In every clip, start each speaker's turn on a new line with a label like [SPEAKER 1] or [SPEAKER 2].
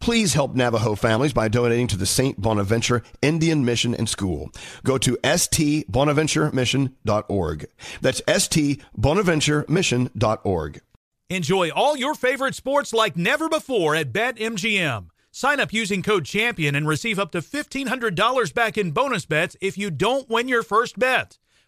[SPEAKER 1] Please help Navajo families by donating to the St. Bonaventure Indian Mission and School. Go to stbonaventuremission.org. That's stbonaventuremission.org.
[SPEAKER 2] Enjoy all your favorite sports like never before at BetMGM. Sign up using code CHAMPION and receive up to $1,500 back in bonus bets if you don't win your first bet.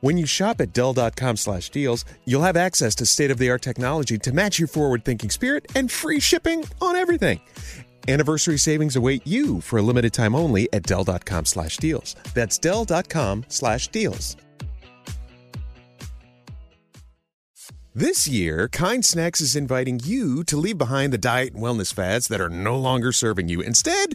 [SPEAKER 3] When you shop at Dell.com slash deals, you'll have access to state of the art technology to match your forward thinking spirit and free shipping on everything. Anniversary savings await you for a limited time only at Dell.com slash deals. That's Dell.com slash deals. This year, Kind Snacks is inviting you to leave behind the diet and wellness fads that are no longer serving you. Instead,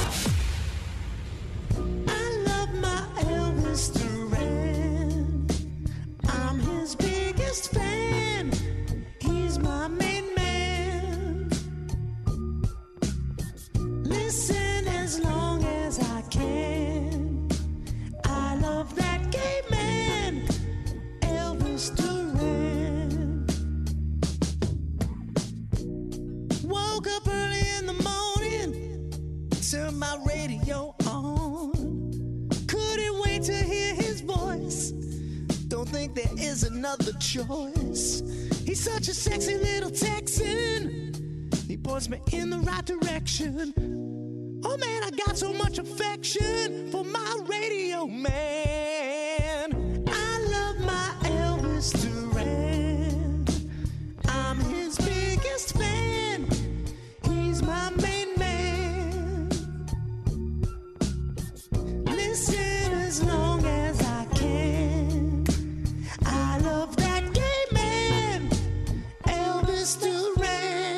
[SPEAKER 4] turn my radio on. Couldn't wait to hear his voice. Don't think there is another choice. He's such a sexy little Texan. He points me in the right direction. Oh man, I got so much affection for my radio man. I love my Elvis Duran. I'm his biggest fan. He's my main man. as long as I can. I love that gay man, Elvis Duran.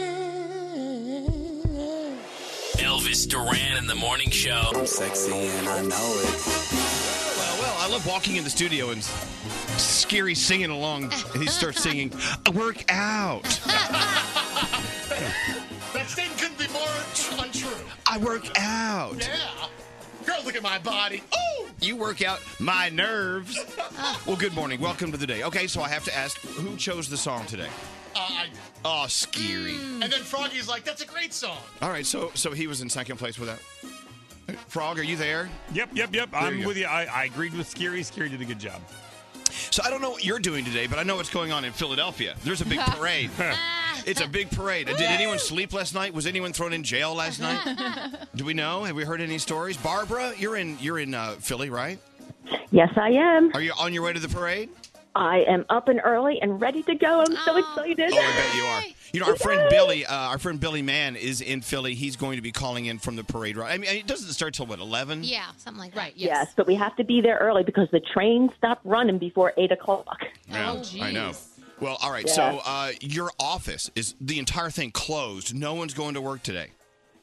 [SPEAKER 5] Elvis Duran in the morning show.
[SPEAKER 6] I'm sexy and I know it.
[SPEAKER 1] Well, well, I love walking in the studio and Scary singing along, and he starts singing, "Work out."
[SPEAKER 7] That statement couldn't be more tr- untrue.
[SPEAKER 1] I work out.
[SPEAKER 7] Yeah. Girl, look at my body. Oh!
[SPEAKER 1] You work out my nerves. well, good morning. Welcome to the day. Okay, so I have to ask, who chose the song today?
[SPEAKER 8] Uh, I did.
[SPEAKER 7] Oh, scary.
[SPEAKER 8] And then Froggy's like, that's a great song.
[SPEAKER 7] All right, so so he was in second place with that. Frog, are you there?
[SPEAKER 9] Yep, yep, yep. I'm
[SPEAKER 7] you go.
[SPEAKER 9] with you. I, I agreed with Scary. Scary did a good job.
[SPEAKER 7] So I don't know what you're doing today, but I know what's going on in Philadelphia. There's a big parade. it's a big parade. Did anyone sleep last night? Was anyone thrown in jail last night? Do we know? Have we heard any stories? Barbara, you're in you're in uh, Philly, right?
[SPEAKER 10] Yes, I am.
[SPEAKER 7] Are you on your way to the parade?
[SPEAKER 10] I am up and early and ready to go. I'm so excited.
[SPEAKER 7] Oh, I bet you are. You know, our friend Billy, uh, our friend Billy Mann is in Philly. He's going to be calling in from the parade. Right? I mean, it doesn't start till what eleven?
[SPEAKER 11] Yeah, something like that. Right.
[SPEAKER 10] Yes. but we have to be there early because the train stopped running before 8 o'clock.
[SPEAKER 7] Yeah, I know. Well, all right.
[SPEAKER 10] Yeah.
[SPEAKER 7] So uh, your office is the entire thing closed. No one's going to work today.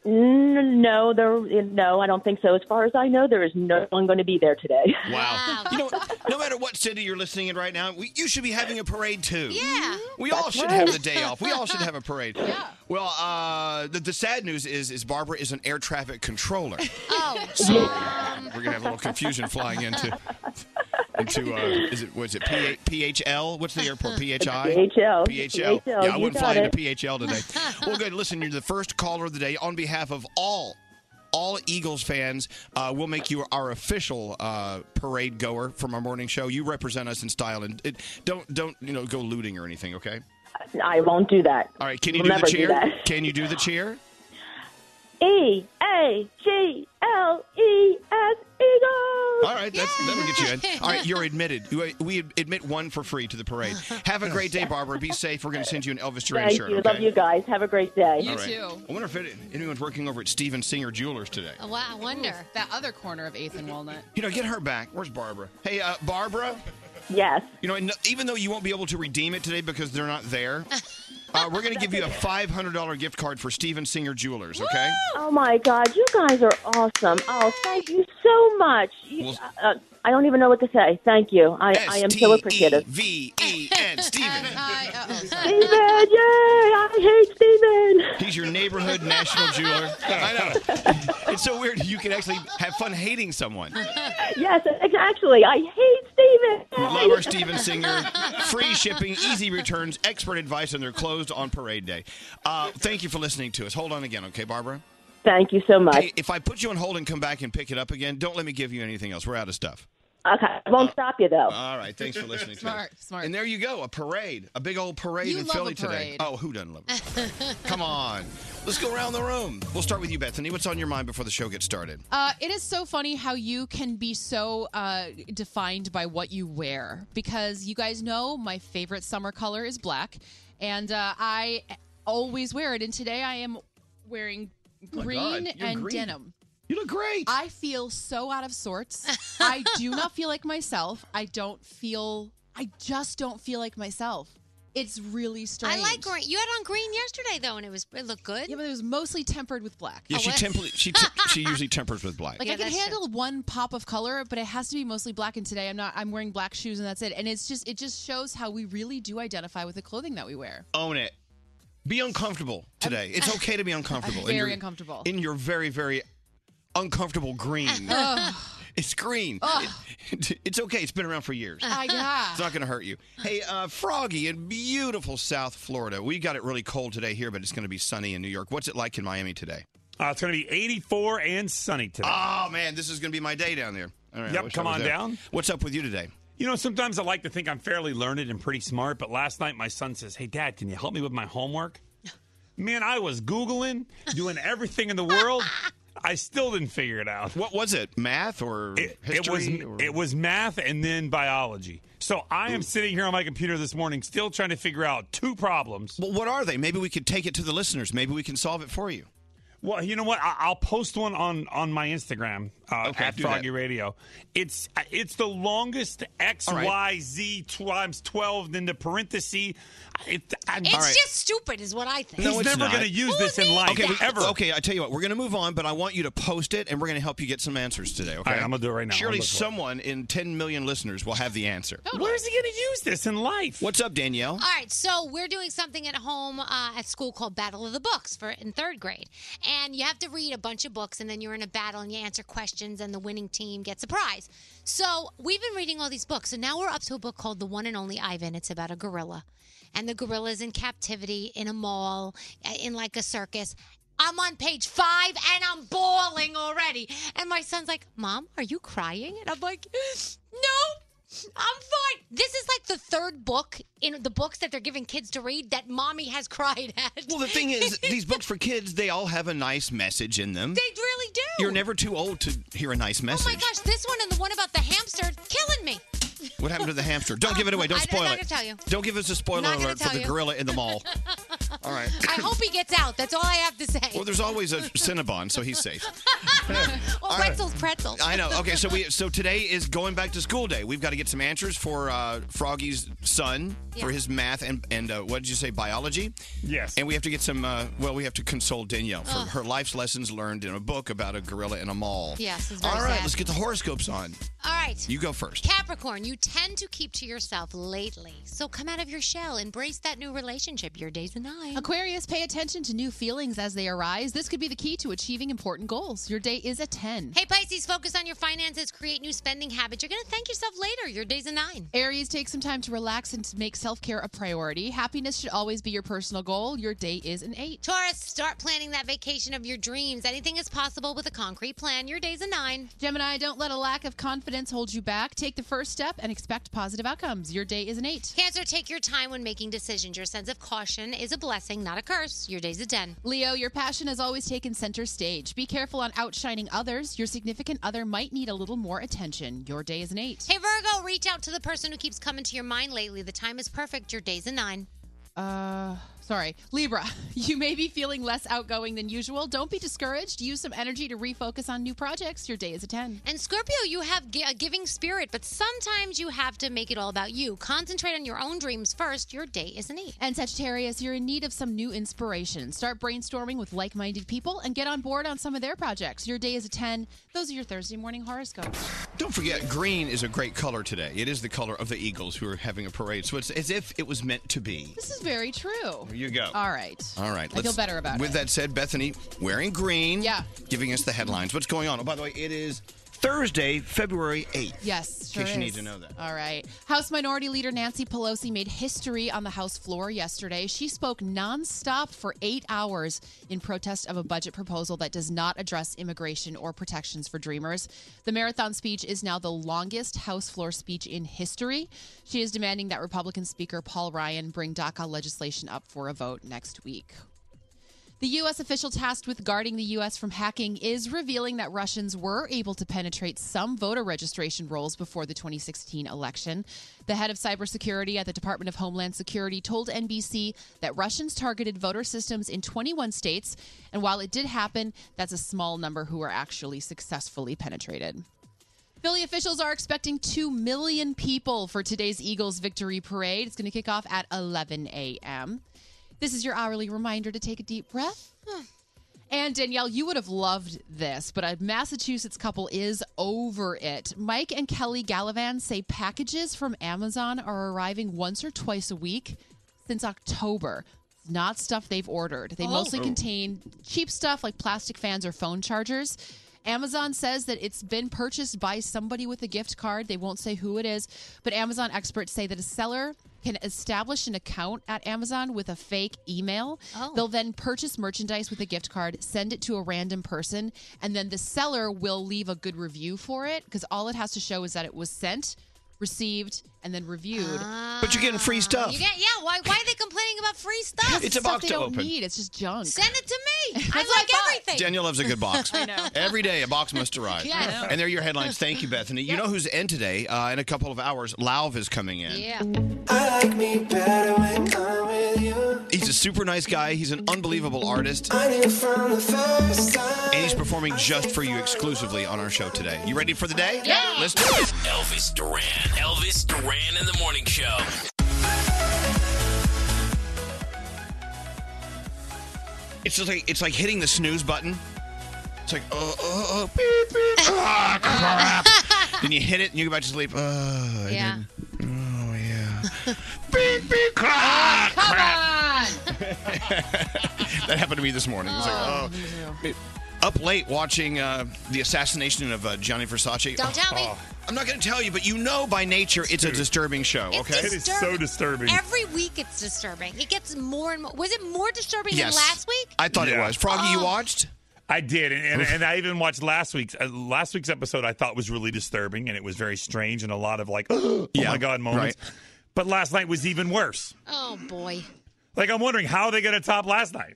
[SPEAKER 10] Mm, No, there, no, I don't think so. As far as I know, there is no one going to be there today.
[SPEAKER 7] Wow. You know, no matter what city you're listening in right now, we, you should be having a parade too.
[SPEAKER 11] Yeah.
[SPEAKER 7] We all
[SPEAKER 10] That's
[SPEAKER 7] should
[SPEAKER 10] right.
[SPEAKER 7] have the day off. We all should have a parade. Yeah. Well, uh, the, the sad news is is Barbara is an air traffic controller.
[SPEAKER 11] Oh,
[SPEAKER 7] So we're gonna have a little confusion flying into into uh, is it was it P- PHL? What's the airport? PHI. PHL.
[SPEAKER 10] PHL. PHL,
[SPEAKER 7] Yeah, I
[SPEAKER 10] you
[SPEAKER 7] wouldn't
[SPEAKER 10] got
[SPEAKER 7] fly
[SPEAKER 10] it.
[SPEAKER 7] into PHL today. well, good. Listen, you're the first caller of the day on behalf of all. All Eagles fans uh, will make you our official uh, parade goer from our morning show. You represent us in style, and it, don't don't you know go looting or anything. Okay.
[SPEAKER 10] I won't do that.
[SPEAKER 7] All right. Can you
[SPEAKER 10] We'll
[SPEAKER 7] do the
[SPEAKER 10] never do
[SPEAKER 7] cheer?
[SPEAKER 10] that.
[SPEAKER 7] Can you do the cheer?
[SPEAKER 10] E A G L E S Eagles.
[SPEAKER 7] All right, that's, that'll get you in. All right, you're admitted. You- uh, We admit one for free to the parade. Have a great day, Barbara. Be safe. We're going to send you an Elvis Duran
[SPEAKER 10] Thank
[SPEAKER 7] shirt.
[SPEAKER 10] you.
[SPEAKER 7] Okay?
[SPEAKER 10] Love you guys. Have a great day.
[SPEAKER 11] You
[SPEAKER 7] All right.
[SPEAKER 11] too.
[SPEAKER 7] I wonder if it, anyone's working over at Steven Singer Jewelers today.
[SPEAKER 11] Oh, wow, I wonder.
[SPEAKER 12] That other corner of 8th and Walnut.
[SPEAKER 7] You know, get her back. Where's Barbara? Hey, uh, Barbara.
[SPEAKER 10] Yes.
[SPEAKER 7] You know, and even though you won't be able to redeem it today because they're not there, uh, we're going to give you a $500 gift card for Steven Singer Jewelers. Okay.
[SPEAKER 10] Oh my God, you guys are awesome. Oh, thank you so much. You,
[SPEAKER 7] Well- E
[SPEAKER 10] uh, I don't even know what to say. Thank you. I, I am so appreciative.
[SPEAKER 7] V E N Steven.
[SPEAKER 11] Oh,
[SPEAKER 10] Steven, yay! I hate Steven.
[SPEAKER 7] He's your neighborhood national jeweler. I know. It's so weird. You can actually have fun hating someone.
[SPEAKER 10] Yes, ex- actually, I hate Steven.
[SPEAKER 7] Love our Steven Singer. Free shipping, easy returns, expert advice, and they're closed on parade day. Uh, thank you for listening to us. Hold on again, okay, Barbara?
[SPEAKER 10] Thank you so much.
[SPEAKER 7] Hey, if I put you on hold and come back and pick it up again, don't let me give you anything else. We're out of stuff.
[SPEAKER 10] Okay, I
[SPEAKER 7] uh,
[SPEAKER 10] won't stop you though.
[SPEAKER 7] All right. Thanks for listening to
[SPEAKER 12] Smart,
[SPEAKER 7] us.
[SPEAKER 12] smart.
[SPEAKER 7] And there you go, a parade, a big old parade
[SPEAKER 12] You
[SPEAKER 7] in
[SPEAKER 12] love
[SPEAKER 7] Philly
[SPEAKER 12] a
[SPEAKER 7] today.
[SPEAKER 12] parade.
[SPEAKER 7] Oh, who doesn't love a parade? Come on. Let's go around the room. We'll start with you, Bethany. What's on your mind before the show gets started?
[SPEAKER 12] Uh, it is so funny how you can be so uh, defined by what you wear because you guys know my favorite summer color is black, and uh, I always wear it. And today I am wearing
[SPEAKER 7] Oh my
[SPEAKER 12] green
[SPEAKER 7] God, you're
[SPEAKER 12] and
[SPEAKER 7] green.
[SPEAKER 12] denim.
[SPEAKER 7] You look great.
[SPEAKER 12] I feel so out of sorts. I do not feel like myself. I don't feel. I just don't feel like myself. It's really strange.
[SPEAKER 11] I like green. You had on green yesterday though, and it was it looked good.
[SPEAKER 12] Yeah, but it was mostly tempered with black.
[SPEAKER 7] Yeah,
[SPEAKER 11] Oh,
[SPEAKER 7] she
[SPEAKER 11] what?
[SPEAKER 7] templa- she t- she usually tempers with black.
[SPEAKER 12] Like
[SPEAKER 11] Yeah,
[SPEAKER 12] I can
[SPEAKER 11] that's
[SPEAKER 12] handle one pop of color, but it has to be mostly black. And today I'm not. I'm wearing black shoes, and that's it. And it's just it just shows how we really do identify with the clothing that we wear.
[SPEAKER 7] Own it. Be uncomfortable today. it's okay to be uncomfortable.
[SPEAKER 12] Very
[SPEAKER 7] in your,
[SPEAKER 12] uncomfortable.
[SPEAKER 7] In your very very uncomfortable green. it's green. It- it's okay. It's been around for years.
[SPEAKER 12] I yeah.
[SPEAKER 7] It's not going to hurt you. Hey, uh, Froggy in beautiful South Florida. We got it really cold today here, but it's going to be sunny in New York. What's it like in Miami today?
[SPEAKER 9] Uh, it's going to be 84 and sunny today.
[SPEAKER 7] Oh man, this is going to be my day down there. All right, I
[SPEAKER 9] Yep,
[SPEAKER 7] wish I
[SPEAKER 9] come
[SPEAKER 7] was
[SPEAKER 9] on
[SPEAKER 7] there.
[SPEAKER 9] down.
[SPEAKER 7] What's up with you today?
[SPEAKER 9] You know, sometimes I like to think I'm fairly learned and pretty smart, but last night my son says, Hey, Dad, can you help me with my homework? Man, I was Googling, doing everything in the world. I still didn't figure it out.
[SPEAKER 7] What was it? Math or
[SPEAKER 9] It, it
[SPEAKER 7] history?
[SPEAKER 9] was
[SPEAKER 7] or-
[SPEAKER 9] it was math and then biology. So I am sitting here on my computer this morning, still trying to figure out two problems.
[SPEAKER 7] Well, what are they? Maybe we could take it to the listeners. Maybe we can solve it for you.
[SPEAKER 9] Well, you know what? I- I'll post one on on my Instagram uh,
[SPEAKER 7] Okay,
[SPEAKER 9] at
[SPEAKER 7] do that.
[SPEAKER 9] Froggy Radio. It's uh, it's the longest X
[SPEAKER 7] All right.
[SPEAKER 9] Y Z times twelve into parentheses. It, I,
[SPEAKER 11] It's
[SPEAKER 7] All right.
[SPEAKER 11] just stupid, is what I think.
[SPEAKER 9] he's
[SPEAKER 7] No, it's
[SPEAKER 9] never
[SPEAKER 7] not.
[SPEAKER 9] going to use this in life
[SPEAKER 7] Okay, we-
[SPEAKER 9] ever.
[SPEAKER 7] okay. I tell you what, we're going to move on, but I want you to post it, and we're going to help you get some answers today. Okay,
[SPEAKER 9] All right, I'm gonna do it right now. I'm
[SPEAKER 7] Surely
[SPEAKER 9] looking for it.
[SPEAKER 7] someone in 10 million listeners will have the answer.
[SPEAKER 9] Where is he going to use this in life?
[SPEAKER 7] What's up, Danielle?
[SPEAKER 11] All right, so we're doing something at home uh, at school called Battle of the Books for in third grade, and you have to read a bunch of books, and then you're in a battle and you answer questions, and the winning team gets a prize. So we've been reading all these books, and now we're up to a book called The One and Only Ivan. It's about a gorilla, and the gorilla's in captivity in a mall, uh, in like a circus. I'm on page five and I'm bawling already. And my son's like, Mom, are you crying? And I'm like, No, I'm fine. This is like the third book in the books that they're giving kids to read that mommy has cried at.
[SPEAKER 7] Well, the thing is, these books for kids, they all have a nice message in them.
[SPEAKER 11] They really do.
[SPEAKER 7] You're never too old to hear a nice
[SPEAKER 11] Oh my
[SPEAKER 7] message.
[SPEAKER 11] gosh, this one and the one about the hamster killing me.
[SPEAKER 7] What happened to the hamster? Don't give it away. Don't
[SPEAKER 11] I- I'm
[SPEAKER 7] spoil
[SPEAKER 11] not
[SPEAKER 7] it.
[SPEAKER 11] gonna tell you.
[SPEAKER 7] Don't give us a spoiler
[SPEAKER 11] Not gonna
[SPEAKER 7] alert for
[SPEAKER 11] tell
[SPEAKER 7] the
[SPEAKER 11] you.
[SPEAKER 7] gorilla in the mall. All right.
[SPEAKER 11] I hope he gets out. That's all I have to say.
[SPEAKER 7] Well, there's always a Cinnabon, so he's safe.
[SPEAKER 11] well,
[SPEAKER 7] all right.
[SPEAKER 11] pretzels, pretzels.
[SPEAKER 7] I know. Okay, so we so today is going back to school day. We've got to get some answers for uh, Froggy's son for
[SPEAKER 11] Yeah.
[SPEAKER 7] his math and and uh, what did you say biology? Yes. And we have to get some. Uh, well, we have to console Danielle for
[SPEAKER 11] Ugh.
[SPEAKER 7] her life's lessons learned in a book about a gorilla in a mall.
[SPEAKER 11] Yes, it's very
[SPEAKER 7] All right,
[SPEAKER 11] sad.
[SPEAKER 7] let's get the horoscopes on.
[SPEAKER 11] All right.
[SPEAKER 7] You go first.
[SPEAKER 11] Capricorn, you tend to keep to yourself lately. So come out of your shell, embrace that new relationship. Your day's a nine.
[SPEAKER 12] Aquarius, pay attention to new feelings as they arise. This could be the key to achieving important goals. Your day is a 10.
[SPEAKER 11] Hey, Pisces, focus on your finances, create new spending habits. You're going to thank yourself later. Your day's a nine.
[SPEAKER 12] Aries, take some time to relax and to make self care a priority. Happiness should always be your personal goal. Your day is an 8.
[SPEAKER 11] Taurus, start planning that vacation of your dreams. Anything is possible with a concrete plan. Your day's a nine.
[SPEAKER 12] Gemini, don't let a lack of confidence hold you back. Take the first step and expect positive outcomes. Your day is an 8.
[SPEAKER 11] Cancer, take your time when making decisions. Your sense of caution is a blessing, not a curse. Your day's a 10.
[SPEAKER 12] Leo, your passion has always taken center stage. Be careful on outshining others. Your significant other might need a little more attention. Your day is an 8.
[SPEAKER 11] Hey, Virgo, reach out to the person who keeps coming to your mind lately. The time is perfect. Your day's a nine.
[SPEAKER 12] Uh, sorry. Libra, you may be feeling less outgoing than usual. Don't be discouraged. Use some energy to refocus on new projects. Your day is a 10.
[SPEAKER 11] And Scorpio, you have gi- a giving spirit, but sometimes you have to make it all about you. Concentrate on your own dreams first. Your day is an 8.
[SPEAKER 12] And Sagittarius, you're in need of some new inspiration. Start brainstorming with like minded people and get on board on some of their projects. Your day is a 10. Those are your Thursday morning horoscopes.
[SPEAKER 7] Don't forget, green is a great color today. It is the color of the Eagles who are having a parade, so it's as if it was meant to be.
[SPEAKER 12] This is very true.
[SPEAKER 7] There you go.
[SPEAKER 12] All right.
[SPEAKER 7] All right.
[SPEAKER 12] I feel better about
[SPEAKER 7] With
[SPEAKER 12] it.
[SPEAKER 7] that said, Bethany wearing green.
[SPEAKER 12] Yeah.
[SPEAKER 7] Giving us the headlines. What's going on? Oh, by the way, it is Thursday, February 8th.
[SPEAKER 12] Yes,
[SPEAKER 7] In
[SPEAKER 12] sure
[SPEAKER 7] case you need
[SPEAKER 12] is.
[SPEAKER 7] to know that.
[SPEAKER 12] All right. House Minority Leader Nancy Pelosi made history on the House floor yesterday. She spoke nonstop for eight hours in protest of a budget proposal that does not address immigration or protections for Dreamers. The marathon speech is now the longest House floor speech in history. She is demanding that Republican Speaker Paul Ryan bring DACA legislation up for a vote next week. The U.S. official tasked with guarding the U.S. from hacking is revealing that Russians were able to penetrate some voter registration rolls before the 2016 election. The head of cybersecurity at the Department of Homeland Security told NBC that Russians targeted voter systems in 21 states, and while it did happen, that's a small number who were actually successfully penetrated. Philly officials are expecting 2 million people for today's Eagles victory parade. It's going to kick off at 11 a.m. This is your hourly reminder to take a deep breath. And Danielle, you would have loved this, but a Massachusetts couple is over it. Mike and Kelly Gallivan say packages from Amazon are arriving once or twice a week since October. It's Not stuff they've ordered. They
[SPEAKER 13] Oh.
[SPEAKER 12] mostly
[SPEAKER 13] Oh.
[SPEAKER 12] contain cheap stuff like plastic fans or phone chargers. Amazon says that it's been purchased by somebody with a gift card. They won't say who it is, but Amazon experts say that a seller can establish an account at Amazon with a fake email.
[SPEAKER 11] Oh.
[SPEAKER 12] They'll then purchase merchandise with a gift card, send it to a random person, and then the seller will leave a good review for it because all it has to show is that it was sent, received, and then reviewed.
[SPEAKER 11] Ah.
[SPEAKER 7] But you're getting free stuff.
[SPEAKER 11] You get, yeah, why, why are they complaining about free stuff?
[SPEAKER 7] It's a
[SPEAKER 12] stuff
[SPEAKER 7] box
[SPEAKER 12] they
[SPEAKER 7] to
[SPEAKER 12] don't
[SPEAKER 7] open.
[SPEAKER 12] need. It's just junk.
[SPEAKER 11] Send it to me. I
[SPEAKER 12] what I
[SPEAKER 11] like
[SPEAKER 12] thought.
[SPEAKER 11] everything.
[SPEAKER 7] Daniel loves a good box.
[SPEAKER 12] I know.
[SPEAKER 7] Every day, a box must arrive.
[SPEAKER 11] Yeah, I know.
[SPEAKER 7] And there are your headlines. Thank you, Bethany. You know who's in today? Uh, in a couple of hours, Lauv is coming in.
[SPEAKER 11] Yeah.
[SPEAKER 4] I like me better when I'm with you.
[SPEAKER 7] He's a super nice guy. He's an unbelievable artist.
[SPEAKER 4] I knew from the first time.
[SPEAKER 7] And he's performing just for you exclusively on our show today. You ready for the day?
[SPEAKER 5] Yeah.
[SPEAKER 7] Let's do it.
[SPEAKER 5] Elvis Duran. Elvis Duran in the morning show.
[SPEAKER 7] It's just like it's like hitting the snooze button. It's like oh oh oh beep beep ah, crap. then you hit it and you're about to sleep. Oh, and
[SPEAKER 11] Yeah.
[SPEAKER 7] Beep, beep, Ah, crap.
[SPEAKER 11] Come on.
[SPEAKER 7] then- that happened to me this morning. It's like oh. beep. uh, up late watching uh, the assassination of uh, Johnny Versace. Oh,
[SPEAKER 11] Don't tell me.
[SPEAKER 7] I'm not going to tell you, but you know by nature it's a disturbing show.
[SPEAKER 11] It's
[SPEAKER 7] Okay,
[SPEAKER 11] disturbing. Every week it's disturbing. It gets more and more. Was it more disturbing
[SPEAKER 9] Yes.
[SPEAKER 11] than last week?
[SPEAKER 7] I thought it was. Froggy,
[SPEAKER 12] Oh.
[SPEAKER 7] you watched?
[SPEAKER 9] I did, and, and, and I even watched last week's uh, last week's episode. I thought was really disturbing, and it was very strange, and a lot of like, oh my god, moments. But last night was even worse.
[SPEAKER 11] Oh boy.
[SPEAKER 9] Like I'm wondering how they going to top last night.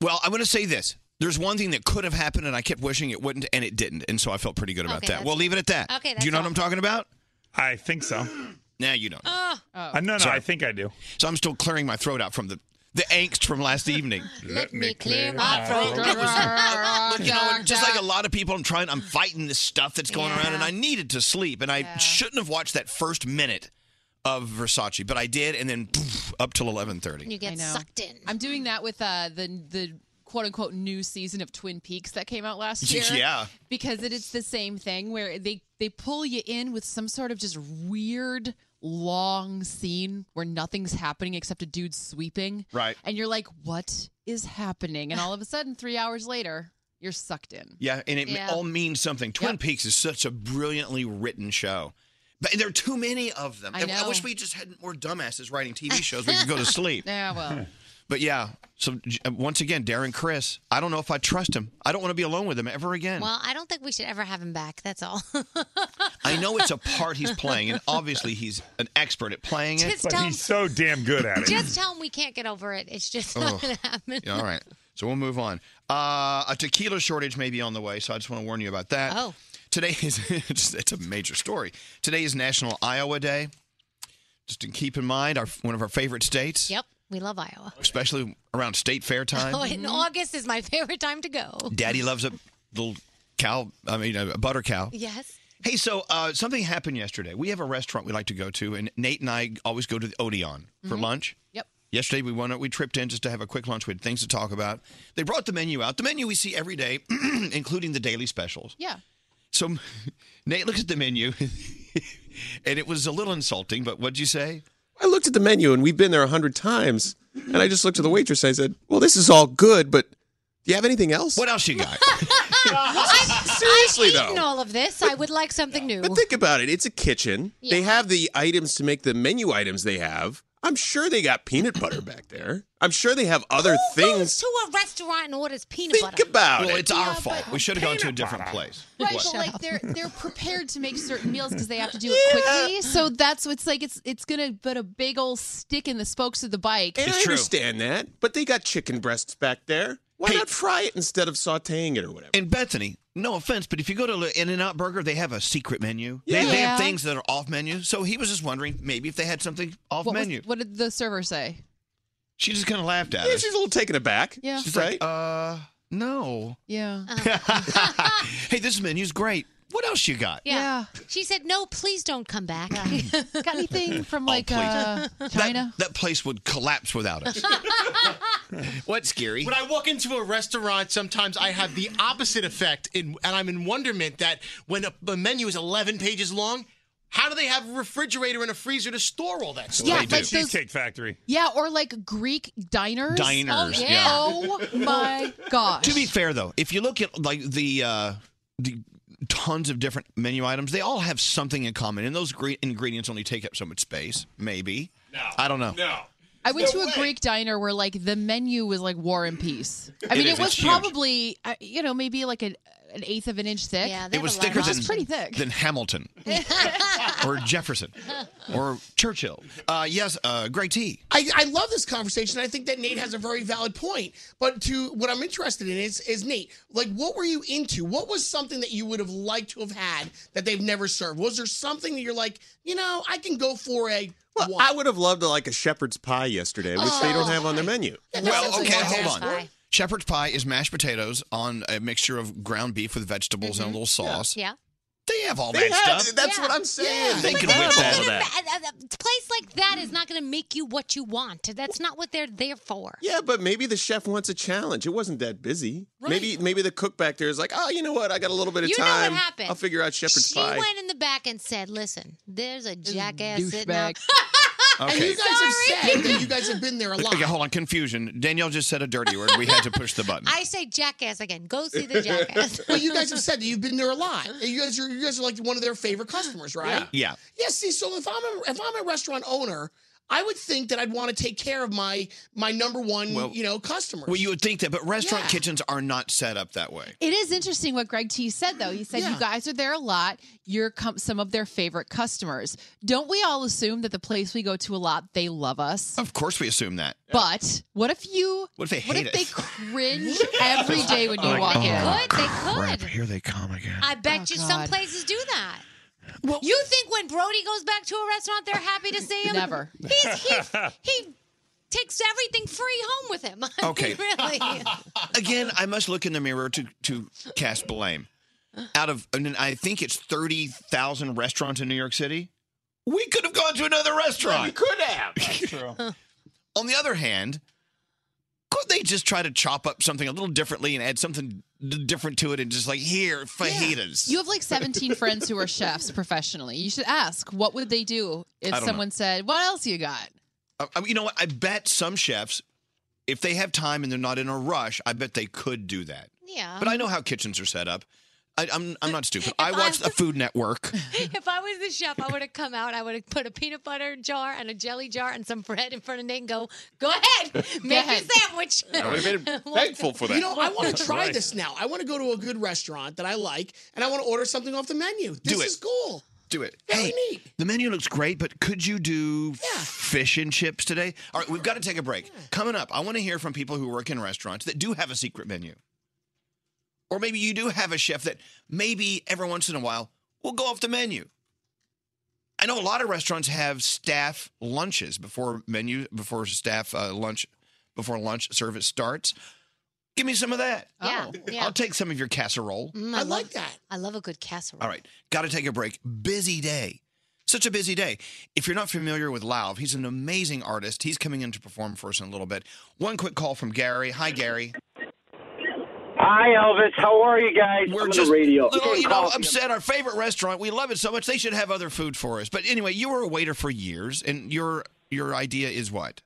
[SPEAKER 7] Well, I'm going to say this. There's one thing that could have happened, and I kept wishing it wouldn't, and it didn't, and so I felt pretty good about
[SPEAKER 9] Okay,
[SPEAKER 7] that.
[SPEAKER 9] that's-
[SPEAKER 7] We'll leave it at that.
[SPEAKER 9] Okay,
[SPEAKER 7] do
[SPEAKER 9] that's
[SPEAKER 7] you know
[SPEAKER 9] all.
[SPEAKER 7] what I'm talking about?
[SPEAKER 9] I think so.
[SPEAKER 7] Nah, you don't.
[SPEAKER 11] Oh.
[SPEAKER 9] Uh, no, no, I think I do.
[SPEAKER 7] So I'm still clearing my throat out from the the angst from last evening.
[SPEAKER 11] Let me
[SPEAKER 9] clear
[SPEAKER 11] my throat.
[SPEAKER 7] It was- Look, you know, just like a lot of people, I'm trying. I'm fighting this stuff that's going around, and I needed to sleep, and I shouldn't have watched that first minute of Versace, but I did, and then poof, up till 11:30.
[SPEAKER 11] You
[SPEAKER 12] get sucked
[SPEAKER 11] in.
[SPEAKER 12] I'm doing that with uh, the the quote unquote new season of Twin Peaks that came out last year.
[SPEAKER 7] Yeah.
[SPEAKER 12] because it is the same thing where they they pull you in with some sort of just weird long scene where nothing's happening except a dude sweeping.
[SPEAKER 7] Right.
[SPEAKER 12] and you're like, what is happening? And all of a sudden, three hours later, you're sucked in.
[SPEAKER 7] Yeah, and it
[SPEAKER 12] Yeah.
[SPEAKER 7] all means something. Twin Peaks is such a brilliantly written show. But there are too many of them.
[SPEAKER 12] I
[SPEAKER 7] And
[SPEAKER 12] know.
[SPEAKER 7] wish we just had more dumbasses writing TV shows. We could go to sleep.
[SPEAKER 12] Yeah, well.
[SPEAKER 7] But yeah, so j- uh, once again, Darren Chris, I don't know if I trust him. I don't want to be alone with him ever again.
[SPEAKER 11] Well, I don't think we should ever have him back. That's all.
[SPEAKER 7] I know it's a part he's playing, and obviously he's an expert at playing it.
[SPEAKER 11] Just But tell- he's
[SPEAKER 9] so damn good at
[SPEAKER 11] just tell him we can't get over it. It's just
[SPEAKER 7] Ugh.
[SPEAKER 11] not going to happen.
[SPEAKER 7] Yeah, all right. So we'll move on. Uh, a tequila shortage may be on the way, so I just want to warn you about that.
[SPEAKER 11] Oh.
[SPEAKER 7] Today is it's, it's a major story. Today is National Iowa Day. Just to keep in mind, our one of our favorite states,
[SPEAKER 11] Yep. We love Iowa.
[SPEAKER 7] especially around state fair time.
[SPEAKER 11] Oh, and
[SPEAKER 12] Mm-hmm.
[SPEAKER 11] August is my favorite time to go.
[SPEAKER 7] Daddy loves a little cow. I mean, a butter cow.
[SPEAKER 11] Yes.
[SPEAKER 7] Hey, so uh, something happened yesterday. We have a restaurant we like to go to, and Nate and I always go to the Odeon for
[SPEAKER 11] Mm-hmm.
[SPEAKER 12] Mhm.
[SPEAKER 7] lunch.
[SPEAKER 12] Yep.
[SPEAKER 7] Yesterday we went we tripped in just to have a quick lunch. We had things to talk about. They brought the menu out. The menu we see every day, including the daily specials.
[SPEAKER 12] Yeah.
[SPEAKER 7] So Nate looks at the menu, and it was a little insulting. But what'd you say?
[SPEAKER 14] I looked at the menu and we've been there a hundred times, and I just looked at the waitress. And I said, "Well, this is all good, but do you have anything else?
[SPEAKER 7] What else you got?"
[SPEAKER 11] I've,
[SPEAKER 14] Seriously,
[SPEAKER 11] I've eaten
[SPEAKER 14] though.
[SPEAKER 11] all of this. I would like something new.
[SPEAKER 14] Think about it. It's a kitchen. They have the items to make the menu items they have. I'm sure they got peanut butter back there. I'm sure they have other things.
[SPEAKER 11] to a restaurant and orders peanut butter.
[SPEAKER 14] Think about
[SPEAKER 7] well,
[SPEAKER 14] it.
[SPEAKER 7] it's our fault. We should have gone to a different place.
[SPEAKER 12] Right,
[SPEAKER 7] What?
[SPEAKER 12] but like they're they're prepared to make certain meals because they have to do it quickly. So that's what's like it's it's gonna put a big old stick in the spokes of the bike.
[SPEAKER 14] And I understand that, but they got chicken breasts back there. Why not fry it instead of sautéing it or whatever?
[SPEAKER 7] And Bethany, no offense, but if you go to In and Out Burger, they have a secret menu. They, they
[SPEAKER 12] Yeah.
[SPEAKER 7] have things that are off menu. So he was just wondering maybe if they had something off
[SPEAKER 12] What, was-
[SPEAKER 7] menu.
[SPEAKER 12] what did the server say?
[SPEAKER 7] She just kind of laughed at
[SPEAKER 14] Yeah,
[SPEAKER 7] us.
[SPEAKER 14] she's a little taken aback.
[SPEAKER 12] Yeah.
[SPEAKER 7] She's like, uh, no.
[SPEAKER 11] Um,
[SPEAKER 12] Yeah.
[SPEAKER 7] hey, this menu's great. What else you got?
[SPEAKER 11] Yeah. She said, "No, please don't come back."
[SPEAKER 12] Got anything from like
[SPEAKER 7] please.
[SPEAKER 12] uh, China?
[SPEAKER 7] That place would collapse without us. What's scary?
[SPEAKER 8] When I walk into a restaurant, sometimes I have the opposite effect, in, and I'm in wonderment that when a, a menu is 11 pages long, how do they have a refrigerator and a freezer to store all that stuff?
[SPEAKER 12] Yeah, They do. like those-
[SPEAKER 9] Cheesecake Factory.
[SPEAKER 12] Yeah, or like Greek diners.
[SPEAKER 7] Diners,
[SPEAKER 12] Oh,
[SPEAKER 7] yeah. yeah.
[SPEAKER 12] Oh my gosh.
[SPEAKER 7] To be fair, though, if you look at like the uh, the tons of different menu items, they all have something in common, and those gre- ingredients only take up so much space. Maybe. No. I don't know. No.
[SPEAKER 12] I went to a Greek diner where like the menu was like War and Peace. I
[SPEAKER 7] It
[SPEAKER 12] mean,
[SPEAKER 7] is,
[SPEAKER 12] it was
[SPEAKER 7] it's huge.
[SPEAKER 12] probably uh, you know maybe like an an eighth of an inch thick. Yeah,
[SPEAKER 7] It was thicker than
[SPEAKER 12] It's pretty thick.
[SPEAKER 7] than Hamilton or Jefferson or Churchill. Uh, yes, uh, Grey Tea.
[SPEAKER 8] I, I love this conversation. I think that Nate has a very valid point. But to what I'm interested in is is Nate, like what were you into? What was something that you would have liked to have had that they've never served? Was there something that you're like, you know, I can go for a
[SPEAKER 14] Well, I would have loved like a shepherd's pie yesterday, which they don't have on their menu.
[SPEAKER 7] Well,
[SPEAKER 8] sounds
[SPEAKER 7] okay,
[SPEAKER 8] like a
[SPEAKER 7] hold
[SPEAKER 8] shepherd's
[SPEAKER 7] on.
[SPEAKER 8] pie.
[SPEAKER 7] Shepherd's pie is mashed potatoes on a mixture of ground beef with vegetables and a little sauce.
[SPEAKER 11] Yeah.
[SPEAKER 7] They have all
[SPEAKER 14] They
[SPEAKER 7] that
[SPEAKER 14] have-
[SPEAKER 7] stuff.
[SPEAKER 14] that's what I'm saying.
[SPEAKER 7] They
[SPEAKER 14] But
[SPEAKER 7] can
[SPEAKER 14] they
[SPEAKER 7] whip
[SPEAKER 14] have
[SPEAKER 7] all
[SPEAKER 14] all
[SPEAKER 7] of that.
[SPEAKER 11] A, a- a place like that is not going to make you what you want. That's not what they're there for.
[SPEAKER 14] Yeah, but maybe the chef wants a challenge. It wasn't that busy. Maybe maybe the cook back there is like, oh, you know what? I got a little bit of
[SPEAKER 11] You know what
[SPEAKER 14] time.
[SPEAKER 11] happened?
[SPEAKER 14] I'll figure out shepherd's
[SPEAKER 11] She
[SPEAKER 14] pie.
[SPEAKER 11] went in the back and said, "Listen, there's a jackass sitting
[SPEAKER 14] douchebag.
[SPEAKER 11] out."
[SPEAKER 8] And
[SPEAKER 7] Okay.
[SPEAKER 8] you guys have
[SPEAKER 11] Sorry.
[SPEAKER 8] said that you guys have been there a lot.
[SPEAKER 7] Okay, hold on. Confusion. Danielle just said a dirty word. We had to push the button.
[SPEAKER 11] I say jackass again. Go see the jackass.
[SPEAKER 8] But you guys have said that you've been there a lot. And You guys are you guys are like one of their favorite customers, right?
[SPEAKER 7] Yeah.
[SPEAKER 8] Yeah, see, so if I'm a, if I'm a restaurant owner, I would think that I'd want to take care of my my number one,
[SPEAKER 7] Well-
[SPEAKER 8] you know, customer.
[SPEAKER 7] Well, you would think that, but restaurant kitchens are not set up that way.
[SPEAKER 12] It is interesting what Greg T said, though. He said, You guys are there a lot. You're com- some of their favorite customers. Don't we all assume that the place we go to a lot, they love us?
[SPEAKER 7] Of course, we assume that.
[SPEAKER 12] But what if you.
[SPEAKER 7] What if they
[SPEAKER 12] What
[SPEAKER 7] hate us?
[SPEAKER 12] if they cringe every day when you
[SPEAKER 7] Oh,
[SPEAKER 12] walk in?
[SPEAKER 7] God.
[SPEAKER 11] Could, they
[SPEAKER 7] Crap,
[SPEAKER 11] could.
[SPEAKER 7] Here they come again.
[SPEAKER 11] I bet
[SPEAKER 12] Oh,
[SPEAKER 11] you some
[SPEAKER 12] God.
[SPEAKER 11] places do that. you think when Brody goes back to a restaurant, they're happy to see him?
[SPEAKER 12] Never.
[SPEAKER 11] He's, he, he takes everything free home with him. I mean,
[SPEAKER 7] Okay.
[SPEAKER 11] really.
[SPEAKER 7] Again, I must look in the mirror to to cast blame. Out of, I, mean, I think it's thirty thousand restaurants in New York City. We could have gone to another restaurant.
[SPEAKER 15] We could have.
[SPEAKER 7] That's true. On the other hand, could they just try to chop up something a little differently and add something d- different to it and just like here fajitas?
[SPEAKER 12] You have like 17 friends who are chefs professionally. You should ask, what would they do if
[SPEAKER 7] I don't know.
[SPEAKER 12] someone said, What else you got?
[SPEAKER 7] I- Uh, I mean, you know what? I bet some chefs, if they have time and they're not in a rush, I bet they could do that.
[SPEAKER 11] Yeah.
[SPEAKER 7] But I know how kitchens are set up. I, I'm I'm not stupid. I watch the Food Network.
[SPEAKER 11] if I was the chef, I would have come out. I would have put a peanut butter jar and a jelly jar and some bread in front of Nate and go, go ahead, make
[SPEAKER 8] ahead."
[SPEAKER 11] a sandwich.
[SPEAKER 8] You know, I want to try this now. I want to go to a good restaurant that I like, and I want to order something off the menu. This
[SPEAKER 7] it.
[SPEAKER 8] is cool.
[SPEAKER 7] Do it. hey, the menu looks great, but could you do fish and chips today? All right, we've got to take a break. Coming up, I want to hear from people who work in restaurants that do have a secret menu. Or maybe you do have a chef that maybe every once in a while will go off the menu. I know a lot of restaurants have staff lunches before menu before staff uh, lunch before lunch service starts. Give me some of that. Oh.
[SPEAKER 11] Yeah, yeah.
[SPEAKER 7] I'll take some of your casserole.
[SPEAKER 11] Mm, I, like that. I love a good casserole.
[SPEAKER 7] All right, got to take a break. Busy day. Such a busy day. If you're not familiar with Lauv, he's an amazing artist. He's coming in to perform for us in a little bit. One quick call from Gary. Hi, Gary.
[SPEAKER 13] Hi, Elvis. How are you guys?
[SPEAKER 7] We're
[SPEAKER 13] I'm
[SPEAKER 7] just
[SPEAKER 13] on the radio.
[SPEAKER 7] little,
[SPEAKER 13] Can't
[SPEAKER 7] you know,
[SPEAKER 13] call-
[SPEAKER 7] upset. Our favorite restaurant. We love it so much. They should have other food for us. But anyway, you were a waiter for years, and your your idea is what?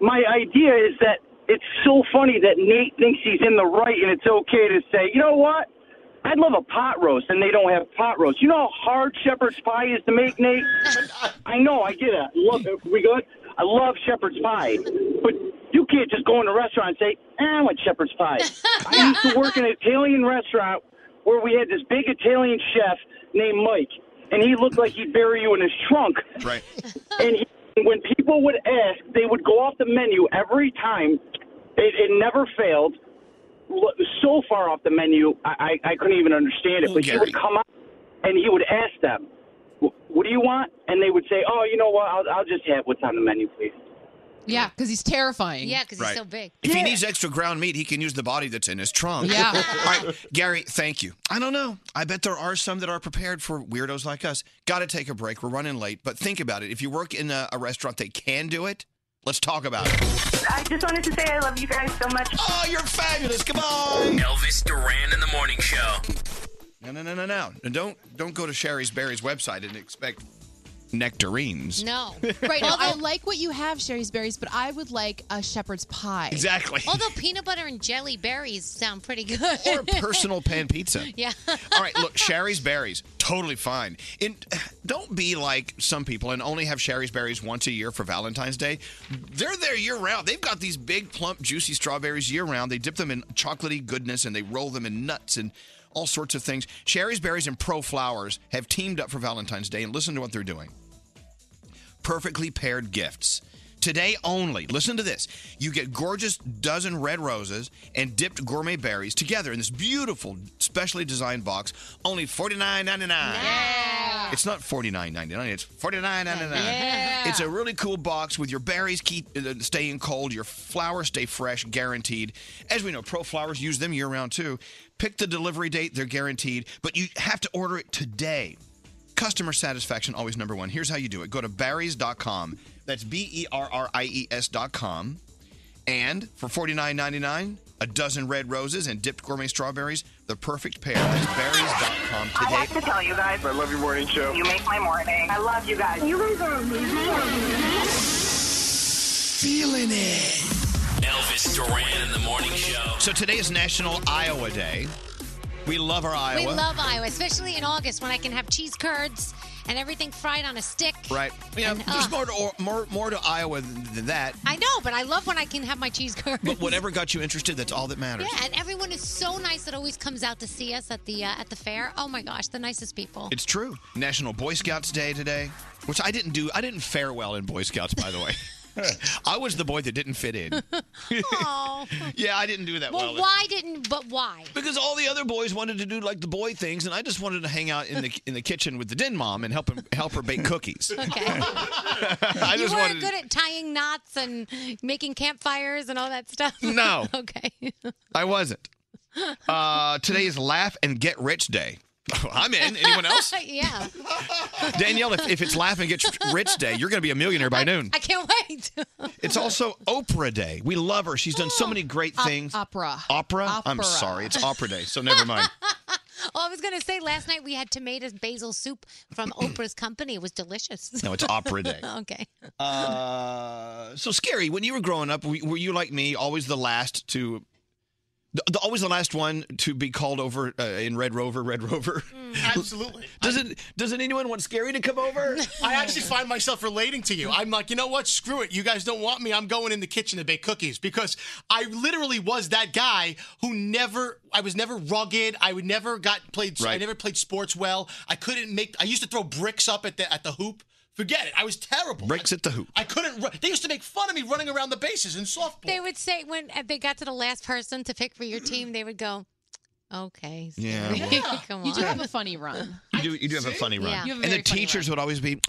[SPEAKER 13] My idea is that it's so funny that Nate thinks he's in the right and it's okay to say, you know what? I'd love a pot roast, and they don't have pot roast. You know how hard shepherd's pie is to make, Nate? I know, I get it. I Love, we good? I love shepherd's pie. But you can't just go in a restaurant and say, eh, I want shepherd's pie. I used to work in an Italian restaurant where we had this big Italian chef named Mike, and he looked like he'd bury you in his trunk.
[SPEAKER 7] Right.
[SPEAKER 13] And he, when people would ask, they would go off the menu every time. It, it never failed. Lo- So far off the menu, I, I, I couldn't even understand it. But he would come out and he would ask them, "Wh- "What do you want?" And they would say, "Oh, you know what? I'll, I'll just have what's on the menu, please."
[SPEAKER 12] Yeah, because he's terrifying.
[SPEAKER 11] Yeah, because
[SPEAKER 7] Right.
[SPEAKER 11] he's so big.
[SPEAKER 7] If he needs extra ground meat, he can use the body that's in his trunk.
[SPEAKER 11] Yeah.
[SPEAKER 7] All right, Gary, thank you. I don't know. I bet there are some that are prepared for weirdos like us. Got to take a break. We're running late, but think about it. If you work in a, a restaurant that can do it, let's talk about it.
[SPEAKER 16] I just wanted to say I love you guys so much.
[SPEAKER 7] Oh, you're fabulous. Come on.
[SPEAKER 5] Elvis Duran in the morning show.
[SPEAKER 7] No, no, no, no, no. And don't don't go to Sherry's Berry's website and expect nectarines.
[SPEAKER 11] No.
[SPEAKER 12] Right. Now, I like what you have, Sherry's Berries, but I would like a shepherd's pie.
[SPEAKER 7] Exactly.
[SPEAKER 11] Although peanut butter and jelly berries sound pretty good.
[SPEAKER 7] Or a personal pan pizza.
[SPEAKER 11] Yeah.
[SPEAKER 7] All right, look, Sherry's berries, totally fine. And don't be like some people and only have Sherry's berries once a year for Valentine's Day. They're there year round. They've got these big, plump, juicy strawberries year round. They dip them in chocolatey goodness and they roll them in nuts and all sorts of things. Sherry's berries and Pro Flowers have teamed up for Valentine's Day and listen to what they're doing perfectly paired gifts. Today only, listen to this. You get gorgeous dozen red roses and dipped gourmet berries together in this beautiful, specially designed box, only $49.99. It's not $49.99, it's $49.99.
[SPEAKER 15] Yeah.
[SPEAKER 7] It's a really cool box with your berries keep uh, staying cold, your flowers stay fresh, guaranteed. As we know, Pro Flowers use them year round too. Pick the delivery date, they're guaranteed, but you have to order it today. Customer satisfaction always number one. Here's how you do it. Go to barrys.com. That's B E R R I E S.com. And for $49.99, a dozen red roses and dipped gourmet strawberries, the perfect pair. That's berries.com
[SPEAKER 17] I
[SPEAKER 7] today.
[SPEAKER 17] have to tell you guys. I love your morning show. You make my morning. I love you guys. You guys are
[SPEAKER 4] Feeling it.
[SPEAKER 5] Elvis Duran in the morning show.
[SPEAKER 7] So today is National Iowa Day. We love our Iowa.
[SPEAKER 11] We love Iowa, especially in August when I can have cheese curds and everything fried on a stick.
[SPEAKER 7] Right. Yeah,
[SPEAKER 11] And,
[SPEAKER 7] there's
[SPEAKER 11] uh,
[SPEAKER 7] more to or, more more to Iowa than than that.
[SPEAKER 11] I know, but I love when I can have my cheese curds.
[SPEAKER 7] But whatever got you interested, that's all that matters.
[SPEAKER 11] Yeah, and everyone is so nice that always comes out to see us at the uh, at the fair. Oh my gosh, the nicest people.
[SPEAKER 7] It's true. National Boy Scouts Day today, which I didn't do. I didn't fare well in Boy Scouts, by the way. I was the boy that didn't fit in.
[SPEAKER 11] Oh.
[SPEAKER 7] Yeah, I didn't do that
[SPEAKER 11] well,
[SPEAKER 7] well.
[SPEAKER 11] why didn't? But why?
[SPEAKER 7] Because all the other boys wanted to do like the boy things, and I just wanted to hang out in the in the kitchen with the den mom and help him help her bake cookies.
[SPEAKER 11] Okay.
[SPEAKER 7] I
[SPEAKER 11] you
[SPEAKER 7] just
[SPEAKER 11] weren't
[SPEAKER 7] wanted.
[SPEAKER 11] good at tying knots and making campfires and all that stuff.
[SPEAKER 7] No.
[SPEAKER 11] okay.
[SPEAKER 7] I wasn't. Uh, today is Laugh and Get Rich Day. I'm in. Anyone else?
[SPEAKER 11] yeah.
[SPEAKER 7] Danielle, if, if it's Laugh and Get Rich Day, you're going to be a millionaire by noon.
[SPEAKER 11] I can't wait.
[SPEAKER 7] It's also Oprah Day. We love her. She's done so many great
[SPEAKER 11] Op-
[SPEAKER 7] things.
[SPEAKER 11] opera.
[SPEAKER 7] Opera? I'm
[SPEAKER 11] Opera.
[SPEAKER 7] sorry. It's Opera Day, so never mind.
[SPEAKER 11] Oh, I was gonna say last night we had tomatoes basil soup from Oprah's company. It was delicious.
[SPEAKER 7] No, it's Opera Day.
[SPEAKER 11] okay.
[SPEAKER 7] Uh, so scary. When you were growing up, were were you like me, always the last to, the, the, always the last one to be called over uh, in Red Rover, Red Rover?
[SPEAKER 18] Absolutely.
[SPEAKER 7] Mm. Doesn't doesn't anyone want Scary to come over?
[SPEAKER 18] I actually find myself relating to you. I'm like, you know what? Screw it. You guys don't want me. I'm going in the kitchen to bake cookies because I literally was that guy who never. I was never rugged. I would never got played. I
[SPEAKER 7] Right.
[SPEAKER 18] never played sports well. I couldn't make. I used to throw bricks up at the at the hoop. Forget it. I was terrible.
[SPEAKER 7] Breaks at the hoop.
[SPEAKER 18] I couldn't. Run. They used to make fun of me running around the bases in softball.
[SPEAKER 11] They would say when uh, they got to the last person to pick for your team, they would go, "Okay,
[SPEAKER 7] Yeah,
[SPEAKER 11] Scary,
[SPEAKER 7] well.
[SPEAKER 11] come on."
[SPEAKER 12] You do have a funny run.
[SPEAKER 7] You do you do have a funny run.
[SPEAKER 11] Yeah. You have a
[SPEAKER 7] And the
[SPEAKER 11] very funny
[SPEAKER 7] teachers would always be,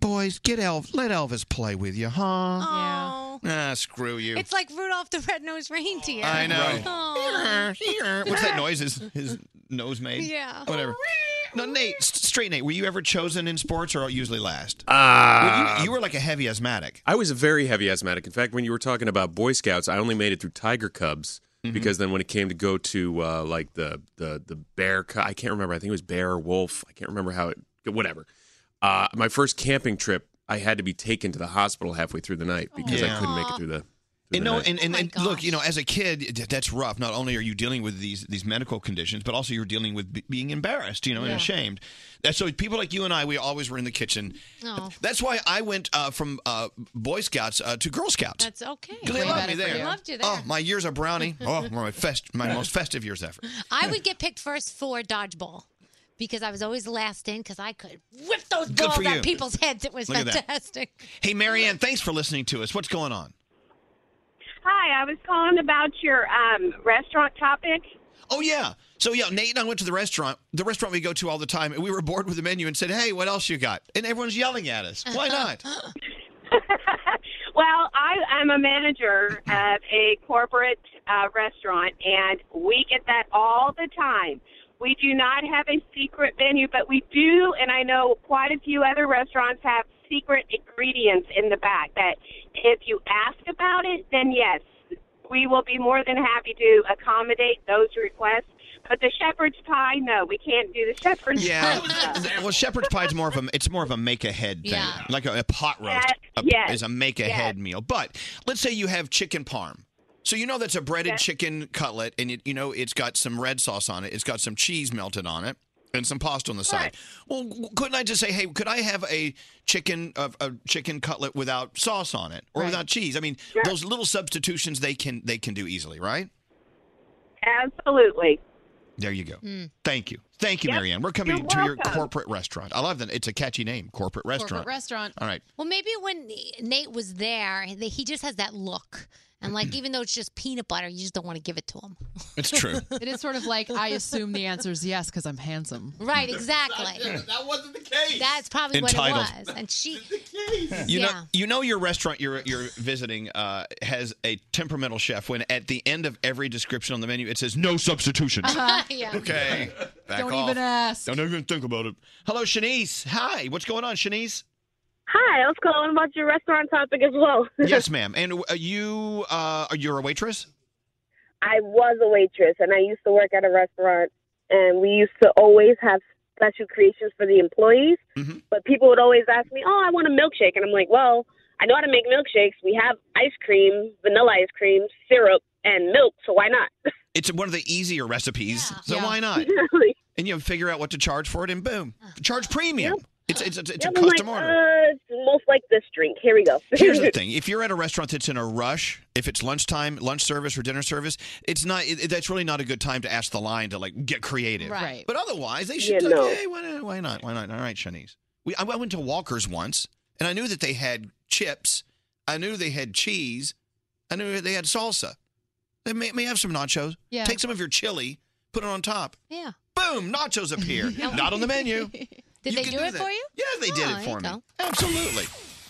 [SPEAKER 7] boys, get Elv, let Elvis play with you, huh?
[SPEAKER 11] Oh.
[SPEAKER 7] Ah, screw you.
[SPEAKER 11] It's like Rudolph the Red-Nosed Reindeer.
[SPEAKER 7] I know.
[SPEAKER 11] Aw.
[SPEAKER 7] What's that noise? His, his nose made?
[SPEAKER 11] Yeah.
[SPEAKER 7] Whatever. No, Nate, s- straight Nate, were you ever chosen in sports or usually last?
[SPEAKER 19] Ah.
[SPEAKER 7] Well, you, you were like a heavy asthmatic.
[SPEAKER 19] I was a very heavy asthmatic. In fact, when you were talking about Boy Scouts, I only made it through Tiger Cubs
[SPEAKER 20] Mm-hmm.
[SPEAKER 19] because then when it came to go to uh, like the the the bear, cu- I can't remember. I think it was bear or wolf. I can't remember how it. Whatever. Uh, my first camping trip, I had to be taken to the hospital halfway through the night because I
[SPEAKER 7] Yeah.
[SPEAKER 19] couldn't make it through the. Through
[SPEAKER 7] And
[SPEAKER 19] the
[SPEAKER 7] no,
[SPEAKER 19] night.
[SPEAKER 7] and,
[SPEAKER 11] Oh
[SPEAKER 7] and, and look, you know, as a kid, th- that's rough. Not only are you dealing with these these medical conditions, but also you're dealing with b- being embarrassed, you know, and
[SPEAKER 21] Yeah.
[SPEAKER 7] ashamed. That- So people like you and I, we always were in the kitchen.
[SPEAKER 11] Oh.
[SPEAKER 7] That's why I went uh, from uh, Boy Scouts uh, to Girl Scouts.
[SPEAKER 11] That's okay.
[SPEAKER 7] Because they
[SPEAKER 11] Way
[SPEAKER 7] loved
[SPEAKER 11] better
[SPEAKER 7] me
[SPEAKER 11] for
[SPEAKER 7] there.
[SPEAKER 11] you. Loved you there.
[SPEAKER 7] Oh, my years of brownie. Oh, were my fest, my most festive years ever.
[SPEAKER 11] I would get picked first for dodgeball because I was always last in because I could whip those
[SPEAKER 7] Good for
[SPEAKER 11] balls at
[SPEAKER 7] you.
[SPEAKER 11] people's heads. It was
[SPEAKER 7] Look at that.
[SPEAKER 11] fantastic.
[SPEAKER 7] Hey, Marianne, thanks for listening to us. What's going on?
[SPEAKER 17] Hi, I was calling about your um, restaurant topic.
[SPEAKER 7] Oh yeah. So yeah, Nate and I went to the restaurant, the restaurant we go to all the time, and we were bored with the menu and said, "Hey, what else you got?" And everyone's yelling at us. Why not?
[SPEAKER 17] Uh-huh. Well, I am a manager of a corporate uh, restaurant, and we get that all the time. We do not have a secret menu, but we do, and I know quite a few other restaurants have secret ingredients in the back that if you ask about it, then yes, we will be more than happy to accommodate those requests. But the shepherd's pie, no, we can't do the shepherd's
[SPEAKER 7] Yeah.
[SPEAKER 17] pie. stuff.
[SPEAKER 7] well, shepherd's pie is more of a it's more of a make ahead thing,
[SPEAKER 17] Yeah.
[SPEAKER 7] like a, a pot roast
[SPEAKER 17] Yes,
[SPEAKER 7] a-
[SPEAKER 17] yes,
[SPEAKER 7] is a make ahead meal. But let's say you have chicken parm. So you know that's a breaded chicken cutlet, and it, you know it's got some red sauce on it. It's got some cheese melted on it, and some pasta on the side. Well, w- couldn't I just say, hey, could I have a chicken a, a chicken cutlet without sauce on it or without cheese? I mean, those little substitutions they can they can do easily, right?
[SPEAKER 17] Absolutely.
[SPEAKER 7] There you
[SPEAKER 22] Hmm.
[SPEAKER 7] go.
[SPEAKER 17] Mm.
[SPEAKER 7] Thank you. Thank you,
[SPEAKER 17] Yep.
[SPEAKER 7] Marianne. We're coming
[SPEAKER 11] You're
[SPEAKER 7] to your
[SPEAKER 11] welcome.
[SPEAKER 7] corporate restaurant. I love that. It's a catchy name, corporate restaurant.
[SPEAKER 11] Corporate restaurant.
[SPEAKER 7] All right.
[SPEAKER 11] Well, maybe when Nate was there, they- he just has that look. And like, even though it's just peanut butter, you just don't want to give it to him.
[SPEAKER 7] It's true.
[SPEAKER 12] It is sort of like I assume the answer is yes because I'm handsome.
[SPEAKER 11] Right, exactly. that
[SPEAKER 18] wasn't the case.
[SPEAKER 11] That's probably
[SPEAKER 7] Entitled.
[SPEAKER 11] what it was. And she.
[SPEAKER 7] You
[SPEAKER 11] yeah.
[SPEAKER 7] know, you know your restaurant you're you're visiting uh, has a temperamental chef when at the end of every description on the menu it says no substitutions.
[SPEAKER 11] Uh-huh. yeah.
[SPEAKER 7] Okay, back
[SPEAKER 12] Don't
[SPEAKER 7] off.
[SPEAKER 12] even ask.
[SPEAKER 7] Don't even think about it. Hello, Shanice. Hi, what's going on, Shanice?
[SPEAKER 20] Hi, I was calling about your restaurant topic as well.
[SPEAKER 7] yes, ma'am. And uh, you, uh, you're a waitress.
[SPEAKER 20] I was a waitress and I used to work at a restaurant and we used to always have special creations for the employees.
[SPEAKER 7] Mm-hmm.
[SPEAKER 20] But people would always ask me, Oh, I want a milkshake and I'm like, Well, I know how to make milkshakes. We have ice cream, vanilla ice cream, syrup and milk, so why not?
[SPEAKER 7] It's one of the easier recipes, so
[SPEAKER 20] Yeah.
[SPEAKER 7] why not? and you figure out what to charge for it, and boom, charge premium. It's it's it's, it's
[SPEAKER 20] Uh-huh. Yeah,
[SPEAKER 7] a
[SPEAKER 20] I'm like,
[SPEAKER 7] custom order.
[SPEAKER 20] Uh, it's most like this drink. Here we go.
[SPEAKER 7] Here's the thing: if you're at a restaurant that's in a rush, if it's lunchtime, lunch service, or dinner service, it's not. It, that's really not a good time to ask the line to like get creative.
[SPEAKER 4] Right.
[SPEAKER 7] But otherwise, they should.
[SPEAKER 4] Yeah,
[SPEAKER 7] like,
[SPEAKER 4] no.
[SPEAKER 7] Hey, why not? Why not? Why not? All right, Shanice. We, I I went to Walker's once, and I knew that they had chips. I knew they had cheese. I knew they had salsa. They may, may have some nachos.
[SPEAKER 11] Yeah.
[SPEAKER 7] Take some of your chili, put it on top.
[SPEAKER 11] Yeah.
[SPEAKER 7] Boom! Nachos appear. Not on the menu. You
[SPEAKER 11] Did they
[SPEAKER 7] can
[SPEAKER 11] do,
[SPEAKER 7] do
[SPEAKER 11] it
[SPEAKER 7] that.
[SPEAKER 11] for you?
[SPEAKER 7] Yeah, they did
[SPEAKER 11] Oh,
[SPEAKER 7] it
[SPEAKER 11] there
[SPEAKER 7] for
[SPEAKER 11] you
[SPEAKER 7] me.
[SPEAKER 11] go.
[SPEAKER 7] Absolutely.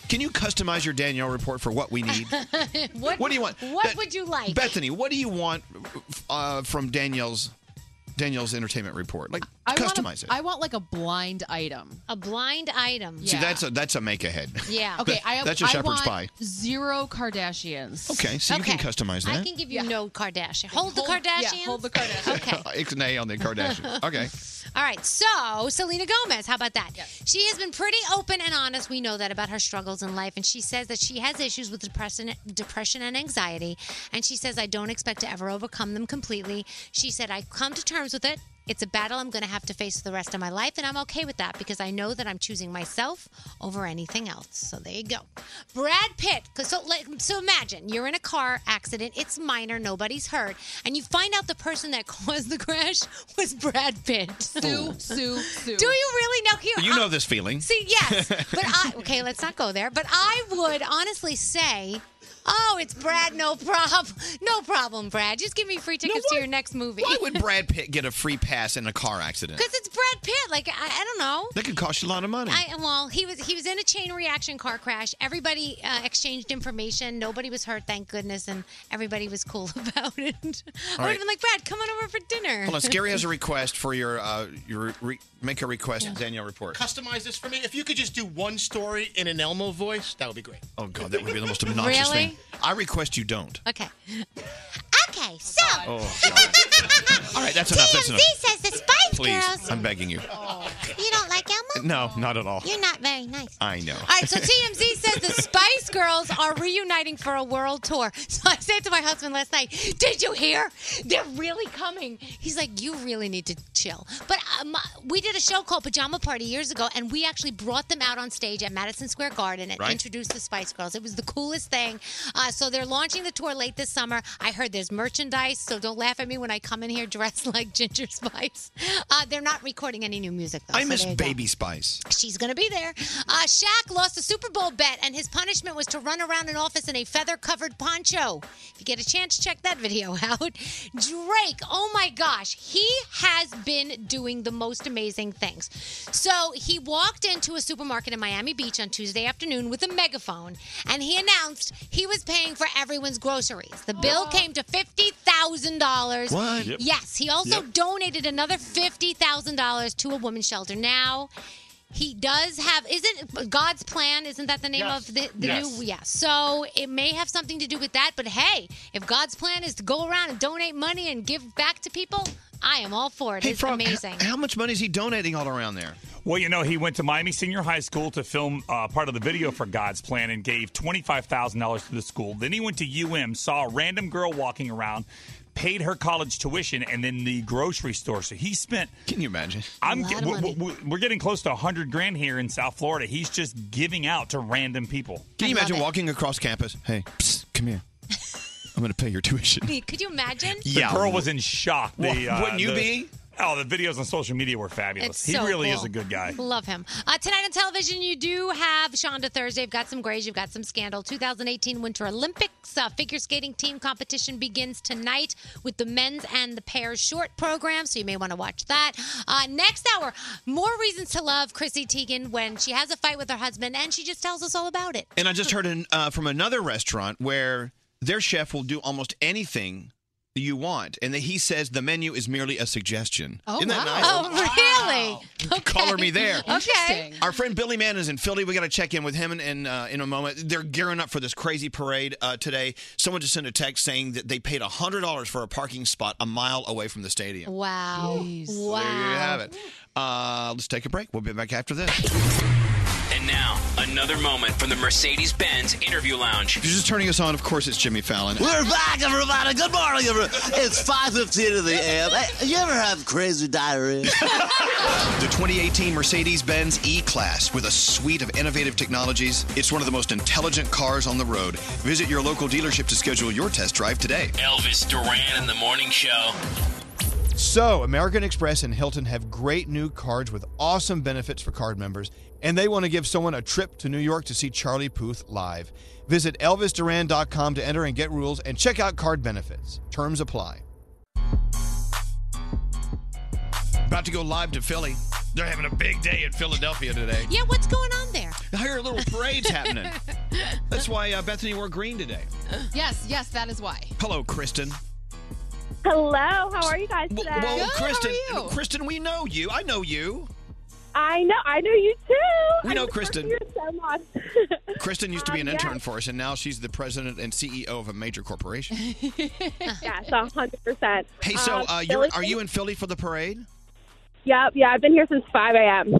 [SPEAKER 7] Can you customize your Danielle report for what we need?
[SPEAKER 11] what,
[SPEAKER 7] What do you want?
[SPEAKER 11] What
[SPEAKER 7] Beth-
[SPEAKER 11] would you like?
[SPEAKER 7] Bethany, what do you want uh, from Danielle's Danielle's entertainment report? Like
[SPEAKER 12] want a-
[SPEAKER 7] customize it.
[SPEAKER 12] I want like a blind item.
[SPEAKER 11] A blind item.
[SPEAKER 7] See, that's a that's a make ahead.
[SPEAKER 11] Yeah.
[SPEAKER 12] Okay. I,
[SPEAKER 7] That's your
[SPEAKER 12] I
[SPEAKER 7] shepherd's pie.
[SPEAKER 12] want Zero Kardashians.
[SPEAKER 7] Okay, so you can customize
[SPEAKER 11] I
[SPEAKER 7] that.
[SPEAKER 11] can give you no Kardashian. Hold, the Kardashians. hold the Kardashians. okay.
[SPEAKER 7] it's an A on the Kardashians. Okay.
[SPEAKER 11] All right, so Selena Gomez, how about that? She has been pretty open and honest. We know that about her struggles in life, and she says that she has issues with depression, depression and anxiety. And she says, "I don't expect to ever overcome them completely." She said, "I come to terms with it. It's a battle I'm going to have to face for the rest of my life, and I'm okay with that because I know that I'm choosing myself over anything else." So there you go. Brad Pitt. 'cause So let- so imagine you're in a car accident. It's minor, nobody's hurt, and you find out the person that caused the crash was Brad Pitt.
[SPEAKER 12] Sue, Sue, Sue.
[SPEAKER 11] Do you really know here?
[SPEAKER 7] You know
[SPEAKER 11] I-
[SPEAKER 7] this feeling.
[SPEAKER 11] See, yes, but I okay. Let's not go there. But I would honestly say, oh, it's Brad. No problem. No problem, Brad. Just give me free tickets to your next movie.
[SPEAKER 7] Why would Brad Pitt get a free pass in a car accident?
[SPEAKER 11] Because it's Brad Pitt. Like I, I don't know.
[SPEAKER 7] That could cost you a lot of money.
[SPEAKER 11] I, well, he was he was in a chain reaction car crash. Everybody uh, exchanged information. Nobody was hurt, thank goodness, and everybody was cool about it. I would
[SPEAKER 7] right.
[SPEAKER 11] have been like, Brad, come on over for dinner.
[SPEAKER 7] Hold on, Scary has a request for your uh, your re- make a request Danielle report.
[SPEAKER 18] Customize this for me. If you could just do one story in an Elmo voice, that would be great.
[SPEAKER 7] Oh God, that would be the most obnoxious
[SPEAKER 11] Really?
[SPEAKER 7] thing. I request you don't.
[SPEAKER 11] Okay. Okay, so
[SPEAKER 7] Oh. All right, that's enough. That's
[SPEAKER 11] TMZ
[SPEAKER 7] enough.
[SPEAKER 11] says the Spice
[SPEAKER 7] Please,
[SPEAKER 11] Girls.
[SPEAKER 7] I'm begging you. Oh.
[SPEAKER 11] You don't like Elmo?
[SPEAKER 7] No, not at all.
[SPEAKER 11] You're not very nice.
[SPEAKER 7] I know.
[SPEAKER 11] All right, so TMZ says the Spice Girls are reuniting for a world tour. So I said to my husband last night, "Did you hear? They're really coming." He's like, "You really need to chill." But um, we did a show called Pajama Party years ago, and we actually brought them out on stage at Madison Square Garden and
[SPEAKER 1] Right.
[SPEAKER 11] introduced the Spice Girls. It was the coolest thing. Uh, so they're launching the tour late this summer. I heard there's merchandise, so don't laugh at me when I come in here dressed like Ginger Spice. Uh, they're not recording any new music though.
[SPEAKER 7] I
[SPEAKER 11] Oh, so
[SPEAKER 7] miss
[SPEAKER 11] there you go.
[SPEAKER 7] Baby Spice.
[SPEAKER 11] She's going to be there. Uh, Shaq lost a Super Bowl bet, and his punishment was to run around an office in a feather covered poncho. If you get a chance, check that video out. Drake, oh my gosh, he has been doing the most amazing things. So he walked into a supermarket in Miami Beach on Tuesday afternoon with a megaphone, and he announced he was paying for everyone's groceries. The bill came to $50,000.
[SPEAKER 4] What? Yep.
[SPEAKER 11] Yes, he also
[SPEAKER 4] Yep.
[SPEAKER 11] donated another $50,000 to a women's shelter. Now, he does have, isn't God's plan? Isn't that the name of the, the
[SPEAKER 4] Yes.
[SPEAKER 11] new? Yeah. So it may have something to do with that. But hey, if God's plan is to go around and donate money and give back to people, I am all for it. it's amazing.
[SPEAKER 7] How much money is he donating all around there?
[SPEAKER 9] Well, you know, he went to Miami Senior High School to film uh, part of the video for God's Plan and gave $25,000 to the school. Then he went to UM, saw a random girl walking around, paid her college tuition, and then the grocery store. So he spent.
[SPEAKER 7] Can you imagine?
[SPEAKER 9] I'm,
[SPEAKER 11] lot of
[SPEAKER 9] we-
[SPEAKER 11] money.
[SPEAKER 9] we- we're getting close to 100 grand here in South Florida. He's just giving out to random people.
[SPEAKER 7] Can you imagine walking across campus? Hey, psst, come here. I'm going to pay your tuition.
[SPEAKER 11] Could you imagine?
[SPEAKER 9] The girl was in shock. The, uh,
[SPEAKER 7] Wha- wouldn't you
[SPEAKER 9] the-
[SPEAKER 7] be?
[SPEAKER 9] Oh, the videos on social media were fabulous.
[SPEAKER 11] It's
[SPEAKER 9] he
[SPEAKER 11] so
[SPEAKER 9] really
[SPEAKER 11] cool.
[SPEAKER 9] is a good guy.
[SPEAKER 11] Love him. Uh, tonight on television, you do have Shonda Thursday. You've got some grays. You've got some scandal. 2018 Winter Olympics uh, figure skating team competition begins tonight with the men's and the pairs short program, so you may want to watch that. Uh, next hour, more reasons to love Chrissy Teigen when she has a fight with her husband and she just tells us all about it.
[SPEAKER 7] And I just heard an, uh, from another restaurant where their chef will do almost anything you want. And then he says the menu is merely a suggestion.
[SPEAKER 11] Oh,
[SPEAKER 7] Isn't that
[SPEAKER 11] wow.
[SPEAKER 7] nice?
[SPEAKER 11] Oh, really? Okay.
[SPEAKER 7] Color me there.
[SPEAKER 11] Okay.
[SPEAKER 7] Our friend Billy Mann is in Philly. We got to check in with him in in, uh, in a moment. They're gearing up for this crazy parade uh, today. Someone just sent a text saying that they paid hundred dollars for a parking spot a mile away from the stadium.
[SPEAKER 11] Wow. Wow.
[SPEAKER 7] There you have it. Uh, let's take a break. We'll be back after this.
[SPEAKER 5] And now, another moment from the Mercedes Benz interview lounge.
[SPEAKER 7] If you're just turning us on, of course it's Jimmy Fallon.
[SPEAKER 1] We're back, everybody. Good morning, everybody. It's 5.15 in the a.m. Hey, you ever have crazy diarrhea?
[SPEAKER 7] The 2018 Mercedes Benz E Class with a suite of innovative technologies. It's one of the most intelligent cars on the road. Visit your local dealership to schedule your test drive today.
[SPEAKER 5] Elvis Duran in the morning show.
[SPEAKER 7] So, American Express and Hilton have great new cards with awesome benefits for card members, and they want to give someone a trip to New York to see Charlie Puth live. Visit ElvisDuran.com to enter and get rules and check out card benefits. Terms apply. About to go live to Philly. They're having a big day in Philadelphia today.
[SPEAKER 11] Yeah, what's going on there?
[SPEAKER 7] I hear a little parade's happening. That's why uh, Bethany wore green today.
[SPEAKER 12] Yes, yes, that is why.
[SPEAKER 7] Hello, Kristen.
[SPEAKER 16] Hello, how are you guys today?
[SPEAKER 7] Whoa, Kristen. Kristen, we know you. I know you.
[SPEAKER 16] I know, I know you too.
[SPEAKER 7] We
[SPEAKER 16] I
[SPEAKER 7] know
[SPEAKER 16] love
[SPEAKER 7] Kristen.
[SPEAKER 16] you so much.
[SPEAKER 7] Kristen used to be an
[SPEAKER 16] Um,
[SPEAKER 7] intern
[SPEAKER 16] yes.
[SPEAKER 7] for us, and now she's the president and CEO of a major corporation.
[SPEAKER 16] yes, a hundred percent.
[SPEAKER 7] Hey, so
[SPEAKER 16] Um,
[SPEAKER 7] uh, you're,
[SPEAKER 16] Billy-
[SPEAKER 7] are you in Philly for the parade?
[SPEAKER 16] Yep, yeah, I've been here since five a.m.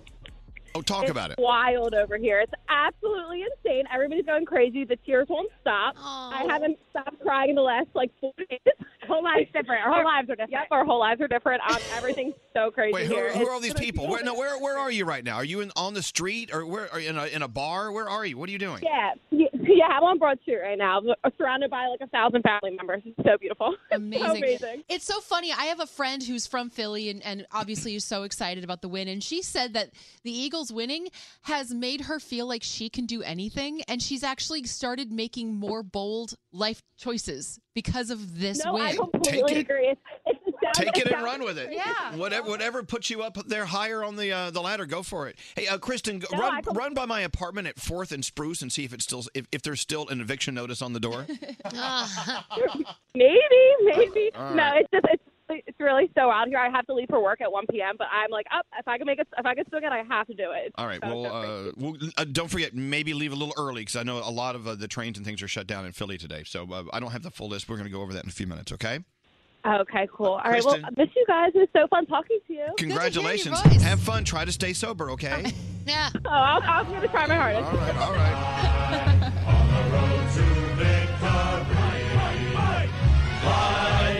[SPEAKER 7] Oh, talk
[SPEAKER 16] It's
[SPEAKER 7] about it.
[SPEAKER 16] Wild over here. It's absolutely insane. Everybody's going crazy. The tears won't stop. I haven't stopped crying in the last like four days. Whole
[SPEAKER 23] lives different. Our whole lives are different.
[SPEAKER 16] Yep, our whole lives are different. Um, everything's so crazy
[SPEAKER 7] Wait, who,
[SPEAKER 16] here.
[SPEAKER 7] are- who
[SPEAKER 16] It's
[SPEAKER 7] are all these
[SPEAKER 16] gonna be
[SPEAKER 7] people? Where, no, where where are you right now? Are you in, on the street or where are you in a, in a bar? Where are you? What are you doing?
[SPEAKER 16] Yeah, yeah, yeah, I'm on Broad Street right now, I'm surrounded by like a thousand family members. It's so beautiful.
[SPEAKER 12] Amazing.
[SPEAKER 16] so amazing.
[SPEAKER 12] It's so funny. I have a friend who's from Philly and, and obviously is so excited about the win. And she said that the Eagles winning has made her feel like she can do anything. And she's actually started making more bold life choices because of this
[SPEAKER 16] No,
[SPEAKER 12] win.
[SPEAKER 16] I completely agree. It's, it's the sound
[SPEAKER 7] Take
[SPEAKER 16] of
[SPEAKER 7] it and
[SPEAKER 16] sound
[SPEAKER 7] run with it.
[SPEAKER 16] Yeah.
[SPEAKER 7] Whatever whatever puts you up there higher on the uh, the ladder, go for it. Hey, uh, Kristen, go
[SPEAKER 16] No, I
[SPEAKER 7] run
[SPEAKER 16] com-
[SPEAKER 7] run by my apartment at Fourth and Spruce and see if it's still if, if there's still an eviction notice on the door.
[SPEAKER 16] maybe, maybe.
[SPEAKER 7] All
[SPEAKER 16] No,
[SPEAKER 7] right.
[SPEAKER 16] it's just it's it's really so out here. I have to leave for work at 1 p.m., but I'm like, up. if I can make it, if I can still get, it, I have to do it.
[SPEAKER 7] All right.
[SPEAKER 16] So-
[SPEAKER 7] Well, uh, we'll uh, don't forget. Maybe leave a little early because I know a lot of uh, the trains and things are shut down in Philly today. So uh, I don't have the full list. We're going to go over that in a few minutes. Okay.
[SPEAKER 16] okay, cool. All right, well,
[SPEAKER 7] Kristen.
[SPEAKER 16] I miss you guys. It was so fun talking Oh, to you.
[SPEAKER 7] Congratulations. Have fun. Try to stay sober. Okay.
[SPEAKER 16] Yeah. Oh, I'll, I'm gonna try my hardest. All
[SPEAKER 7] right, all right.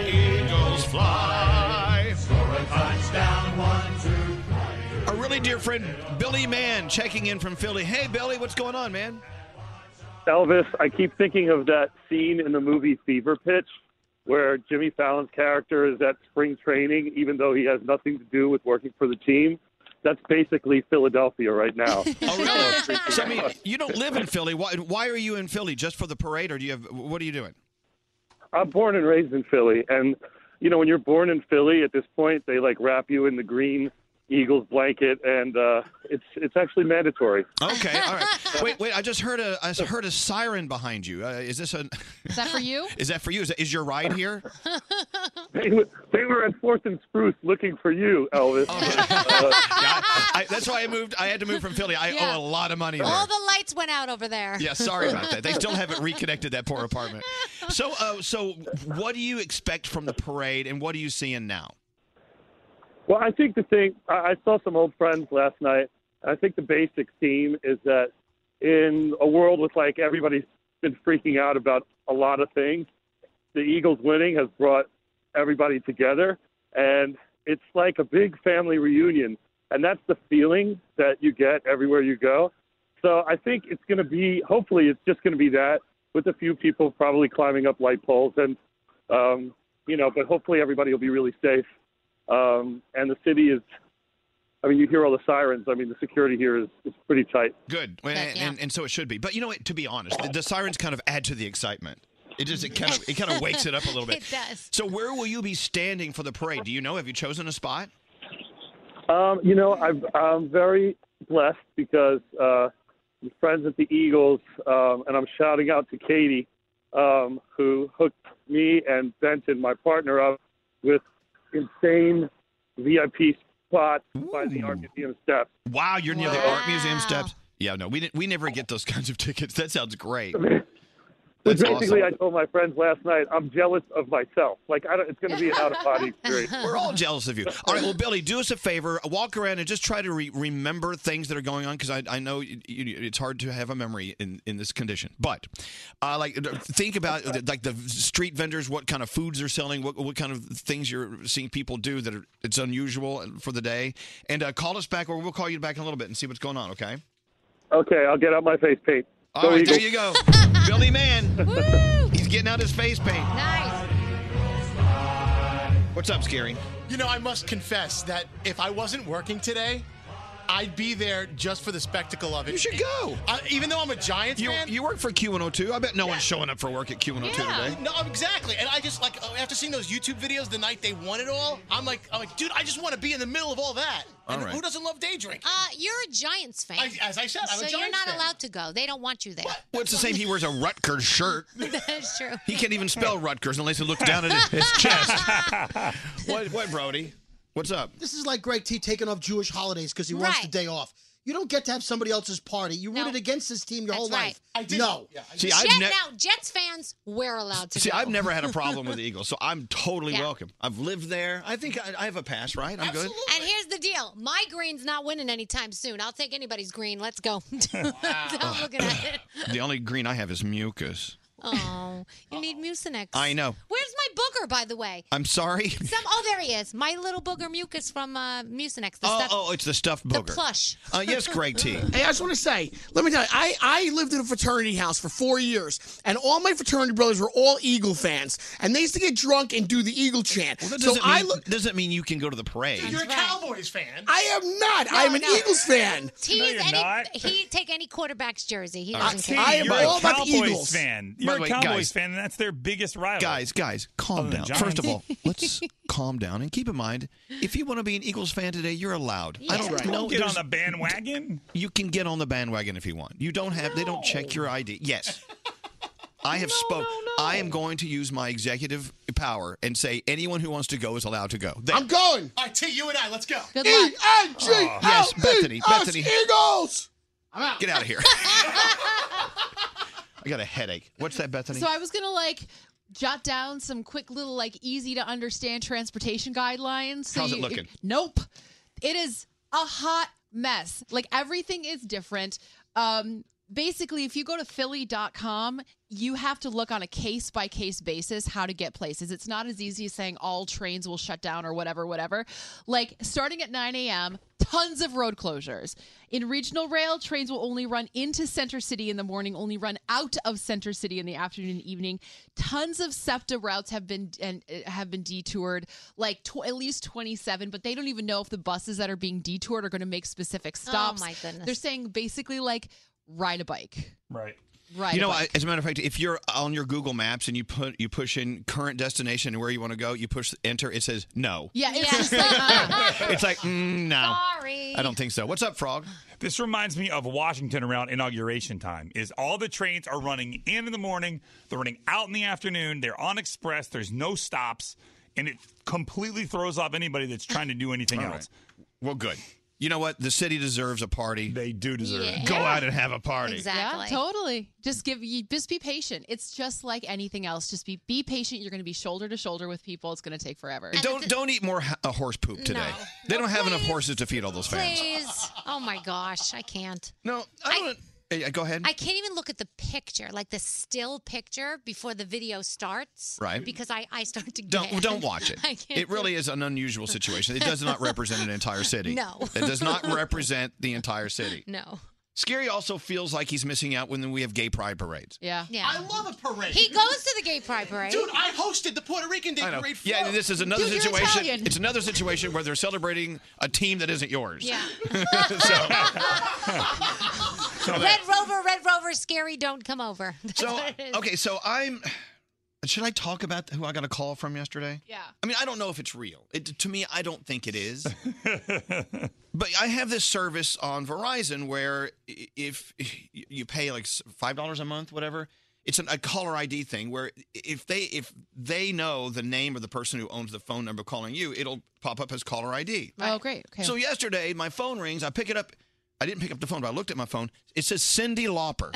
[SPEAKER 7] Eagles fly.
[SPEAKER 16] Oh.
[SPEAKER 7] Our really dear friend Billy Mann checking in from Philly. Hey, Billy, what's going on, man?
[SPEAKER 24] Elvis, I keep thinking of that scene in the movie Fever Pitch where Jimmy Fallon's character is at spring training, even though he has nothing to do with working for the team. That's basically Philadelphia right now.
[SPEAKER 7] So, I mean, you don't live in Philly. Why, why are you in Philly? Just for the parade, or do you have? What are you doing?
[SPEAKER 24] I'm born and raised in Philly, and you know when you're born in Philly, at this point they like wrap you in the green Eagles blanket, and uh, it's it's actually mandatory.
[SPEAKER 7] Okay, all right. Wait, wait. I just heard a I just heard a siren behind you. Uh, is this a?
[SPEAKER 12] Is that for you?
[SPEAKER 7] Is that for you? Is, is your ride here?
[SPEAKER 24] They were, they were at Fourth and Spruce looking for you, Elvis.
[SPEAKER 7] Oh, I, that's why I moved. I had to move from Philly. I
[SPEAKER 11] Yeah.
[SPEAKER 7] owe a lot of money there.
[SPEAKER 11] All the lights went out over there.
[SPEAKER 7] yeah, sorry about that. They still haven't reconnected that poor apartment. So, uh, so what do you expect from the parade, and what are you seeing now?
[SPEAKER 24] Well, I think the thing I, I saw some old friends last night. and I think the basic theme is that in a world with like everybody's been freaking out about a lot of things, the Eagles winning has brought everybody together, and it's like a big family reunion, and that's the feeling that you get everywhere you go. So I think it's going to be. Hopefully, it's just going to be that with a few people probably climbing up light poles, and um, you know, but hopefully everybody will be really safe. Um, and the city is, I mean, you hear all the sirens. I mean, the security here is, is pretty tight.
[SPEAKER 7] Good, and, and, and so it should be. But you know what? To be honest, the, the sirens kind of add to the excitement. It just it kind of it kind of wakes it up a little bit.
[SPEAKER 11] It does.
[SPEAKER 7] So where will you be standing for the parade? Do you know? Have you chosen a spot?
[SPEAKER 24] Um, you know, I've, I'm very blessed because uh, I'm friends with the Eagles, um, and I'm shouting out to Katie, um, who hooked me and Benton, my partner, up with insane VIP spots by the Art Museum steps.
[SPEAKER 7] Wow, you're near the art museum steps. Yeah, no, we didn't. We never get those kinds of tickets. That sounds great. That's
[SPEAKER 24] basically,
[SPEAKER 7] awesome.
[SPEAKER 24] I told my friends last night, I'm jealous of myself. Like, I don't, it's going to be an out of body experience.
[SPEAKER 7] We're all jealous of you. All right, well, Billy, do us a favor. Walk around and just try to re- remember things that are going on because I, I know you, you, it's hard to have a memory in, in this condition. But uh, like, think about uh, like the street vendors, what kind of foods they're selling, what, what kind of things you're seeing people do that are it's unusual for the day, and uh, call us back or we'll call you back in a little bit and see what's going on. Okay.
[SPEAKER 24] Okay, I'll get out my face paint.
[SPEAKER 7] All
[SPEAKER 24] Go
[SPEAKER 7] right, there
[SPEAKER 24] Eagles.
[SPEAKER 7] you go, Billy Man. He's getting out his face paint. What's up, Scary?
[SPEAKER 18] You know, I must confess that if I wasn't working today, I'd be there just for the spectacle of it.
[SPEAKER 7] You should go.
[SPEAKER 18] I, even though I'm a Giants
[SPEAKER 7] You,
[SPEAKER 18] fan.
[SPEAKER 7] you work for Q102. I bet no one's showing up for work at Q102 today.
[SPEAKER 18] No, exactly. And I just like oh, after seeing those YouTube videos the night they won it all, I'm like, I'm like, dude, I just want to be in the middle of all that.
[SPEAKER 7] All
[SPEAKER 18] and
[SPEAKER 7] right.
[SPEAKER 18] who doesn't love day drink?
[SPEAKER 11] Uh, you're a Giants fan.
[SPEAKER 18] I- as I said, I'm a
[SPEAKER 11] so you're
[SPEAKER 18] Giants
[SPEAKER 11] not
[SPEAKER 18] fan.
[SPEAKER 11] allowed to go. They don't want you there.
[SPEAKER 7] Well, it's the same. He wears a Rutgers shirt.
[SPEAKER 11] That's true.
[SPEAKER 7] He can't even spell Rutgers unless he looks down at his, his chest. what, what, Brody? What's up?
[SPEAKER 23] This is like Greg T taking off Jewish holidays because he wants the day off. You don't get to have somebody else's party. You rooted against this team your whole life. I did. No.
[SPEAKER 7] See, I've
[SPEAKER 11] Jet,
[SPEAKER 7] ne-
[SPEAKER 11] now, Jets fans, we're allowed to
[SPEAKER 7] See,
[SPEAKER 11] go.
[SPEAKER 7] I've never had a problem with the Eagles, so I'm totally
[SPEAKER 11] Yeah.
[SPEAKER 7] welcome. I've lived there. I think I, I have a pass, right? I'm good.
[SPEAKER 11] And here's the deal. My green's not winning anytime soon. I'll take anybody's green. Let's go. Stop looking at it.
[SPEAKER 7] The only green I have is mucus.
[SPEAKER 11] Oh, you need Mucinex.
[SPEAKER 7] I know.
[SPEAKER 11] Where's my booger, by the way?
[SPEAKER 7] I'm sorry.
[SPEAKER 11] Some, oh, there he is. My little booger mucus from uh, Mucinex. The
[SPEAKER 7] oh,
[SPEAKER 11] stuff.
[SPEAKER 7] oh, it's the stuffed booger.
[SPEAKER 11] plush.
[SPEAKER 7] Uh, yes, Greg T.
[SPEAKER 8] Hey, I just want to say, let me tell you, I, I lived in a fraternity house for four years, and all my fraternity brothers were all Eagle fans, and they used to get drunk and do the Eagle chant.
[SPEAKER 7] Well, that
[SPEAKER 8] so
[SPEAKER 7] doesn't,
[SPEAKER 8] I
[SPEAKER 7] mean,
[SPEAKER 8] look,
[SPEAKER 7] doesn't mean you can go to the parade.
[SPEAKER 18] Cowboys fan.
[SPEAKER 8] I am not. I am an Eagles fan.
[SPEAKER 11] Tease any, He take any quarterback's jersey. He
[SPEAKER 7] Uh,
[SPEAKER 11] doesn't
[SPEAKER 7] T,
[SPEAKER 11] care.
[SPEAKER 7] you're a Cowboys
[SPEAKER 9] fan. You're
[SPEAKER 7] By the
[SPEAKER 9] a
[SPEAKER 7] way,
[SPEAKER 9] Cowboys
[SPEAKER 7] guys-
[SPEAKER 9] fan, and that's their biggest rival.
[SPEAKER 7] Guys, guys, calm
[SPEAKER 9] Other than
[SPEAKER 7] down.
[SPEAKER 9] Giants.
[SPEAKER 7] First of all, let's calm down and keep in mind if you want to be an Eagles fan today, you're allowed. I don't
[SPEAKER 9] Right.
[SPEAKER 7] know.
[SPEAKER 9] Get on
[SPEAKER 7] there's-
[SPEAKER 9] the bandwagon.
[SPEAKER 7] You can get on the bandwagon if you want. You don't have. They don't check your ID. Yes. I have spoke. I am going to use my executive power and say anyone who wants to go is allowed to go. There.
[SPEAKER 8] I'm going.
[SPEAKER 18] All right, T, you and I, let's go. E
[SPEAKER 8] Good luck.
[SPEAKER 18] Ah.
[SPEAKER 8] E-N-G-
[SPEAKER 7] Oh. Yes, Bethany,
[SPEAKER 8] Us
[SPEAKER 7] Bethany.
[SPEAKER 8] Eagles.
[SPEAKER 7] I'm out. Get out of here. I got a headache. What's that, Bethany?
[SPEAKER 12] So I was gonna like jot down some quick little like easy to understand transportation guidelines. So
[SPEAKER 7] How's it
[SPEAKER 12] you-
[SPEAKER 7] looking?
[SPEAKER 12] Nope. It is a hot mess. Like everything is different. Um Basically, if you go to philly.com, you have to look on a case by case basis how to get places. It's not as easy as saying all trains will shut down or whatever, whatever. Like starting at 9 a.m., tons of road closures. In regional rail, trains will only run into Center City in the morning, only run out of Center City in the afternoon and evening. Tons of SEPTA routes have been and uh, have been detoured, like tw- at least 27, but they don't even know if the buses that are being detoured are going to make specific
[SPEAKER 11] Oh,
[SPEAKER 12] stops.
[SPEAKER 11] my goodness.
[SPEAKER 12] They're saying basically like ride a bike.
[SPEAKER 9] Right.
[SPEAKER 12] Right.
[SPEAKER 7] you know,
[SPEAKER 12] a bike.
[SPEAKER 7] I, as a matter of fact, if you're on your Google Maps and you put you push in current destination and where you want to go, you push enter. It says no.
[SPEAKER 12] yeah, it's just like
[SPEAKER 16] uh,
[SPEAKER 7] it's like mm, no.
[SPEAKER 12] Sorry.
[SPEAKER 7] I don't think so. What's up, Frog?
[SPEAKER 9] This reminds me of Washington around inauguration time. Is all the trains are running in in the morning, they're running out in the afternoon, they're on express, there's no stops, and it completely throws off anybody that's trying to do anything
[SPEAKER 7] All
[SPEAKER 9] else.
[SPEAKER 7] Well, good. You know what? The city deserves a party. They
[SPEAKER 9] do deserve
[SPEAKER 12] it. Yeah.
[SPEAKER 7] Go out and have a party.
[SPEAKER 12] Yeah, totally. Just give you just be patient. It's just like anything else. Just be be patient. You're going to be shoulder to shoulder with people. It's going to take forever.
[SPEAKER 7] Don't don't eat more ho- uh, horse poop today. They don't have enough horses to feed all those fans.
[SPEAKER 11] Please. Oh my gosh, I can't.
[SPEAKER 7] No, I don't. Hey, uh, go ahead.
[SPEAKER 11] I can't even look at the picture, like the still picture before the video starts.
[SPEAKER 7] Right.
[SPEAKER 11] Because I, I start to
[SPEAKER 7] don't
[SPEAKER 11] gag.
[SPEAKER 7] don't watch it.
[SPEAKER 11] I can't
[SPEAKER 7] It really is an unusual situation. It does not represent an entire city.
[SPEAKER 11] No.
[SPEAKER 7] it does not represent the entire city.
[SPEAKER 11] No.
[SPEAKER 7] Scary also feels like he's missing out when we have gay pride parades.
[SPEAKER 12] Yeah.
[SPEAKER 11] Yeah.
[SPEAKER 8] I love a parade.
[SPEAKER 11] He goes to the gay pride parade.
[SPEAKER 8] Dude, I hosted the Puerto Rican Day
[SPEAKER 7] I know.
[SPEAKER 8] Parade. for-
[SPEAKER 7] Yeah, this is another
[SPEAKER 8] Dude, you're
[SPEAKER 7] situation.
[SPEAKER 8] Italian.
[SPEAKER 7] It's another situation where they're celebrating a team that isn't yours.
[SPEAKER 11] Yeah.
[SPEAKER 7] so, so
[SPEAKER 11] Red Rover, Red Rover, scary, don't come over. That's
[SPEAKER 7] So
[SPEAKER 11] what it is.
[SPEAKER 7] okay, so I'm. Should I talk about who I got a call from yesterday?
[SPEAKER 12] Yeah.
[SPEAKER 7] I mean, I don't know if it's real. It, to me, I don't think it is. but I have this service on Verizon where i- if you pay like s- five dollars a month, whatever, it's an, a caller ID thing where if they if they know the name of the person who owns the phone number calling you, it'll pop up as caller ID.
[SPEAKER 12] Oh, great. Okay.
[SPEAKER 7] So yesterday, my phone rings. I pick it up. I didn't pick up the phone, but I looked at my phone. It says Cindy Lauper.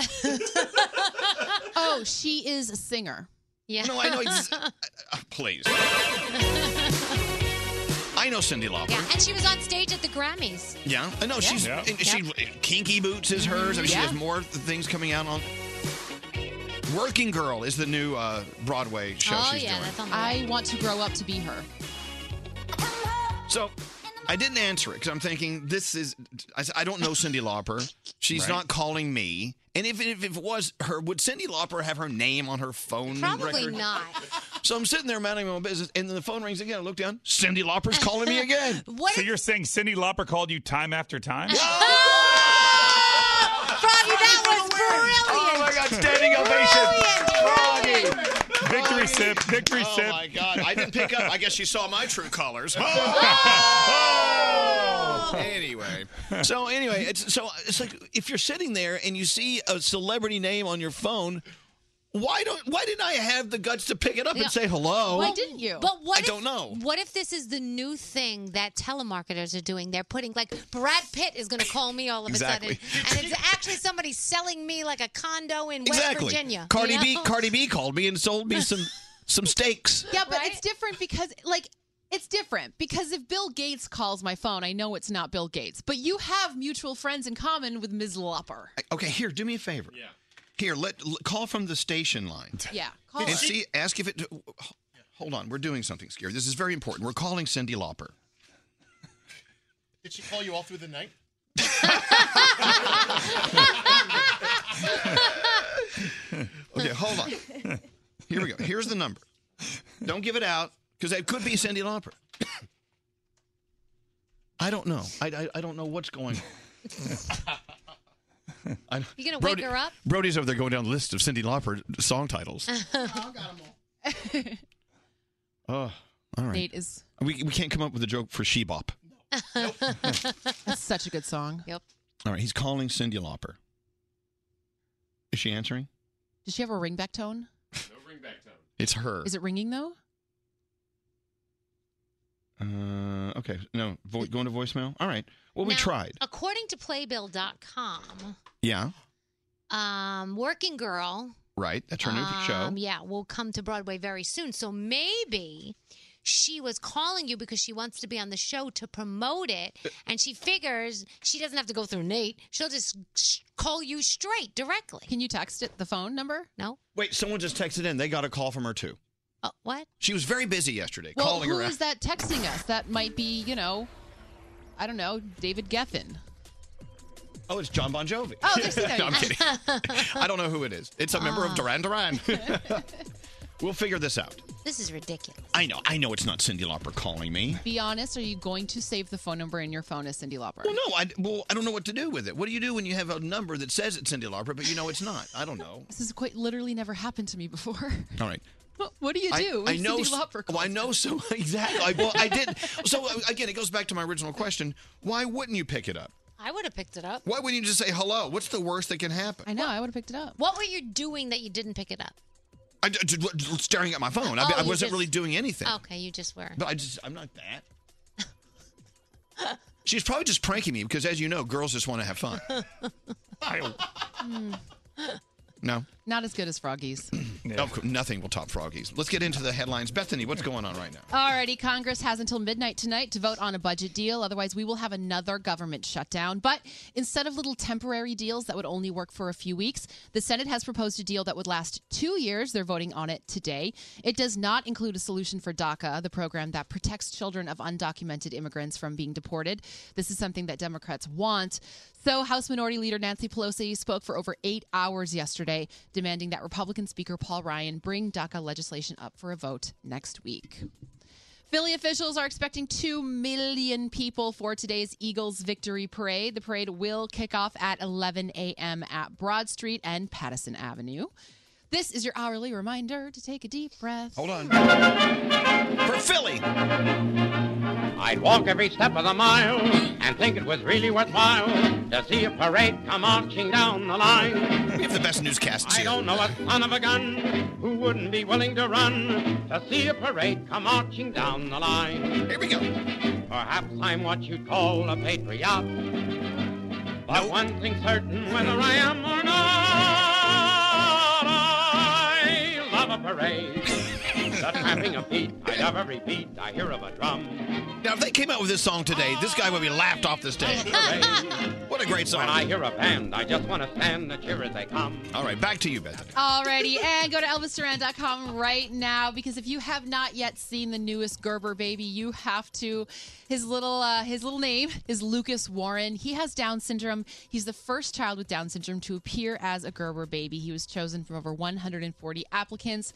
[SPEAKER 12] oh, she is a singer.
[SPEAKER 11] Yeah.
[SPEAKER 7] No, I know ex- Please. I know Cindy Lauper.
[SPEAKER 11] Yeah, and she was on stage at the Grammys.
[SPEAKER 7] Yeah, I know
[SPEAKER 11] Yeah.
[SPEAKER 7] she's
[SPEAKER 11] Yeah.
[SPEAKER 7] and she kinky boots is hers. I mean, she
[SPEAKER 11] Yeah.
[SPEAKER 7] has more th- things coming out on. Working Girl is the new uh, Broadway show
[SPEAKER 12] oh
[SPEAKER 7] she's
[SPEAKER 12] yeah,
[SPEAKER 7] doing.
[SPEAKER 12] that's on. The I want to grow up to be her.
[SPEAKER 7] So I didn't answer it because I'm thinking this is I, s- I don't know Cindy Lauper. She's
[SPEAKER 9] Right.
[SPEAKER 7] not calling me. And if, if it was her, would Cindy Lauper have her name on her phone?
[SPEAKER 11] Probably
[SPEAKER 7] record?
[SPEAKER 11] not.
[SPEAKER 7] So I'm sitting there minding my own business, and then the phone rings again. I look down. Cindy Lauper's calling me again.
[SPEAKER 11] What
[SPEAKER 9] So you're saying Cindy Lauper called you time after time?
[SPEAKER 11] Froggy, that was brilliant.
[SPEAKER 7] Oh my God, standing ovation. Froggy.
[SPEAKER 9] Victory sip, victory
[SPEAKER 7] oh
[SPEAKER 9] sip.
[SPEAKER 7] my God. I didn't pick up. I guess she saw my true colors.
[SPEAKER 9] Oh!
[SPEAKER 7] Oh! anyway. So anyway, it's so it's like if you're sitting there and you see a celebrity name on your phone, why don't why didn't I have the guts to pick it up
[SPEAKER 11] Yeah.
[SPEAKER 7] and say hello?
[SPEAKER 11] Well, But what
[SPEAKER 7] I
[SPEAKER 11] if,
[SPEAKER 7] don't know.
[SPEAKER 11] What if this is the new thing that telemarketers are doing? They're putting like Brad Pitt is going to call me all of
[SPEAKER 7] Exactly.
[SPEAKER 11] a sudden, and it's actually somebody selling me like a condo in
[SPEAKER 7] exactly.
[SPEAKER 11] West Virginia.
[SPEAKER 7] Cardi
[SPEAKER 11] you
[SPEAKER 7] B
[SPEAKER 11] know?
[SPEAKER 7] Cardi B called me and sold me some some steaks.
[SPEAKER 12] Yeah, but it's different because like it's different because if Bill Gates calls my phone, I know it's not Bill Gates. But you have mutual friends in common with Ms. Lauper.
[SPEAKER 7] Okay, here, do me a favor. Yeah. Here, let l- call from the station line.
[SPEAKER 12] Yeah, call
[SPEAKER 7] And
[SPEAKER 12] her.
[SPEAKER 7] see, ask if it. Hold on, we're doing something scary. This is very important. We're calling Cindy Lauper.
[SPEAKER 18] Did she call you all through the night?
[SPEAKER 7] Okay, hold on. Here we go. Here's the number. Don't give it out because it could be Cindy Lauper. I don't know. I, I, I don't know what's going on. I-
[SPEAKER 11] You gonna
[SPEAKER 7] Brody-
[SPEAKER 11] wake her up?
[SPEAKER 7] Brody's over there going down the list of Cindy Lauper song titles.
[SPEAKER 11] Uh,
[SPEAKER 7] Oh, all right.
[SPEAKER 12] Nate is
[SPEAKER 7] We, we can't come up with a joke for Shebop.
[SPEAKER 12] that's such a good song.
[SPEAKER 11] Yep.
[SPEAKER 7] All right, he's calling Cindy Lauper. Is she answering?
[SPEAKER 12] Does she have a ringback tone?
[SPEAKER 7] It's her.
[SPEAKER 12] Is it ringing though?
[SPEAKER 7] Uh, okay, no, vo- going to voicemail. All right. Well, we
[SPEAKER 11] Now,
[SPEAKER 7] tried.
[SPEAKER 11] According to Playbill.com,
[SPEAKER 7] Yeah,
[SPEAKER 11] um, Working Girl
[SPEAKER 7] right. That's her new show.
[SPEAKER 11] Um, yeah, will come to Broadway very soon. So maybe she was calling you because she wants to be on the show to promote it,
[SPEAKER 7] Uh,
[SPEAKER 11] and she figures she doesn't have to go through Nate. She'll just sh- call you straight directly.
[SPEAKER 12] Can you text it the phone number?
[SPEAKER 11] No.
[SPEAKER 7] Wait, someone just texted in. They got a call from her too.
[SPEAKER 11] Oh, what?
[SPEAKER 7] She was very busy yesterday,
[SPEAKER 12] Uh, Well,
[SPEAKER 7] calling
[SPEAKER 12] who
[SPEAKER 7] her.
[SPEAKER 12] is that texting us? That might be, you know, I don't know, David Geffen.
[SPEAKER 7] Oh, it's John Bon Jovi.
[SPEAKER 12] Oh, there's no-
[SPEAKER 7] No, I'm kidding. I don't know who it is. It's a member of
[SPEAKER 12] Um.
[SPEAKER 11] Ah.
[SPEAKER 7] Duran Duran. we'll figure this out.
[SPEAKER 11] This is ridiculous.
[SPEAKER 7] I know. I know it's not Cindy Lauper calling me.
[SPEAKER 12] Be honest, are you going to save the phone number in your phone as Cindy Lauper?
[SPEAKER 7] Well, no, I well, I don't know what to do with it. What do you do when you have a number that says it's Cindy Lauper, but you know it's not? I don't know.
[SPEAKER 12] This has quite literally never happened to me before.
[SPEAKER 7] All right.
[SPEAKER 12] what do you
[SPEAKER 7] I-
[SPEAKER 12] do?
[SPEAKER 7] I,
[SPEAKER 12] when
[SPEAKER 7] know.
[SPEAKER 12] Cyndi
[SPEAKER 7] s-
[SPEAKER 12] Lauper
[SPEAKER 7] well, I know. So exactly. I, well, I did. So uh, again, it goes back to my original question: Why wouldn't you pick it up?
[SPEAKER 11] I would have picked it up.
[SPEAKER 7] Why wouldn't you just say hello? What's the worst that can happen?
[SPEAKER 12] I know. I would have picked it up.
[SPEAKER 11] What were you doing that you didn't pick it up?
[SPEAKER 7] I, d- d- d- staring at my phone. I,
[SPEAKER 11] Oh,
[SPEAKER 7] I
[SPEAKER 11] you
[SPEAKER 7] wasn't
[SPEAKER 11] just-
[SPEAKER 7] really doing anything.
[SPEAKER 12] Oh.
[SPEAKER 11] Okay, you just were.
[SPEAKER 7] But I just, I'm not that. She's probably just pranking me because, as you know, girls just want to have fun.
[SPEAKER 12] Hmm,
[SPEAKER 7] No,
[SPEAKER 12] not as good as Froggies.
[SPEAKER 7] Of course, nothing will top Froggies. Let's get into the headlines. Bethany, what's going on right now?
[SPEAKER 12] Alrighty, Congress has until midnight tonight to vote on a budget deal. Otherwise, we will have another government shutdown. But instead of little temporary deals that would only work for a few weeks, the Senate has proposed a deal that would last two years. They're voting on it today. It does not include a solution for DACA, the program that protects children of undocumented immigrants from being deported. This is something that Democrats want. So, House Minority Leader Nancy Pelosi spoke for over eight hours yesterday, demanding that Republican Speaker Paul Ryan bring DACA legislation up for a vote next week. Philly officials are expecting 2 million people for today's Eagles victory parade. The parade will kick off at 11 a.m. at Broad Street and Patterson Avenue. This is your hourly reminder to take a deep breath.
[SPEAKER 7] Hold on. For Philly.
[SPEAKER 25] I'd walk every step of the mile and think it was really worthwhile to see a parade come marching down the line.
[SPEAKER 7] We have the best newscasts
[SPEAKER 25] I
[SPEAKER 7] here.
[SPEAKER 25] don't know a son of a gun who wouldn't be willing to run to see a parade come marching down the line. Here we go. Perhaps I'm what you'd call a patriot. But one thing's certain, whether I am or not, I love a parade. the tramping of feet, I love every beat I hear of a drum.
[SPEAKER 7] Now, if they came out with this song today, this guy would be laughed off the stage. What a great song.
[SPEAKER 25] When I hear a band, I just want to stand and cheer as they come.
[SPEAKER 7] All right, back to you, Bethany.
[SPEAKER 12] Alrighty, and go to ElvisDuran.com right now because if you have not yet seen the newest Gerber baby, you have to. His little uh, his little name is Lucas Warren. He has Down syndrome. He's the first child with Down syndrome to appear as a Gerber baby. He was chosen from over 140 applicants.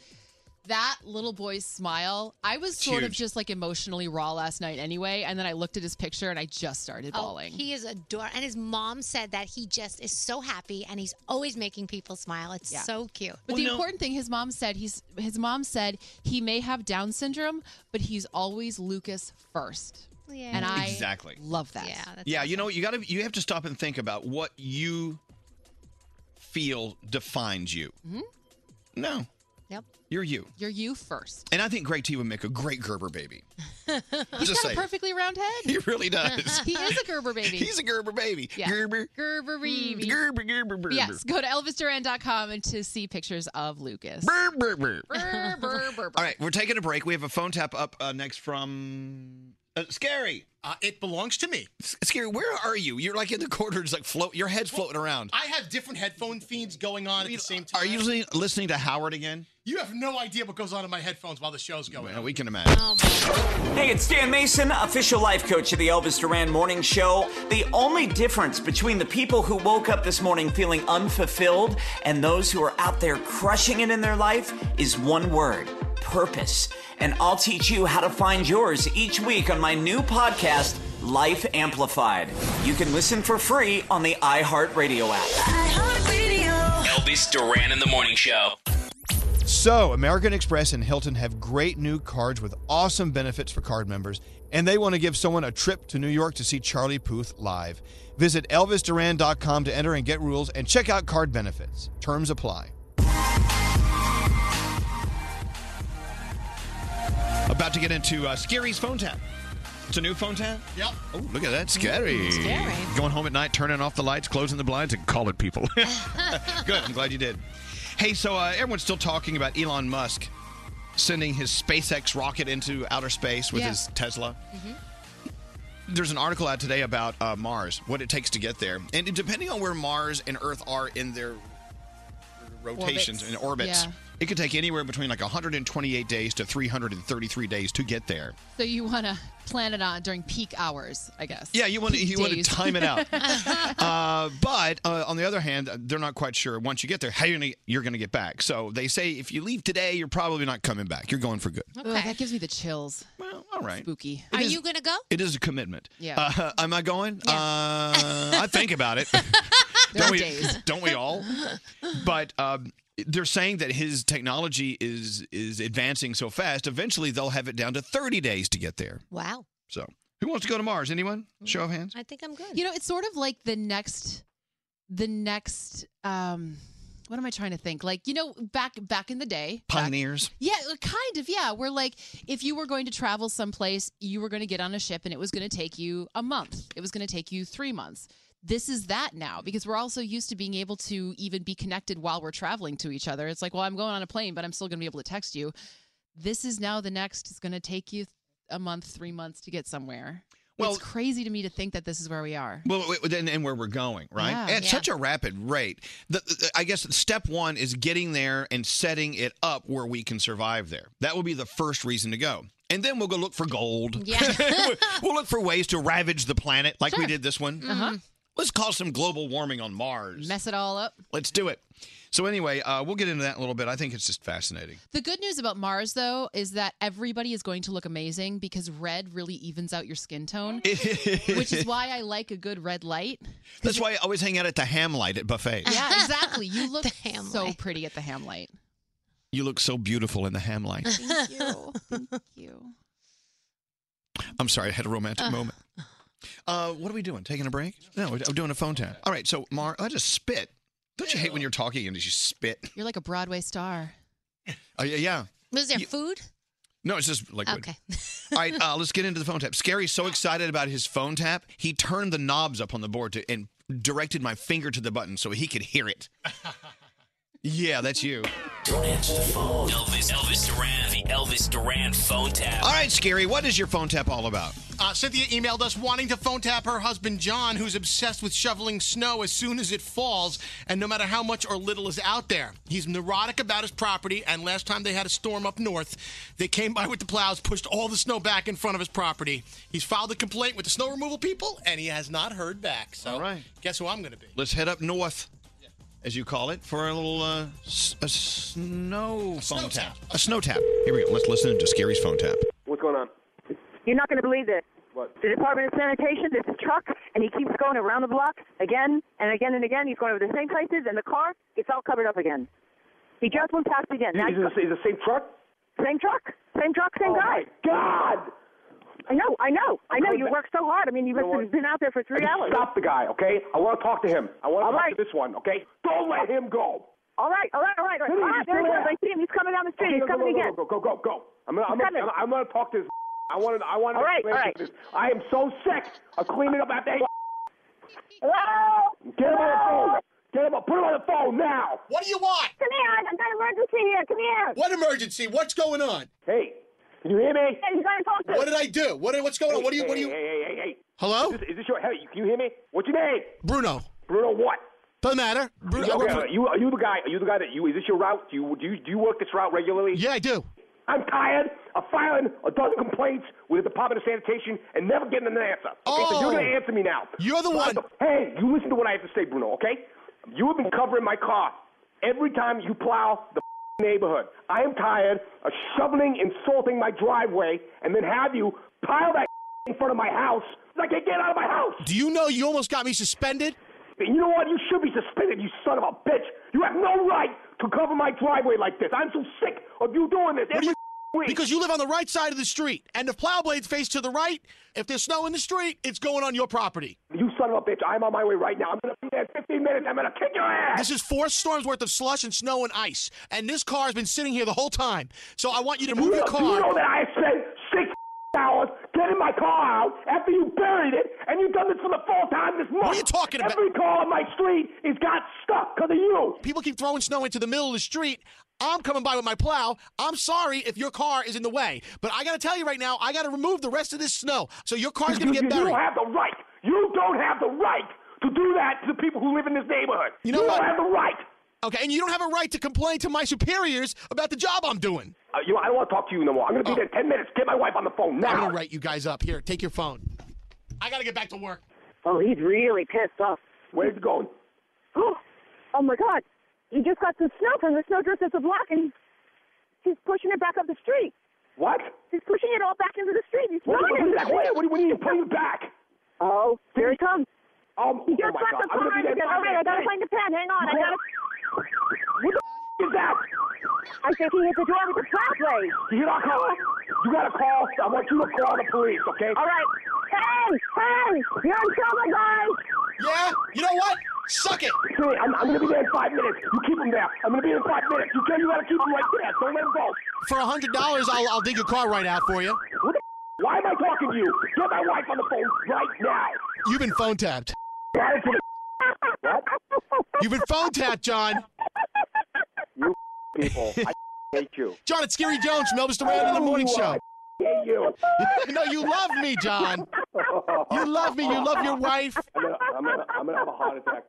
[SPEAKER 12] That little boy's smile, I was
[SPEAKER 11] It's
[SPEAKER 12] sort of
[SPEAKER 11] huge.
[SPEAKER 12] just like emotionally raw last night anyway, and then I looked at his picture and I just started bawling.
[SPEAKER 11] Oh, he is adorable. And his mom said that he just is so happy and he's always making people smile. It's
[SPEAKER 12] Yeah.
[SPEAKER 11] so cute.
[SPEAKER 12] But the important thing, his mom said he's his mom said he may have Down syndrome, but he's always Lucas first.
[SPEAKER 11] Yeah.
[SPEAKER 12] And I
[SPEAKER 7] exactly
[SPEAKER 12] love that. Yeah,
[SPEAKER 7] yeah, you know, you got to you have to stop and think about what you feel defines you. No,
[SPEAKER 12] Mm-hmm. Yep.
[SPEAKER 7] you're you.
[SPEAKER 12] You're you first.
[SPEAKER 7] And I think Greg T would make a great Gerber baby.
[SPEAKER 12] He's
[SPEAKER 7] Just
[SPEAKER 12] got
[SPEAKER 7] saying.
[SPEAKER 12] a perfectly round head.
[SPEAKER 7] He really does.
[SPEAKER 12] he is a Gerber baby.
[SPEAKER 7] He's a Gerber baby.
[SPEAKER 12] Yeah.
[SPEAKER 7] Gerber. Hmm.
[SPEAKER 12] Gerber baby.
[SPEAKER 7] Gerber, Gerber, Gerber.
[SPEAKER 12] Yes, go to ElvisDuran.com and to see pictures of Lucas.
[SPEAKER 7] All right, we're taking a break. We have a phone tap up uh, next from uh, Scary.
[SPEAKER 18] Uh, it belongs to me.
[SPEAKER 7] Scary, where are you? You're like in the corner, just like float. Your head's floating around.
[SPEAKER 18] I have different headphone themes going on at the same time.
[SPEAKER 7] Are you listening, listening to Howard again?
[SPEAKER 18] You have no idea what goes on in my headphones while the show's going.
[SPEAKER 7] Well, Uh, we can imagine.
[SPEAKER 26] Hey, it's Dan Mason, official life coach of the Elvis Duran Morning Show. The only difference between the people who woke up this morning feeling unfulfilled and those who are out there crushing it in their life is one word purpose. And I'll teach you how to find yours each week on my new podcast, Life Amplified. You can listen for free on the iHeartRadio app.
[SPEAKER 5] Elvis Duran in the Morning Show.
[SPEAKER 7] So, American Express and Hilton have great new cards with awesome benefits for card members, and they want to give someone a trip to New York to see Charlie Puth live. Visit ElvisDuran.com to enter and get rules and check out card benefits. Terms apply. About to get into uh, Scary's phone tap. It's a new phone tap? Yep. Oh, look at that. Scary.
[SPEAKER 4] Scary.
[SPEAKER 7] Going home at night, turning off the lights, closing the blinds, and calling people. Good. I'm glad you did. Hey, so uh, everyone's still talking about Elon Musk sending his SpaceX rocket into outer space with
[SPEAKER 4] Yeah.
[SPEAKER 7] his Tesla. There's an article out today about uh, Mars, what it takes to get there. And depending on where Mars and Earth are in their rotations
[SPEAKER 4] Orbits.
[SPEAKER 7] and orbits,
[SPEAKER 12] Yeah.
[SPEAKER 7] it could take anywhere between like 128 days to 333 days to get there.
[SPEAKER 12] So you want to plan it on during peak hours, I guess.
[SPEAKER 7] Yeah, you want to
[SPEAKER 12] Peak
[SPEAKER 7] you want to
[SPEAKER 12] days.
[SPEAKER 7] time it out. uh, but uh, on the other hand, they're not quite sure once you get there how you're gonna, you're going to get back. So they say if you leave today, you're probably not coming back. You're going for good.
[SPEAKER 12] Ugh, that gives me the chills.
[SPEAKER 7] Well, all right.
[SPEAKER 12] Spooky.
[SPEAKER 7] It
[SPEAKER 11] Are
[SPEAKER 7] is-
[SPEAKER 11] you going to go?
[SPEAKER 7] It is a commitment.
[SPEAKER 11] Yeah.
[SPEAKER 7] Uh, am I going? Uh, I think about it. don't we? Don't we all? But um, they're saying that his technology is is advancing so fast. Eventually, they'll have it down to 30 days to get there.
[SPEAKER 11] Wow.
[SPEAKER 7] So, who wants to go to Mars? Anyone? Show of hands.
[SPEAKER 11] I think I'm good.
[SPEAKER 12] You know, it's sort of like the next, the next. um What am I trying to think? Like you know, back back in the day,
[SPEAKER 7] Pioneers.
[SPEAKER 12] Yeah, uh, kind of. Yeah, where like if you were going to travel someplace, you were going to get on a ship, and it was going to take you a month. It was going to take you three months. This is that now because we're also used to being able to even be connected while we're traveling to each other. It's like, well, I'm going on a plane, but I'm still going to be able to text you. This is now the next. It's going to take you a month, three months to get somewhere.
[SPEAKER 7] Well-
[SPEAKER 12] it's crazy to me to think that this is where we are.
[SPEAKER 7] Well, wait, and, and where we're going, right?
[SPEAKER 12] Yeah.
[SPEAKER 7] At
[SPEAKER 12] Yeah.
[SPEAKER 7] such a rapid rate. The, I guess step one is getting there and setting it up where we can survive there. That will be the first reason to go. And then we'll go look for gold.
[SPEAKER 4] Yeah.
[SPEAKER 7] we'll look for ways to ravage the planet like we
[SPEAKER 12] Sure.
[SPEAKER 7] did this one.
[SPEAKER 12] Uh-huh.
[SPEAKER 7] Let's cause some global warming on Mars.
[SPEAKER 12] Mess it all up.
[SPEAKER 7] Let's do it. So, anyway, uh, we'll get into that in a little bit. I think it's just fascinating.
[SPEAKER 12] The good news about Mars, though, is that everybody is going to look amazing because red really evens out your skin tone, which is why I like a good red light.
[SPEAKER 7] That's why I always hang out at the ham light at buffets.
[SPEAKER 12] Yeah, exactly. You look so pretty at the ham light.
[SPEAKER 7] You look so beautiful in the ham light.
[SPEAKER 12] Thank you. Thank you.
[SPEAKER 7] I'm sorry, I had a romantic
[SPEAKER 27] Uh.
[SPEAKER 7] moment. Uh, what are we doing? Taking a break? No, we're- I'm doing a phone tap. All right, so Mar, I just spit. Don't you hate when you're talking and you just spit?
[SPEAKER 12] You're like a Broadway star.
[SPEAKER 7] Oh yeah, yeah.
[SPEAKER 11] Was there food?
[SPEAKER 7] No, it's just liquid.
[SPEAKER 11] Okay.
[SPEAKER 7] All right, uh, let's get into the phone tap. Scary's so excited about his phone tap, he turned the knobs up on the board to, and directed my finger to the button so he could hear it. Yeah, that's you.
[SPEAKER 5] Don't answer the phone. Elvis, Elvis Duran, the Elvis Duran phone tap.
[SPEAKER 7] All right, Scary, what is your phone tap all about?
[SPEAKER 28] Uh, Cynthia emailed us wanting to phone tap her husband John, who's obsessed with shoveling snow as soon as it falls, and no matter how much or little is out there. He's neurotic about his property, and last time they had a storm up north, they came by with the plows, pushed all the snow back in front of his property. He's filed a complaint with the snow removal people, and he has not heard back. So, guess who I'm going to be?
[SPEAKER 7] Let's head up north, as you call it, for a little uh, s- a snow phone tap. A snow tap. Here we go. Let's listen to Scary's phone tap.
[SPEAKER 29] What's going on?
[SPEAKER 15] You're not going to believe this.
[SPEAKER 29] What?
[SPEAKER 15] The Department of Sanitation, there's a truck, and he keeps going around the block again and again and again. He's going over the same places, and the car, it's all covered up again. He just went past again. Now
[SPEAKER 29] Is
[SPEAKER 15] he's
[SPEAKER 29] it, the, is it the same truck?
[SPEAKER 15] go- same truck, same truck, same
[SPEAKER 29] Oh, my
[SPEAKER 15] guy.
[SPEAKER 29] God!
[SPEAKER 15] I know, I know, I know.
[SPEAKER 29] Come
[SPEAKER 15] You
[SPEAKER 29] back.
[SPEAKER 15] work so hard. I mean, you've
[SPEAKER 29] You know
[SPEAKER 15] been,
[SPEAKER 29] what?
[SPEAKER 15] been out there for three
[SPEAKER 29] Hey,
[SPEAKER 15] hours.
[SPEAKER 29] Stop the guy, okay? I want to talk to him. I want to
[SPEAKER 15] All
[SPEAKER 29] talk
[SPEAKER 15] right.
[SPEAKER 29] to this one, okay? Don't let him go.
[SPEAKER 15] All right, all right, all right, all right.
[SPEAKER 29] Come here,
[SPEAKER 15] Ah,
[SPEAKER 29] just
[SPEAKER 15] there he
[SPEAKER 29] come
[SPEAKER 15] goes. I
[SPEAKER 29] here.
[SPEAKER 15] see him. He's coming down the street.
[SPEAKER 29] Okay,
[SPEAKER 15] He's
[SPEAKER 29] go,
[SPEAKER 15] coming
[SPEAKER 29] go,
[SPEAKER 15] again.
[SPEAKER 29] Go, go, go, go, go. I'm gonna, I'm
[SPEAKER 15] He's
[SPEAKER 29] gonna,
[SPEAKER 15] coming.
[SPEAKER 29] I'm gonna talk to this. I want to, I want to
[SPEAKER 15] All right,
[SPEAKER 29] explain
[SPEAKER 15] all right.
[SPEAKER 29] this. I am so sick of cleaning up after.
[SPEAKER 15] Hello?
[SPEAKER 29] Get him on the phone. Get him. on- Put him on the phone now.
[SPEAKER 28] What do you want?
[SPEAKER 15] Come here. I've got an emergency here. Come here.
[SPEAKER 28] What emergency? What's going on?
[SPEAKER 29] Hey, can you hear me?
[SPEAKER 15] He's going to talk
[SPEAKER 28] What did I do? What, what's going on? What do you? What do you?
[SPEAKER 29] Hey, hey, hey, hey.
[SPEAKER 28] Hello?
[SPEAKER 29] Is this, is this your? Hey, can you hear me? What's your name?
[SPEAKER 28] Bruno.
[SPEAKER 29] Bruno what?
[SPEAKER 28] Doesn't matter. Bruno, I work
[SPEAKER 29] okay,
[SPEAKER 28] for-
[SPEAKER 29] you are you the guy? Are you the guy that you? Is this your route? Do you do you, do you work this route regularly?
[SPEAKER 28] Yeah, I do.
[SPEAKER 29] I'm tired of filing a dozen complaints with the Department of Sanitation and never getting an answer. Okay, so
[SPEAKER 28] Oh.
[SPEAKER 29] you're gonna answer me now.
[SPEAKER 28] You're the
[SPEAKER 29] What
[SPEAKER 28] one-
[SPEAKER 29] hey, you listen to what I have to say, Bruno. Okay, you have been covering my car every time you plow the neighborhood. I am tired of shoveling, insulting my driveway, and then have you pile that in front of my house. I can't get out of my house.
[SPEAKER 28] Do you know you almost got me suspended?
[SPEAKER 29] You know what? You should be suspended, you son of a bitch. You have no right to cover my driveway like this. I'm so sick of you doing this.
[SPEAKER 28] What do
[SPEAKER 29] every
[SPEAKER 28] you-
[SPEAKER 29] week.
[SPEAKER 28] Because you live on the right side of the street, and if plow blades face to the right, if there's snow in the street, it's going on your property.
[SPEAKER 29] You son of a bitch. I'm on my way right now. I'm going to be there in 15 minutes. I'm going to kick your ass.
[SPEAKER 28] This is four storms worth of slush and snow and ice, and this car has been sitting here the whole time. So I want you to move
[SPEAKER 29] you,
[SPEAKER 28] your
[SPEAKER 29] know,
[SPEAKER 28] car.
[SPEAKER 29] you know that I spent six hours getting my car out after you buried it, and you've done this for the fourth time this month.
[SPEAKER 28] What are you talking about?
[SPEAKER 29] Every car on my street is got stuck because of you.
[SPEAKER 28] People keep throwing snow into the middle of the street. I'm coming by with my plow. I'm sorry if your car is in the way, but I got to tell you right now, I got to remove the rest of this snow. So your car's
[SPEAKER 29] You,
[SPEAKER 28] going to
[SPEAKER 29] you
[SPEAKER 28] get buried.
[SPEAKER 29] don't have the right. You don't have the right to do that to the people who live in this neighborhood.
[SPEAKER 28] You know
[SPEAKER 29] you
[SPEAKER 28] what?
[SPEAKER 29] don't have the right.
[SPEAKER 28] Okay, and you don't have a right to complain to my superiors about the job I'm doing.
[SPEAKER 29] Uh, you know, I don't want to talk to you no more. I'm going to be there in 10 minutes. Get my wife on the phone
[SPEAKER 28] Oh. I'm
[SPEAKER 29] now.
[SPEAKER 28] gonna write you guys up. Here, take your phone. I gotta get back to work.
[SPEAKER 15] Oh, he's really pissed off.
[SPEAKER 29] Where's he going?
[SPEAKER 15] oh my God! He just got some snow from the snowdrift that's a block, and he's pushing it back up the street.
[SPEAKER 29] What?
[SPEAKER 15] He's pushing it all back into the street. He's
[SPEAKER 29] What, what,
[SPEAKER 15] throwing
[SPEAKER 29] what, is
[SPEAKER 15] it in the
[SPEAKER 29] that?
[SPEAKER 15] street.
[SPEAKER 29] What, what, what do you mean? Pull you back.
[SPEAKER 15] Oh, here he comes.
[SPEAKER 29] Um,
[SPEAKER 15] He
[SPEAKER 29] oh
[SPEAKER 15] just
[SPEAKER 29] my
[SPEAKER 15] left
[SPEAKER 29] God. I'm
[SPEAKER 15] the car
[SPEAKER 29] gonna be there
[SPEAKER 15] again.
[SPEAKER 29] five
[SPEAKER 15] All right, I gotta
[SPEAKER 29] minutes.
[SPEAKER 15] find the pen. Hang on, I
[SPEAKER 29] What?
[SPEAKER 15] gotta.
[SPEAKER 29] What the f- is that?
[SPEAKER 15] I think he hit the door with the pathway.
[SPEAKER 29] You got a call. You got to call. I want you to call the police, okay?
[SPEAKER 15] All right. Hey, hey, you're in trouble, guys.
[SPEAKER 28] Yeah? You know what? Suck it!
[SPEAKER 29] Hey, I'm, I'm going to be there in five minutes. You keep him there. I'm going to be there in five minutes. You tell you got to keep him right there. Don't let him go.
[SPEAKER 28] For a hundred dollars, I'll I'll dig your car right out for you.
[SPEAKER 29] What the f- Why am I talking to you? Get my wife on the phone right now.
[SPEAKER 28] You've been phone tapped.
[SPEAKER 29] That is what the f- What?
[SPEAKER 28] You've been phone tapped, John.
[SPEAKER 29] You people. I hate you.
[SPEAKER 28] John, it's Scary Jones from Elvis Duran on the morning show.
[SPEAKER 29] Oh, I hate you.
[SPEAKER 28] no, you love me, John. You love me. You love your wife.
[SPEAKER 29] I'm gonna, I'm gonna, I'm gonna have a heart attack.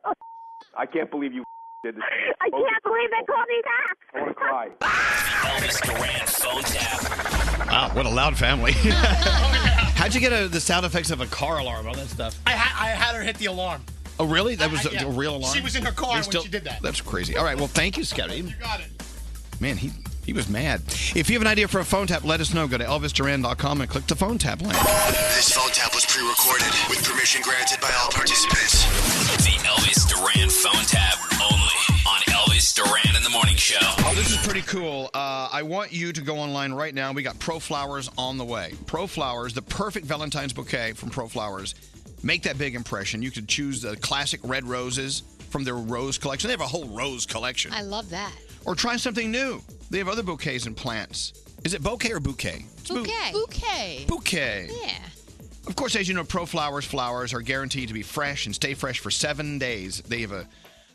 [SPEAKER 29] I can't believe you did this.
[SPEAKER 15] I can't believe they called me
[SPEAKER 29] I want to
[SPEAKER 15] back.
[SPEAKER 29] cry.
[SPEAKER 5] Elvis Duran phone tap.
[SPEAKER 7] Wow, what a loud family. How'd you get uh the sound effects of a car alarm, all that stuff?
[SPEAKER 28] I, ha- I had her hit the alarm.
[SPEAKER 7] Oh, really? That was
[SPEAKER 28] I-
[SPEAKER 7] a,
[SPEAKER 28] yeah.
[SPEAKER 7] a real alarm?
[SPEAKER 28] She was in her car
[SPEAKER 7] They
[SPEAKER 28] when she did that.
[SPEAKER 7] That's crazy. All right, well, thank you, Scotty.
[SPEAKER 28] You got it.
[SPEAKER 7] Man, he, he was mad. If you have an idea for a phone tap, let us know. Go to elvisduran.com and click the phone tap link.
[SPEAKER 30] This phone tap was pre-recorded with permission granted by all participants.
[SPEAKER 5] The Elvis Duran phone tap only on Elvis. is Duran in the Morning Show.
[SPEAKER 7] Oh, this is pretty cool. Uh, I want you to go online right now. We got Pro Flowers on the way. Pro Flowers, the perfect Valentine's bouquet from Pro Flowers. Make that big impression. You could choose the classic red roses from their rose collection. They have a whole rose collection.
[SPEAKER 11] I love that.
[SPEAKER 7] or try something new. They have other bouquets and plants. Is it bouquet or bouquet? It's bou-
[SPEAKER 11] Bouquet.
[SPEAKER 12] Bouquet.
[SPEAKER 7] Bouquet.
[SPEAKER 11] Yeah.
[SPEAKER 7] Of course, as you know, Pro Flowers flowers are guaranteed to be fresh and stay fresh for seven days. They have a,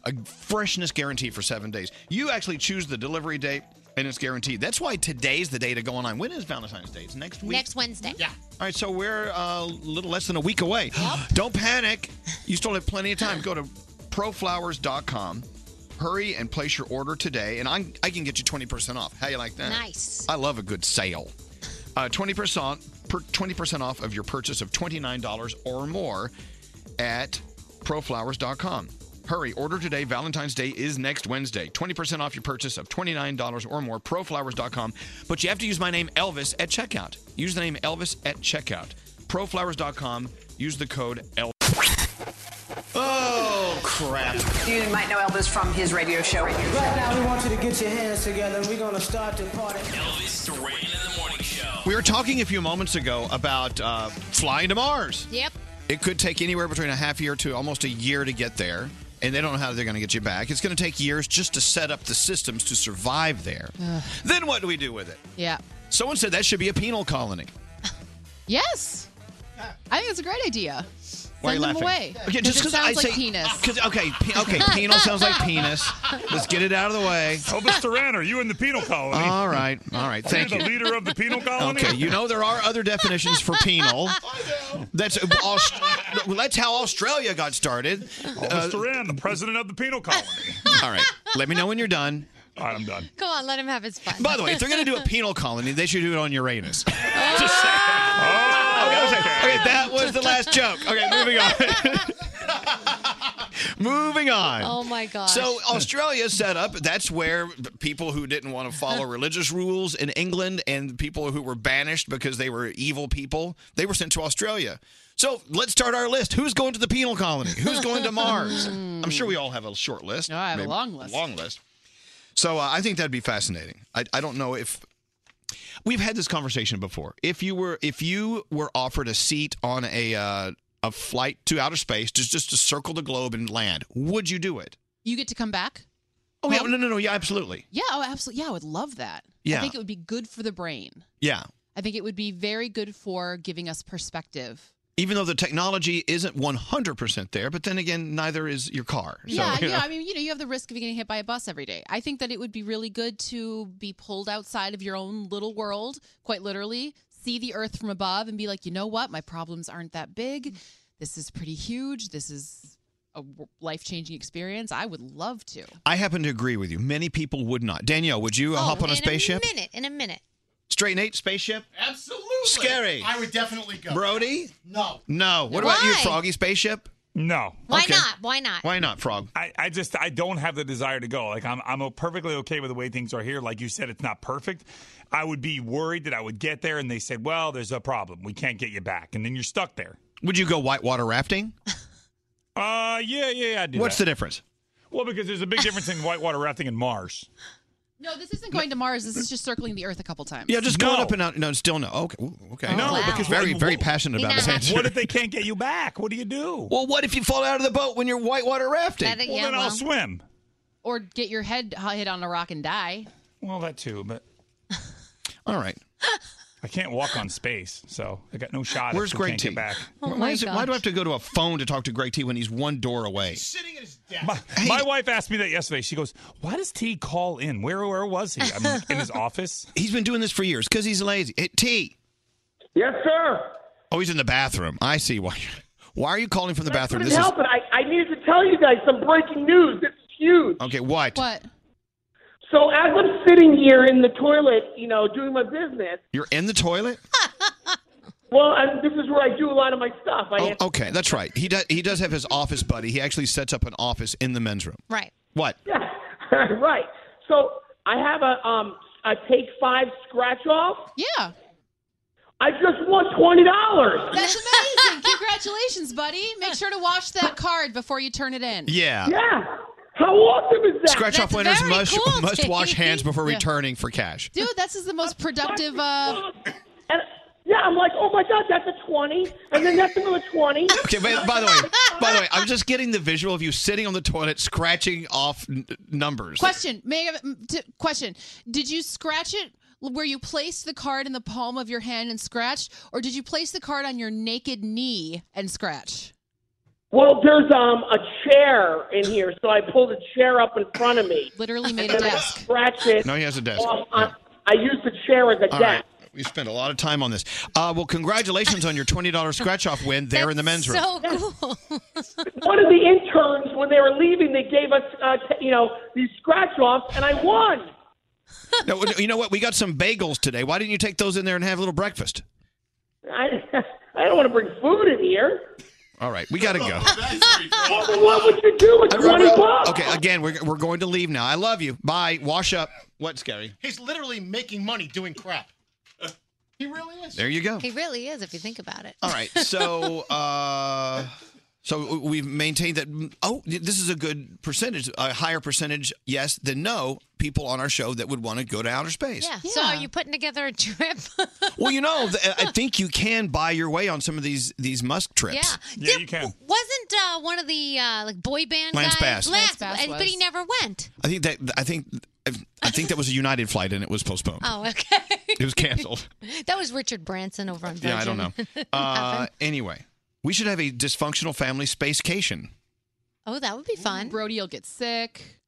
[SPEAKER 7] a freshness guarantee for seven days. You actually choose the delivery date, and it's guaranteed. That's why today's the day to go online. When is Valentine's Day? It's next week.
[SPEAKER 11] Next Wednesday. Yeah.
[SPEAKER 7] All right, so we're uh, a little less than a week away. Don't panic. You still have plenty of time. Go to proflowers.com. Hurry and place your order today, and I'm, I can get you 20% off. How you like that?
[SPEAKER 11] Nice.
[SPEAKER 7] I love a good sale. Uh, 20% on- per- 20% off of your purchase of $29 or more at proflowers.com. Hurry, order today. Valentine's Day is next Wednesday. 20% off your purchase of $29 or more, proflowers.com. But you have to use my name, Elvis, at checkout. Use the name Elvis at checkout. Proflowers.com. Use the code Elvis. Oh, crap.
[SPEAKER 14] You might know Elvis from his radio show.
[SPEAKER 10] Right now, we want you to get your hands together and we're going to start the party.
[SPEAKER 5] Elvis Duran in the Morning Show.
[SPEAKER 7] We were talking a few moments ago about uh, flying to Mars.
[SPEAKER 11] Yep.
[SPEAKER 7] It could take anywhere between a half year to almost a year to get there, and they don't know how they're going to get you back. It's going to take years just to set up the systems to survive there.
[SPEAKER 12] Ugh.
[SPEAKER 7] Then what do we do with it?
[SPEAKER 12] Yeah.
[SPEAKER 7] Someone said that should be a penal colony.
[SPEAKER 12] Yes. I think it's a great idea.
[SPEAKER 7] Why
[SPEAKER 12] Send
[SPEAKER 7] are
[SPEAKER 12] them
[SPEAKER 7] you laughing?
[SPEAKER 12] away.
[SPEAKER 7] Okay, just because
[SPEAKER 12] 'Cause it
[SPEAKER 7] I
[SPEAKER 12] sounds
[SPEAKER 7] say
[SPEAKER 12] like penis.
[SPEAKER 7] 'cause- okay, pe- okay, penal sounds like penis. Let's get it out of the way.
[SPEAKER 9] Elvis Duran, are you in the penal colony?
[SPEAKER 7] All right, all right. Thank
[SPEAKER 9] are
[SPEAKER 7] you.
[SPEAKER 9] the leader of the penal colony?
[SPEAKER 7] Okay, you know there are other definitions for penal. That's Aus- well, that's how Australia got started.
[SPEAKER 9] Elvis Duran, the president of the penal colony.
[SPEAKER 7] All right, let me know when you're done.
[SPEAKER 9] All right, I'm done.
[SPEAKER 11] Go on, let him have his fun.
[SPEAKER 7] By the way, if they're going to do a penal colony, they should do it on Uranus. Okay, that was the last joke. Okay, moving on. moving on.
[SPEAKER 11] Oh my gosh.
[SPEAKER 7] So Australia set up. That's where people who didn't want to follow religious rules in England and people who were banished because they were evil people, they were sent to Australia. So let's start our list. Who's going to the penal colony? Who's going to Mars?
[SPEAKER 11] Hmm.
[SPEAKER 7] I'm sure we all have a short list. No, I
[SPEAKER 12] Hmm. have a long list.
[SPEAKER 7] Long list. So uh, I think that'd be fascinating. I, I don't know if we've had this conversation before. If you were if you were offered a seat on a uh, a flight to outer space, just just to circle the globe and land, would you do it?
[SPEAKER 12] You get to come back?
[SPEAKER 7] Oh yeah, no, no, no, yeah, absolutely.
[SPEAKER 12] Yeah, oh, absolutely. Yeah, I would love that.
[SPEAKER 7] Yeah.
[SPEAKER 12] I think it would be good for the brain.
[SPEAKER 7] Yeah.
[SPEAKER 12] I think it would be very good for giving us perspective.
[SPEAKER 7] Even though the technology isn't 100% there, but then again, neither is your car. So,
[SPEAKER 12] yeah,
[SPEAKER 7] you know.
[SPEAKER 12] yeah. I mean, you know, you have the risk of getting hit by a bus every day. I think that it would be really good to be pulled outside of your own little world, quite literally, see the earth from above and be like, you know what? My problems aren't that big. This is pretty huge. This is a life changing experience. I would love to.
[SPEAKER 7] I happen to agree with you. Many people would not. Danielle, would
[SPEAKER 12] Oh,
[SPEAKER 7] you uh, hop on a
[SPEAKER 11] in
[SPEAKER 7] spaceship?
[SPEAKER 11] a minute, in a minute.
[SPEAKER 7] Straight Nate, spaceship?
[SPEAKER 18] Absolutely.
[SPEAKER 7] Scary.
[SPEAKER 18] I would definitely go.
[SPEAKER 7] Brody?
[SPEAKER 18] No.
[SPEAKER 7] No. What about you,
[SPEAKER 11] Why?
[SPEAKER 7] Froggy? Spaceship?
[SPEAKER 9] No.
[SPEAKER 11] Why not? Why not?
[SPEAKER 7] Why not, Frog?
[SPEAKER 9] I, I just I don't have the desire to go. Like I'm I'm perfectly okay with the way things are here. Like you said, it's not perfect. I would be worried that I would get there and they said, "Well, there's a problem. We can't get you back," and then you're stuck there.
[SPEAKER 7] Would you go whitewater rafting?
[SPEAKER 9] Uh, yeah, yeah, yeah. I do
[SPEAKER 7] What's
[SPEAKER 9] that.
[SPEAKER 7] the difference?
[SPEAKER 9] Well, because there's a big difference in whitewater rafting and Mars.
[SPEAKER 12] No, this isn't going to Mars. This is just circling the earth a couple times.
[SPEAKER 7] Yeah, just going up and out. No, still no. Okay. Ooh, okay.
[SPEAKER 9] No, Wow. because
[SPEAKER 7] very,
[SPEAKER 9] what-
[SPEAKER 7] very passionate about his answer.
[SPEAKER 9] What if they can't get you back? What do you do?
[SPEAKER 7] Well, what if you fall out of the boat when you're whitewater rafting?
[SPEAKER 12] That- yeah,
[SPEAKER 9] then I'll
[SPEAKER 12] well.
[SPEAKER 9] swim.
[SPEAKER 12] Or get your head hit on a rock and die.
[SPEAKER 9] Well, that too, but
[SPEAKER 7] all right.
[SPEAKER 9] I can't walk on space, so I got no shot. if
[SPEAKER 7] Where's
[SPEAKER 9] we
[SPEAKER 7] Greg
[SPEAKER 9] can't
[SPEAKER 7] T?
[SPEAKER 9] Get back.
[SPEAKER 11] Oh
[SPEAKER 7] why, is it, why do I have to go to a phone to talk to Greg T when he's one door away?
[SPEAKER 9] My, my wife asked me that yesterday. She goes, "Why does T call in? Where where was he? I'm like, in his office."
[SPEAKER 7] He's been doing this for years because he's lazy. Hey, T.
[SPEAKER 13] Yes, sir.
[SPEAKER 7] Oh, he's in the bathroom. I see why. Why are you calling from the bathroom?
[SPEAKER 13] Couldn't help it. I, I needed to tell you guys some breaking news. It's huge.
[SPEAKER 7] Okay, what?
[SPEAKER 12] What?
[SPEAKER 13] So as I'm sitting here in the toilet, you know, doing my business.
[SPEAKER 7] You're in the toilet.
[SPEAKER 13] Well, i this is where I do a lot of my stuff. I
[SPEAKER 7] Oh, okay, that's right. He does. He does have his office buddy. He actually sets up an office in the men's room.
[SPEAKER 11] Right.
[SPEAKER 7] What?
[SPEAKER 13] right. So I have a um a take five scratch off.
[SPEAKER 12] Yeah.
[SPEAKER 13] I just won twenty dollars.
[SPEAKER 12] That's amazing. Congratulations, buddy. Make sure to wash that card before you turn it in.
[SPEAKER 7] Yeah.
[SPEAKER 13] Yeah. How awesome is that?
[SPEAKER 7] Scratch off winners must must wash hands before
[SPEAKER 12] Yeah.
[SPEAKER 7] returning for cash.
[SPEAKER 12] Dude, this is the most productive. Uh...
[SPEAKER 13] Yeah, I'm like, oh my god, that's a twenty, and then that's another twenty.
[SPEAKER 7] Okay, but by the way, by the way, I'm just getting the visual of you sitting on the toilet scratching off n- numbers.
[SPEAKER 12] Question, may I, m- t- question. Did you scratch it where you placed the card in the palm of your hand and scratched, or did you place the card on your naked knee and scratch?
[SPEAKER 13] Well, there's um a chair in here, so I pulled a chair up in front of me.
[SPEAKER 12] Literally made
[SPEAKER 13] a desk. Scratch it.
[SPEAKER 7] No, he has a desk.
[SPEAKER 13] off on- I used the chair as a
[SPEAKER 7] All
[SPEAKER 13] desk.
[SPEAKER 7] right. We spent a lot of time on this. Uh, well, congratulations on your $20 scratch off win there in the men's room.
[SPEAKER 11] cool.
[SPEAKER 13] One of the interns, when they were leaving, they gave us, uh, t- you know, these scratch offs, and I won.
[SPEAKER 7] No, you know what? We got some bagels today. Why didn't you take those in there and have a little breakfast?
[SPEAKER 13] I, I don't want to bring food in here.
[SPEAKER 7] All right, we got to go.
[SPEAKER 13] What, what would you do with
[SPEAKER 7] I-
[SPEAKER 13] 20 bucks?
[SPEAKER 7] Okay, again, we're, we're going to leave now. I love you. Bye. Wash up. What, Scary?
[SPEAKER 18] He's literally making money doing crap. He really is.
[SPEAKER 7] There you go.
[SPEAKER 11] He really is, if you think about it.
[SPEAKER 7] All right. So, uh, so we've maintained that. Oh, this is a good percentage, a higher percentage, yes, than no people on our show that would want to go to outer space.
[SPEAKER 11] yeah. So are you putting together a trip?
[SPEAKER 7] Well, you know, th- I think you can buy your way on some of these these Musk trips.
[SPEAKER 11] Yeah.
[SPEAKER 7] you can.
[SPEAKER 11] Wasn't uh, one of the uh, like boy band
[SPEAKER 7] Lance
[SPEAKER 11] guys?
[SPEAKER 7] Bass.
[SPEAKER 11] Lance,
[SPEAKER 7] Lance Bass
[SPEAKER 11] and- but he
[SPEAKER 7] was.
[SPEAKER 11] never went.
[SPEAKER 7] I think that I think I think that was a United flight and it was postponed.
[SPEAKER 11] Oh, okay.
[SPEAKER 7] It was canceled.
[SPEAKER 11] that was Richard Branson over on Virgin.
[SPEAKER 7] Yeah, I don't know. Uh, anyway, we should have a dysfunctional family spacecation.
[SPEAKER 11] oh, that would be fun.
[SPEAKER 12] Brody will get sick.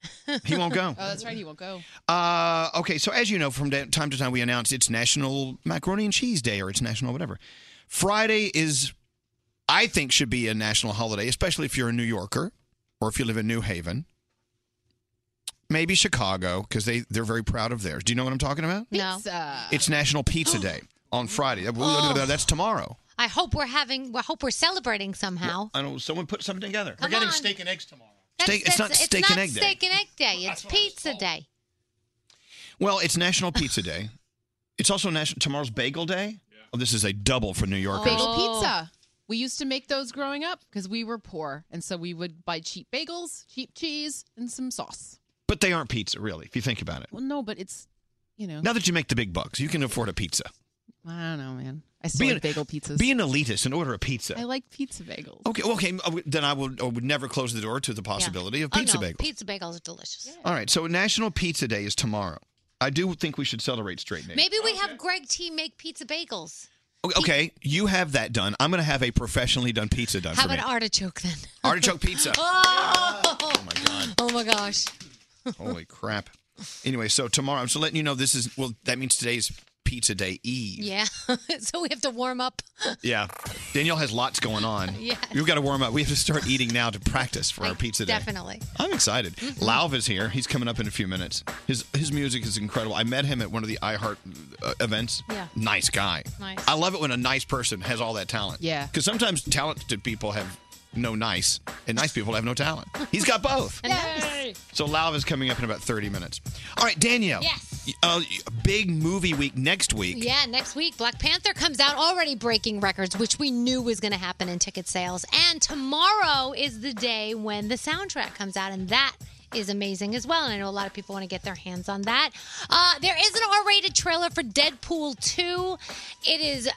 [SPEAKER 7] He won't go.
[SPEAKER 12] oh, that's right. He won't go.
[SPEAKER 7] Uh, okay, so as you know, from da- time to time we announce it's National Macaroni and Cheese Day or it's National whatever. Friday is, I think, should be a national holiday, especially if you're a New Yorker or if you live in New Haven. Maybe Chicago because they they're very proud of theirs. Do you know what I'm talking about?
[SPEAKER 11] No.
[SPEAKER 7] It's uh, National Pizza Day on Friday. That's tomorrow.
[SPEAKER 11] I hope we're having. I hope we're celebrating somehow.
[SPEAKER 7] I know someone put something together.
[SPEAKER 11] We're getting on.
[SPEAKER 18] steak and eggs tomorrow.
[SPEAKER 7] Steak- it's not steak and egg day.
[SPEAKER 11] Steak and egg day. It's pizza day.
[SPEAKER 7] Well, it's National Pizza Day. It's also National tomorrow's Bagel Day. Oh, this is a double for New Yorkers.
[SPEAKER 12] Bagel pizza. We used to make those growing up because we were poor, and so we would buy cheap bagels, cheap cheese, and some sauce.
[SPEAKER 7] But they aren't pizza, really, if you think about it.
[SPEAKER 12] Well, no, but it's you know.
[SPEAKER 7] Now that you make the big bucks, you can afford a pizza.
[SPEAKER 12] I don't know, man. I still like bagel pizzas.
[SPEAKER 7] Be an elitist and order a pizza.
[SPEAKER 12] I like pizza bagels.
[SPEAKER 7] okay, well, okay. I would- Then I would, I would never close the door to the possibility of pizza
[SPEAKER 11] oh, no,
[SPEAKER 7] bagels.
[SPEAKER 11] Pizza bagels are delicious.
[SPEAKER 7] All right, so National Pizza Day is tomorrow. I do think we should celebrate straight Nate.
[SPEAKER 11] Maybe we have Greg T make pizza bagels.
[SPEAKER 7] Okay, okay, you have that done. I'm going to have a professionally done pizza done
[SPEAKER 11] Have
[SPEAKER 7] for
[SPEAKER 11] an
[SPEAKER 7] me.
[SPEAKER 11] artichoke then.
[SPEAKER 7] Artichoke pizza.
[SPEAKER 11] Oh!
[SPEAKER 7] my God.
[SPEAKER 11] Oh my gosh.
[SPEAKER 7] Holy crap. Anyway, so tomorrow, I'm just letting you know this is, well, that means today's Pizza Day Eve.
[SPEAKER 11] Yeah. so we have to warm up.
[SPEAKER 7] Yeah. Danielle has lots going on.
[SPEAKER 11] Yes.
[SPEAKER 7] We've got to warm up. We have to start eating now to practice for our pizza day.
[SPEAKER 11] Definitely.
[SPEAKER 7] I'm excited. Lauv is here. He's coming up in a few minutes. His his music is incredible. I met him at one of the iHeart uh, events.
[SPEAKER 12] Yeah.
[SPEAKER 7] Nice guy.
[SPEAKER 12] Nice.
[SPEAKER 7] I love it when a nice person has all that talent.
[SPEAKER 12] Yeah.
[SPEAKER 7] Because sometimes talented people have no nice, and nice people have no talent. He's got both.
[SPEAKER 11] Yay!
[SPEAKER 7] So Lauv is coming up in about 30 minutes. All right, Danielle.
[SPEAKER 11] Yes.
[SPEAKER 7] Uh, big movie week next week.
[SPEAKER 11] Yeah, next week Black Panther comes out already breaking records, which we knew was going to happen in ticket sales. And tomorrow is the day when the soundtrack comes out, and that is amazing as well. And I know a lot of people want to get their hands on that. Uh, there is an R-rated trailer for Deadpool 2. It is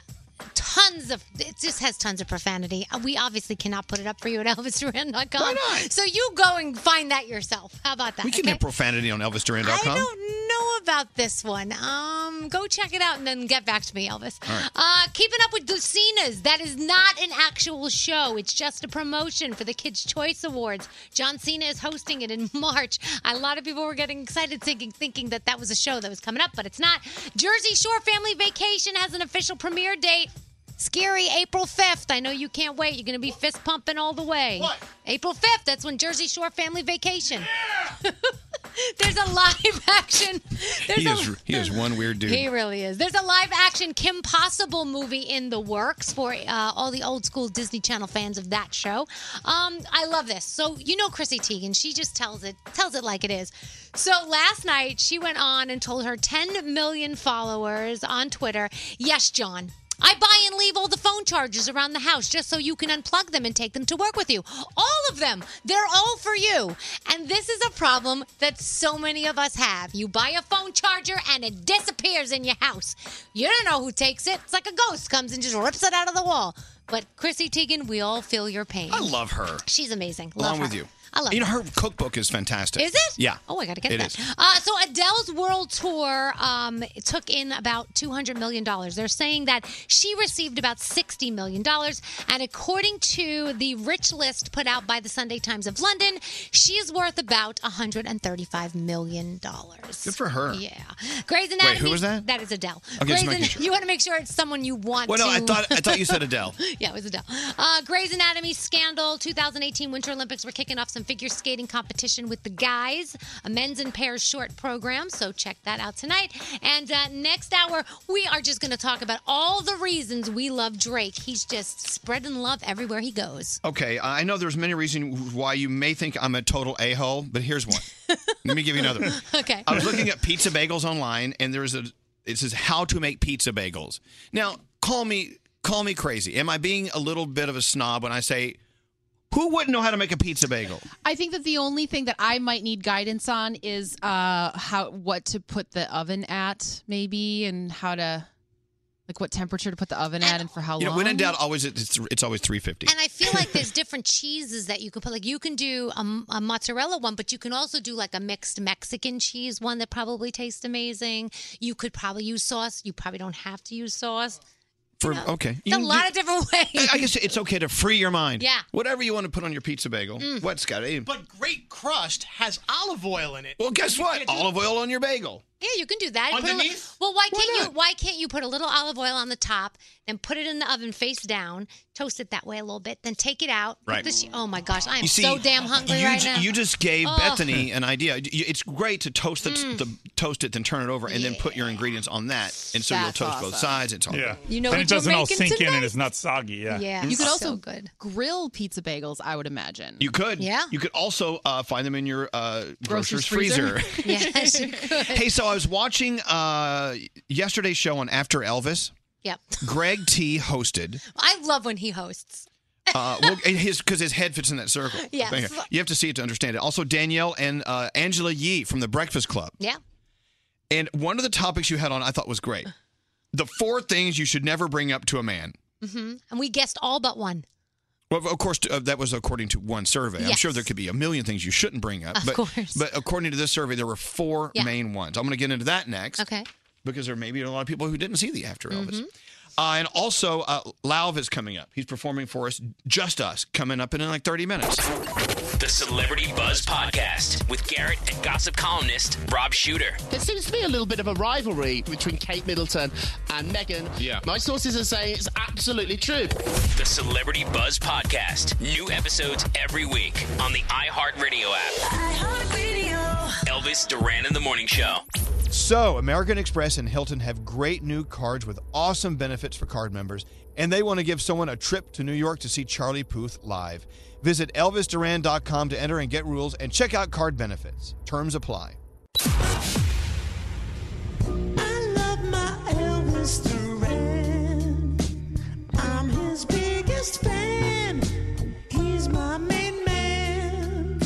[SPEAKER 11] tons of it just has tons of profanity Uh, we obviously cannot put it up for you at elvisduran.com so you go and find that yourself how about that
[SPEAKER 7] We can
[SPEAKER 11] okay?
[SPEAKER 7] hear profanity on ElvisDuran.com.
[SPEAKER 11] I don't know about this one. Um, go check it out and then get back to me, Elvis.
[SPEAKER 7] All right.
[SPEAKER 11] Uh, keeping up with Lucinas. That is not an actual show. It's just a promotion for the Kids Choice Awards. John Cena is hosting it in March. A lot of people were getting excited, thinking thinking that that was a show that was coming up, but it's not. Jersey Shore Family Vacation has an official premiere date. Scary April 5th. I know you can't wait. You're going to be fist pumping all the way. What? April 5th. That's when Jersey Shore Family Vacation. There's a live action. There's
[SPEAKER 7] He
[SPEAKER 11] a,
[SPEAKER 7] is, he is one weird dude.
[SPEAKER 11] He really is. There's a live action Kim Possible movie in the works for uh, all the old school Disney Channel fans of that show. Um, I love this. So you know Chrissy Teigen, she just tells it tells it like it is. So last night she went on and told her 10 million followers on Twitter, "Yes, John." I buy and leave all the phone chargers around the house just so you can unplug them and take them to work with you. All of them. They're all for you. And this is a problem that so many of us have. You buy a phone charger and it disappears in your house. You don't know who takes it. It's like a ghost comes and just rips it out of the wall. But Chrissy Teigen, we all feel your pain.
[SPEAKER 7] I love her.
[SPEAKER 11] She's amazing.
[SPEAKER 7] Along
[SPEAKER 11] Love her.
[SPEAKER 7] with you.
[SPEAKER 11] I love
[SPEAKER 7] You know
[SPEAKER 11] her.
[SPEAKER 7] her cookbook is fantastic.
[SPEAKER 11] Is it?
[SPEAKER 7] Yeah.
[SPEAKER 11] Oh, I gotta get
[SPEAKER 7] It
[SPEAKER 11] that.
[SPEAKER 7] is.
[SPEAKER 11] Uh, so Adele's world tour um, took in about two hundred million dollars. They're saying that she received about sixty million dollars, and according to the rich list put out by the Sunday Times of London, she is worth about one hundred and thirty-five million dollars.
[SPEAKER 7] Good for her.
[SPEAKER 11] Yeah. Grey's
[SPEAKER 7] Wait,
[SPEAKER 11] Anatomy.
[SPEAKER 7] who was that?
[SPEAKER 11] That is Adele.
[SPEAKER 7] Okay, just
[SPEAKER 11] Grey's
[SPEAKER 7] making
[SPEAKER 11] An-
[SPEAKER 7] sure.
[SPEAKER 11] You want to make sure it's someone you want.
[SPEAKER 7] Well, no,
[SPEAKER 11] to...
[SPEAKER 7] I thought I thought you said Adele.
[SPEAKER 11] Yeah, it was Adele. Uh, Grey's Anatomy scandal. 2018 Winter Olympics. We're kicking off some figure skating competition with the guys. A men's and pairs short program. So check that out tonight. And uh, next hour, we are just going to talk about all the reasons we love Drake. He's just spreading love everywhere he goes.
[SPEAKER 7] Okay, I know there's many reasons why you may think I'm a total a hole, but here's one. Let me give you another.
[SPEAKER 11] Okay.
[SPEAKER 7] I was looking at pizza bagels online, and there's a it says how to make pizza bagels. Now, call me call me crazy. Am I being a little bit of a snob when I say who wouldn't know how to make a pizza bagel?
[SPEAKER 12] I think that the only thing that I might need guidance on is uh how what to put the oven at maybe and how to like what temperature to put the oven at and for how
[SPEAKER 7] You know,
[SPEAKER 12] long.
[SPEAKER 7] when in doubt, always it's it's always 350.
[SPEAKER 11] And I feel like there's different cheeses that you could put. Like you can do a, a mozzarella one, but you can also do like a mixed Mexican cheese one that probably tastes amazing. You could probably use sauce. You probably don't have to use sauce.
[SPEAKER 7] For okay,
[SPEAKER 11] It's a lot of different ways.
[SPEAKER 7] I guess it's okay to free your mind.
[SPEAKER 11] Yeah.
[SPEAKER 7] Whatever you want to put on your pizza bagel,
[SPEAKER 18] Mm.
[SPEAKER 7] what's got it?
[SPEAKER 18] But great crust has olive oil in it.
[SPEAKER 7] Well, guess what? Olive oil on your bagel.
[SPEAKER 11] Yeah, you can do that. Put a li-
[SPEAKER 18] Underneath?
[SPEAKER 11] well, why can't you? Why can't you put a little olive oil on the top, then put it in the oven face down, toast it that way a little bit, then take it out. put
[SPEAKER 7] Right.
[SPEAKER 11] the she- oh my gosh, I am
[SPEAKER 7] You see,
[SPEAKER 11] so damn hungry
[SPEAKER 7] you,
[SPEAKER 11] right
[SPEAKER 7] ju-
[SPEAKER 11] now.
[SPEAKER 7] you just gave
[SPEAKER 11] Oh.
[SPEAKER 7] Bethany an idea. You- It's great to toast the,
[SPEAKER 11] Mm.
[SPEAKER 7] the toast it, then turn it over, and then put your ingredients on that, and so
[SPEAKER 12] That's
[SPEAKER 7] you'll toast both
[SPEAKER 12] awesome.
[SPEAKER 7] sides. It's all Mm.
[SPEAKER 9] Yeah.
[SPEAKER 7] good.
[SPEAKER 11] You know
[SPEAKER 9] then
[SPEAKER 11] what
[SPEAKER 9] it
[SPEAKER 11] you're
[SPEAKER 9] doesn't all
[SPEAKER 11] making
[SPEAKER 9] sink in
[SPEAKER 11] tonight?
[SPEAKER 9] and it's not soggy. Yeah.
[SPEAKER 12] You could also
[SPEAKER 11] so good.
[SPEAKER 12] grill pizza bagels, I would imagine.
[SPEAKER 7] You could.
[SPEAKER 12] Yeah.
[SPEAKER 7] You could also uh, find them in your uh, grocer's
[SPEAKER 12] Grocer's
[SPEAKER 7] freezer.
[SPEAKER 12] freezer.
[SPEAKER 11] yes, you could.
[SPEAKER 7] hey, so I was watching uh, yesterday's show on After Elvis.
[SPEAKER 11] Yep.
[SPEAKER 7] Greg T hosted.
[SPEAKER 11] I love when he hosts.
[SPEAKER 7] Uh, well, and his because his head fits in that circle.
[SPEAKER 11] Yes.
[SPEAKER 7] Thank you. You have to see it to understand it. Also, Danielle and uh, Angela Yee from The Breakfast Club.
[SPEAKER 11] Yeah.
[SPEAKER 7] And one of the topics you had on, I thought was great. The four things you should never bring up to a man.
[SPEAKER 11] hmm And we guessed all but one.
[SPEAKER 7] Well, of course, uh, that was according to one survey. I'm
[SPEAKER 11] Yes.
[SPEAKER 7] sure there could be a million things you shouldn't bring up.
[SPEAKER 11] Of
[SPEAKER 7] but,
[SPEAKER 11] course.
[SPEAKER 7] But according to this survey, there were four
[SPEAKER 11] Yeah.
[SPEAKER 7] main ones. I'm going to get into that next.
[SPEAKER 11] Okay.
[SPEAKER 7] Because there may be a lot of people who didn't see the After Elvis.
[SPEAKER 11] Mhm.
[SPEAKER 7] Uh, and also, uh, Lauv is coming up. He's performing for us, Just Us, coming up in like 30 minutes.
[SPEAKER 5] The Celebrity Buzz Podcast with Garrett and gossip columnist Rob Shooter.
[SPEAKER 15] There seems to be a little bit of a rivalry between Kate Middleton and Meghan.
[SPEAKER 5] Yeah.
[SPEAKER 15] My sources are saying it's absolutely true.
[SPEAKER 5] The Celebrity Buzz Podcast. New episodes every week on the iHeartRadio app. Elvis Duran in the Morning Show.
[SPEAKER 7] So, American Express and Hilton have great new cards with awesome benefits for card members, and they want to give someone a trip to New York to see Charlie Puth live. Visit ElvisDuran.com to enter and get rules and check out card benefits. Terms apply.
[SPEAKER 4] Elvis Duran. I'm his biggest fan. He's my main man.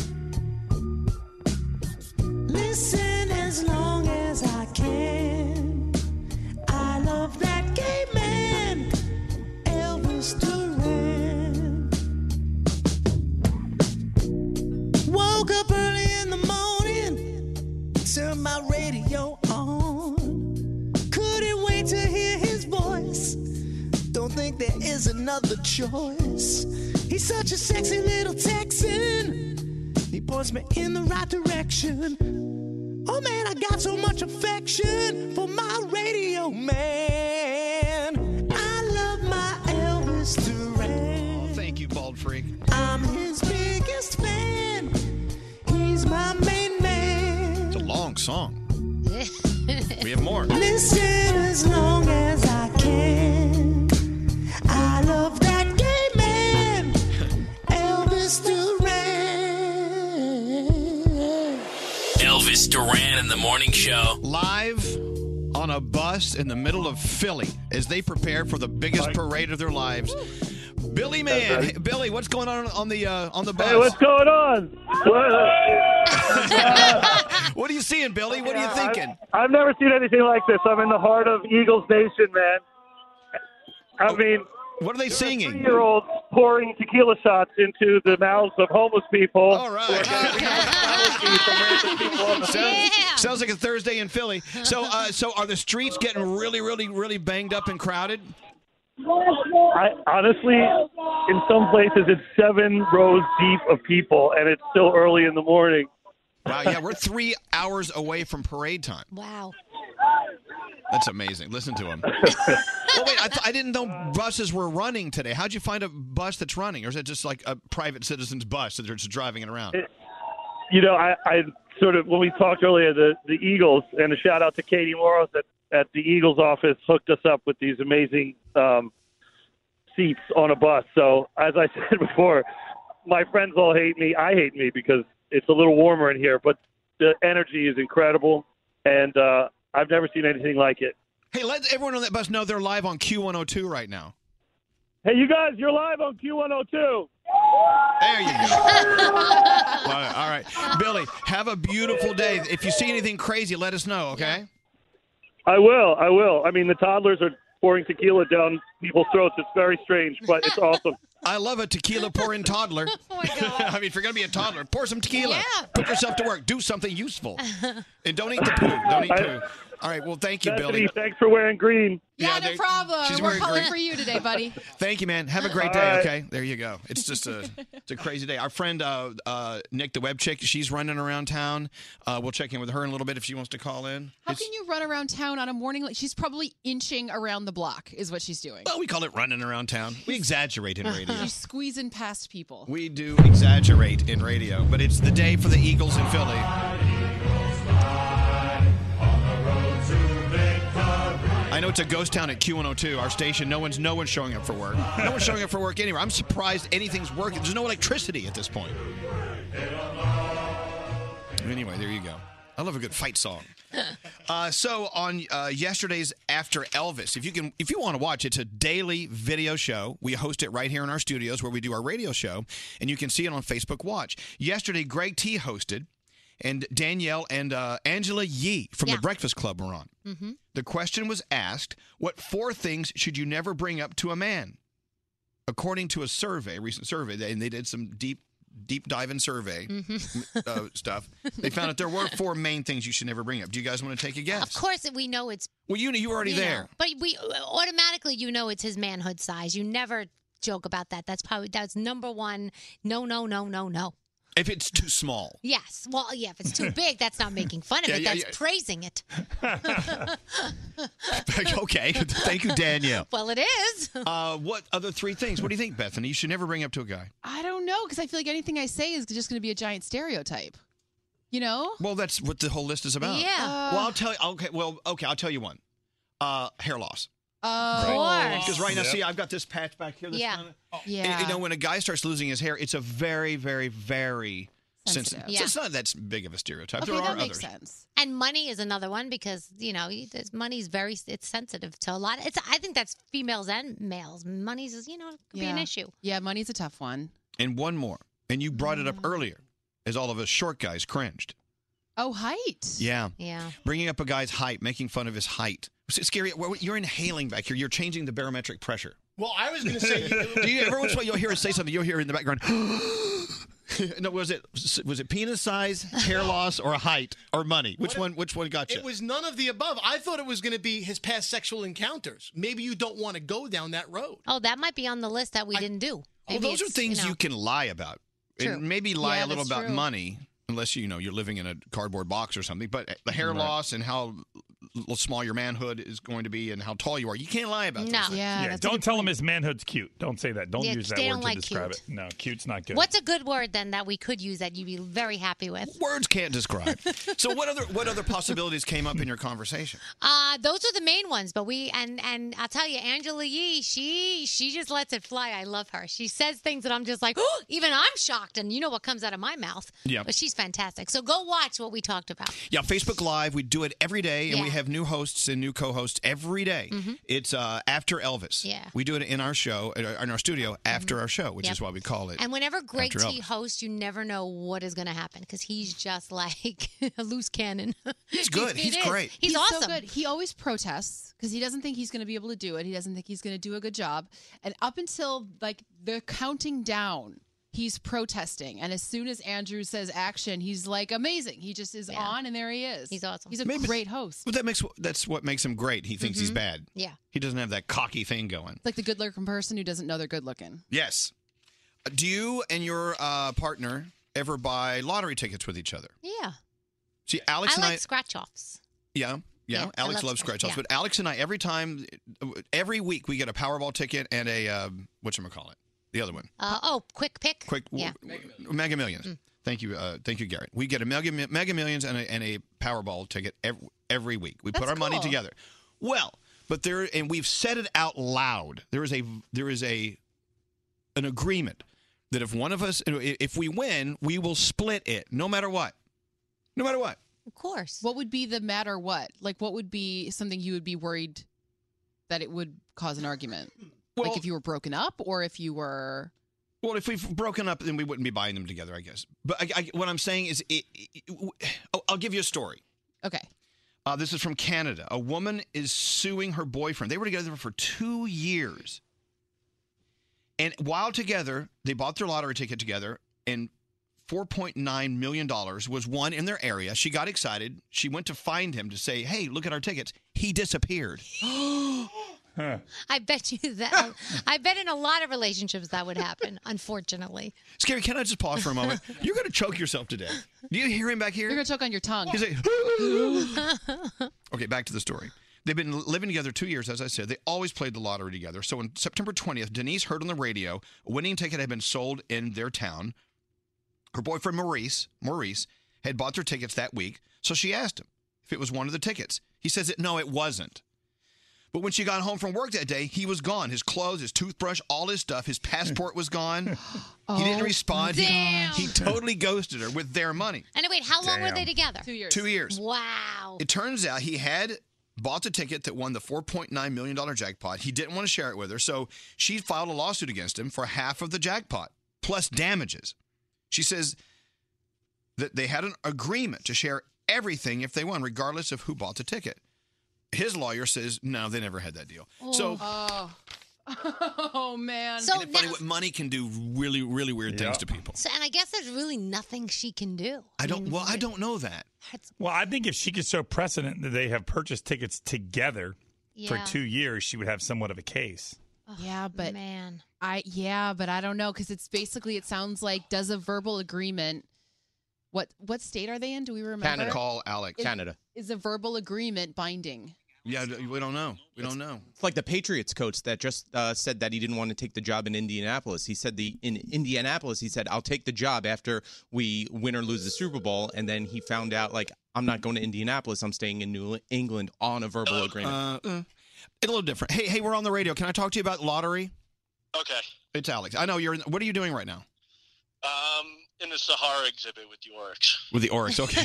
[SPEAKER 4] Listen as long as I can. I love that gay man, Elvis Duran. Woke up early in the morning, turned my radio on. Couldn't wait to hear his voice. Don't think there is another choice. He's such a sexy little Texan. He points me in the right direction. Oh man, I got so much affection for my radio man. I love my Elvis Duran.
[SPEAKER 7] Thank you, bald freak.
[SPEAKER 4] I'm his biggest fan. He's my main man.
[SPEAKER 7] It's a long song. We have more.
[SPEAKER 4] Listen as long as I can. I love that gay man, Elvis Duran.
[SPEAKER 5] Elvis Duran in the Morning Show.
[SPEAKER 7] Live on on a bus in the middle of Philly as they prepare for the biggest parade of their lives. Billy man, hey, Billy, what's going on on the uh, on the bus?
[SPEAKER 24] Hey, what's going on?
[SPEAKER 7] what are you seeing, Billy? What are you thinking?
[SPEAKER 24] I've never seen anything like this. I'm in the heart of Eagles Nation, man. I mean,
[SPEAKER 7] what are they singing?
[SPEAKER 24] Year olds pouring tequila shots into the mouths of homeless people. All
[SPEAKER 7] right. sounds, sounds like a Thursday in Philly. So, uh, so are the streets getting really, really, really banged up and crowded?
[SPEAKER 24] I honestly, in some places, it's seven rows deep of people, and it's still early in the morning.
[SPEAKER 7] Wow, yeah, we're three hours away from parade time.
[SPEAKER 11] Wow.
[SPEAKER 7] That's amazing. Listen to him. well, wait, I, th- I didn't know buses were running today. How'd you find a bus that's running, or is it just like a private citizen's bus that they're just driving it around?
[SPEAKER 24] You know, I, I sort of when we talked earlier, the the Eagles, and a shout out to Katie Morrow at at the Eagles office hooked us up with these amazing um, seats on a bus. So as I said before, my friends all hate me. I hate me because it's a little warmer in here, but the energy is incredible, and uh, I've never seen anything like it.
[SPEAKER 7] Hey, let everyone on that bus know they're live on Q102 right now.
[SPEAKER 24] Hey, you guys, you're live on Q102.
[SPEAKER 7] There you go. All right, all right. Billy, have a beautiful day. If you see anything crazy, let us know, okay?
[SPEAKER 24] I will. I will. I mean, the toddlers are pouring tequila down people's throats. It's very strange, but it's awesome.
[SPEAKER 7] I love a tequila pouring toddler. I mean, if you're going to be a toddler, pour some tequila. Put yourself to work. Do something useful. And don't eat the poo. Don't eat poo. All right. Well, thank you,
[SPEAKER 24] Bethany,
[SPEAKER 7] Billy.
[SPEAKER 24] thanks for wearing green.
[SPEAKER 7] Yeah,
[SPEAKER 12] no
[SPEAKER 7] they-
[SPEAKER 12] problem.
[SPEAKER 7] she's
[SPEAKER 12] We're
[SPEAKER 7] wearing
[SPEAKER 12] calling
[SPEAKER 7] green.
[SPEAKER 12] for you today, buddy.
[SPEAKER 7] Thank you, man. Have a great
[SPEAKER 12] All
[SPEAKER 7] day.
[SPEAKER 12] right.
[SPEAKER 7] Okay, there you go. It's just a it's a crazy day. Our friend uh, uh, Nick, the web chick, she's running around town. Uh, we'll check in with her in a little bit if she wants to call in.
[SPEAKER 12] How
[SPEAKER 7] It's-
[SPEAKER 12] can you run around town on a morning? Like she's probably inching around the block, is what she's doing.
[SPEAKER 7] well, we call it running around town. We exaggerate in radio.
[SPEAKER 12] She's squeezing past people.
[SPEAKER 7] We do exaggerate in radio, but it's the day for the Eagles in Philly. I know it's a ghost town at Q102, our station. No one's no one's showing up for work. No one's showing up for work anywhere. I'm surprised anything's working. There's no electricity at this point. Anyway, there you go. I love a good fight song. Uh, so on uh, yesterday's After Elvis, if you can, if you want to watch, it's a daily video show. We host it right here in our studios where we do our radio show, and you can see it on Facebook Watch. Yesterday, Greg T hosted, and Danielle and uh, Angela Yee from the Breakfast Club were on.
[SPEAKER 31] Mm-hmm.
[SPEAKER 7] The question was asked, what four things should you never bring up to a man? According to a survey, a recent survey, they- and they did some deep, deep dive in survey m- uh, stuff. They found out there were four main things you should never bring up. Do you guys want to take a guess?
[SPEAKER 11] Of course, we know it's.
[SPEAKER 7] Well, you you were already
[SPEAKER 11] you know,
[SPEAKER 7] there.
[SPEAKER 11] but we uh, automatically, you know, it's his manhood size. You never joke about that. That's probably that's number one. No, no, no, no, no.
[SPEAKER 7] If it's too small.
[SPEAKER 11] Yes. Well, yeah. If it's too big, that's not making fun of
[SPEAKER 7] Yeah,
[SPEAKER 11] it.
[SPEAKER 7] yeah,
[SPEAKER 11] that's
[SPEAKER 7] yeah.
[SPEAKER 11] praising it.
[SPEAKER 7] okay. Thank you, Danielle.
[SPEAKER 11] Well, it is.
[SPEAKER 7] Uh, what other three things? What do you think, Bethany? You should never bring up to a guy.
[SPEAKER 12] I don't know because I feel like anything I say is just going to be a giant stereotype. You know?
[SPEAKER 7] Well, that's what the whole list is about.
[SPEAKER 12] Yeah. Uh.
[SPEAKER 7] well, I'll tell you. Okay. Well, okay. I'll tell you one. Uh, hair loss.
[SPEAKER 12] Of course.
[SPEAKER 7] Because right now, see, I've got this patch back here. This
[SPEAKER 12] Yeah.
[SPEAKER 7] Kind of, Oh,
[SPEAKER 12] Yeah.
[SPEAKER 7] You know, when a guy starts losing his hair, it's a very, very, very sensitive.
[SPEAKER 11] Sensitive. Yeah.
[SPEAKER 7] So it's not that big of a stereotype.
[SPEAKER 11] Okay,
[SPEAKER 7] there
[SPEAKER 11] that
[SPEAKER 7] are
[SPEAKER 11] makes
[SPEAKER 7] others.
[SPEAKER 12] sense.
[SPEAKER 11] And money is another one because you know you- there's- money's very it's sensitive to a lot. It's I think that's females and males. Money's is you know could be an
[SPEAKER 12] Yeah.
[SPEAKER 11] issue.
[SPEAKER 12] Yeah, money's a tough one.
[SPEAKER 7] And one more, and you brought it
[SPEAKER 11] Mm.
[SPEAKER 7] up earlier, as all of us short guys cringed.
[SPEAKER 12] Oh, height.
[SPEAKER 7] Yeah.
[SPEAKER 11] Yeah.
[SPEAKER 7] Bringing up a guy's height, making fun of his height. It's scary. Well, You're inhaling back here. You're changing the barometric pressure.
[SPEAKER 18] Well, I was going to say,
[SPEAKER 7] Do you, every once in a while, you'll hear us say something. You'll hear in the background. no, was it was it penis size, hair loss, or height, or money? Which one? Which one got you?
[SPEAKER 18] It was none of the above. I thought it was going to be his past sexual encounters. Maybe you don't want to go down that road.
[SPEAKER 11] Oh, that might be on the list that we didn't do.
[SPEAKER 7] well,
[SPEAKER 11] Maybe
[SPEAKER 7] oh, those are
[SPEAKER 11] it's,
[SPEAKER 7] things you,
[SPEAKER 11] know-
[SPEAKER 7] can lie about.
[SPEAKER 11] True.
[SPEAKER 7] And maybe lie
[SPEAKER 11] Yeah,
[SPEAKER 7] a little
[SPEAKER 11] that's
[SPEAKER 7] about
[SPEAKER 11] true.
[SPEAKER 7] money, unless you know you're living in a cardboard box or something. But uh, the hair
[SPEAKER 20] Right.
[SPEAKER 7] loss and how l- small your manhood is going to be and how tall you are, you can't lie about.
[SPEAKER 11] No.
[SPEAKER 7] Those things.
[SPEAKER 11] Yeah,
[SPEAKER 9] Yeah, don't tell him his manhood's cute. Don't say that. Don't
[SPEAKER 11] Yeah,
[SPEAKER 9] use that
[SPEAKER 11] they
[SPEAKER 9] word
[SPEAKER 11] don't
[SPEAKER 9] to
[SPEAKER 11] like
[SPEAKER 9] describe
[SPEAKER 11] cute.
[SPEAKER 9] it. No, cute's not good.
[SPEAKER 11] What's a good word then that we could use that you'd be very happy with?
[SPEAKER 7] Words can't describe. so what other what other possibilities came up in your conversation?
[SPEAKER 11] Uh, those are the main ones, but we and and I'll tell you, Angela Yee, she she just lets it fly. I love her. She says things that I'm just like, oh, even I'm shocked, and you know what comes out of my mouth.
[SPEAKER 7] Yeah.
[SPEAKER 11] but she's fantastic. So go watch what we talked about.
[SPEAKER 7] Yeah, Facebook Live. We do it every day, and we
[SPEAKER 11] Yeah.
[SPEAKER 7] have new hosts and new co-hosts every day.
[SPEAKER 11] Mhm.
[SPEAKER 7] It's uh, after Elvis.
[SPEAKER 11] Yeah. Mm-hmm.
[SPEAKER 7] We do it in our show, in our- in our studio after our show, which
[SPEAKER 11] Yep.
[SPEAKER 7] is why we call it.
[SPEAKER 11] And whenever Greg
[SPEAKER 7] after
[SPEAKER 11] T
[SPEAKER 7] Elvis.
[SPEAKER 11] hosts, you never know what is going to happen because he's just like a loose cannon.
[SPEAKER 7] He's good. He's
[SPEAKER 11] it is.
[SPEAKER 7] great.
[SPEAKER 11] He's,
[SPEAKER 12] so
[SPEAKER 11] awesome.
[SPEAKER 12] good. He always protests because he doesn't think he's going to be able to do it. He doesn't think he's going to do a good job. And up until like the counting down, he's protesting. And as soon as Andrew says action, he's like amazing. He just is on, and there he is. He's awesome. He's a great host.
[SPEAKER 7] But that makes that's what makes him great. He thinks
[SPEAKER 11] Mm-hmm.
[SPEAKER 7] he's
[SPEAKER 12] Mhm.
[SPEAKER 7] bad.
[SPEAKER 12] Yeah.
[SPEAKER 7] He doesn't have that cocky thing going.
[SPEAKER 12] It's like the good looking person who doesn't know they're good looking.
[SPEAKER 7] Yes. Do you and your uh, partner ever buy lottery tickets with each other?
[SPEAKER 11] Yeah.
[SPEAKER 7] See, Alex
[SPEAKER 11] I
[SPEAKER 7] and
[SPEAKER 11] like
[SPEAKER 7] I.
[SPEAKER 11] scratch offs.
[SPEAKER 7] Yeah. Yeah,
[SPEAKER 11] Yeah, I
[SPEAKER 7] Alex
[SPEAKER 11] love
[SPEAKER 7] loves
[SPEAKER 11] scratch-
[SPEAKER 7] scratch offs,
[SPEAKER 11] yeah.
[SPEAKER 7] but Alex and I every time, every week we get a Powerball ticket and a um, what call it, the other one,
[SPEAKER 11] Uh, oh, quick pick.
[SPEAKER 7] quick
[SPEAKER 11] Yeah.
[SPEAKER 7] w- w- Mega Millions.
[SPEAKER 31] Mm.
[SPEAKER 7] Thank you, uh, thank you, Garrett. We get a Mega, Mi- Mega Millions and a, and a Powerball ticket every, every week. We put
[SPEAKER 31] That's
[SPEAKER 7] our money
[SPEAKER 31] cool.
[SPEAKER 7] together. Well, but there and we've said it out loud. There is a there is a an agreement that if one of us if we win, we will split it no matter what. No matter what.
[SPEAKER 11] Of course.
[SPEAKER 12] What would be the matter what? Like, what would be something you would be worried that it would cause an argument? like if you were broken up or if you were.
[SPEAKER 7] Well, if we've broken up, then we wouldn't be buying them together, I guess. But I, I, what I'm saying is, it, it- it- oh, I'll give you a story.
[SPEAKER 12] Okay.
[SPEAKER 7] Uh, this is from Canada. A woman is suing her boyfriend. They were together for two years. And while together, they bought their lottery ticket together, and $4.9 million was won in their area. She got excited. She went to find him to say, hey, look at our tickets. He disappeared.
[SPEAKER 11] I bet you that. uh, I bet in a lot of relationships that would happen, unfortunately.
[SPEAKER 7] Scary, can I just pause for a moment? You're going to choke yourself to death. Do you hear him back here? You're
[SPEAKER 12] going to choke on your tongue.
[SPEAKER 7] He's like, Okay, back to the story. They've been living together two years, as I said. They always played the lottery together. So on September 20th, Denise heard on the radio a winning ticket had been sold in their town. Her boyfriend Maurice, Maurice, had bought their tickets that week, so she asked him if it was one of the tickets. He says that no, it wasn't. But when she got home from work that day, he was gone. His clothes, his toothbrush, all his stuff, his passport was gone. he didn't
[SPEAKER 11] Oh,
[SPEAKER 7] respond. He-
[SPEAKER 11] damn.
[SPEAKER 7] he totally ghosted her with their money.
[SPEAKER 11] And wait, how long were
[SPEAKER 7] Damn.
[SPEAKER 11] they together? Two
[SPEAKER 12] years.
[SPEAKER 7] Two years.
[SPEAKER 11] Wow.
[SPEAKER 7] It turns out he had bought the ticket that won the $4.9 million jackpot. He didn't want to share it with her, so she filed a lawsuit against him for half of the jackpot, plus damages. She says that they had an agreement to share everything if they won, regardless of who bought the ticket. His lawyer says, no, they never had that deal. So
[SPEAKER 12] Oh. Oh, man.
[SPEAKER 11] So
[SPEAKER 7] funny what money can do really, really weird things to people.
[SPEAKER 11] So, and I guess there's really nothing she can do.
[SPEAKER 7] I don't. Well, I don't know that.
[SPEAKER 9] Well, I think if she could show precedent that they have purchased tickets together
[SPEAKER 12] Yeah.
[SPEAKER 9] for two years, she would have somewhat of a case.
[SPEAKER 12] yeah, but
[SPEAKER 11] man,
[SPEAKER 12] I yeah, but I don't know because it's basically it sounds like does a verbal agreement. What what state are they in? Do we remember?
[SPEAKER 7] Canada. Call Alex.
[SPEAKER 12] Is-
[SPEAKER 7] Canada.
[SPEAKER 12] Is a verbal agreement binding?
[SPEAKER 7] Yeah, we don't know. We don't know.
[SPEAKER 20] It's like the Patriots coach that just uh, said that he didn't want to take the job in Indianapolis. He said the in Indianapolis, he said, "I'll take the job after we win or lose the Super Bowl." And then he found out like I'm not going to Indianapolis. I'm staying in New England on a verbal agreement.
[SPEAKER 7] Uh, uh, it's a little different. Hey, hey, we're on the radio. Can I talk to you about lottery?
[SPEAKER 1] Okay.
[SPEAKER 7] It's Alex. I know you're. In, what are you doing right now?
[SPEAKER 1] Um, in the Sahara exhibit with the oryx.
[SPEAKER 7] With the Oryx, okay.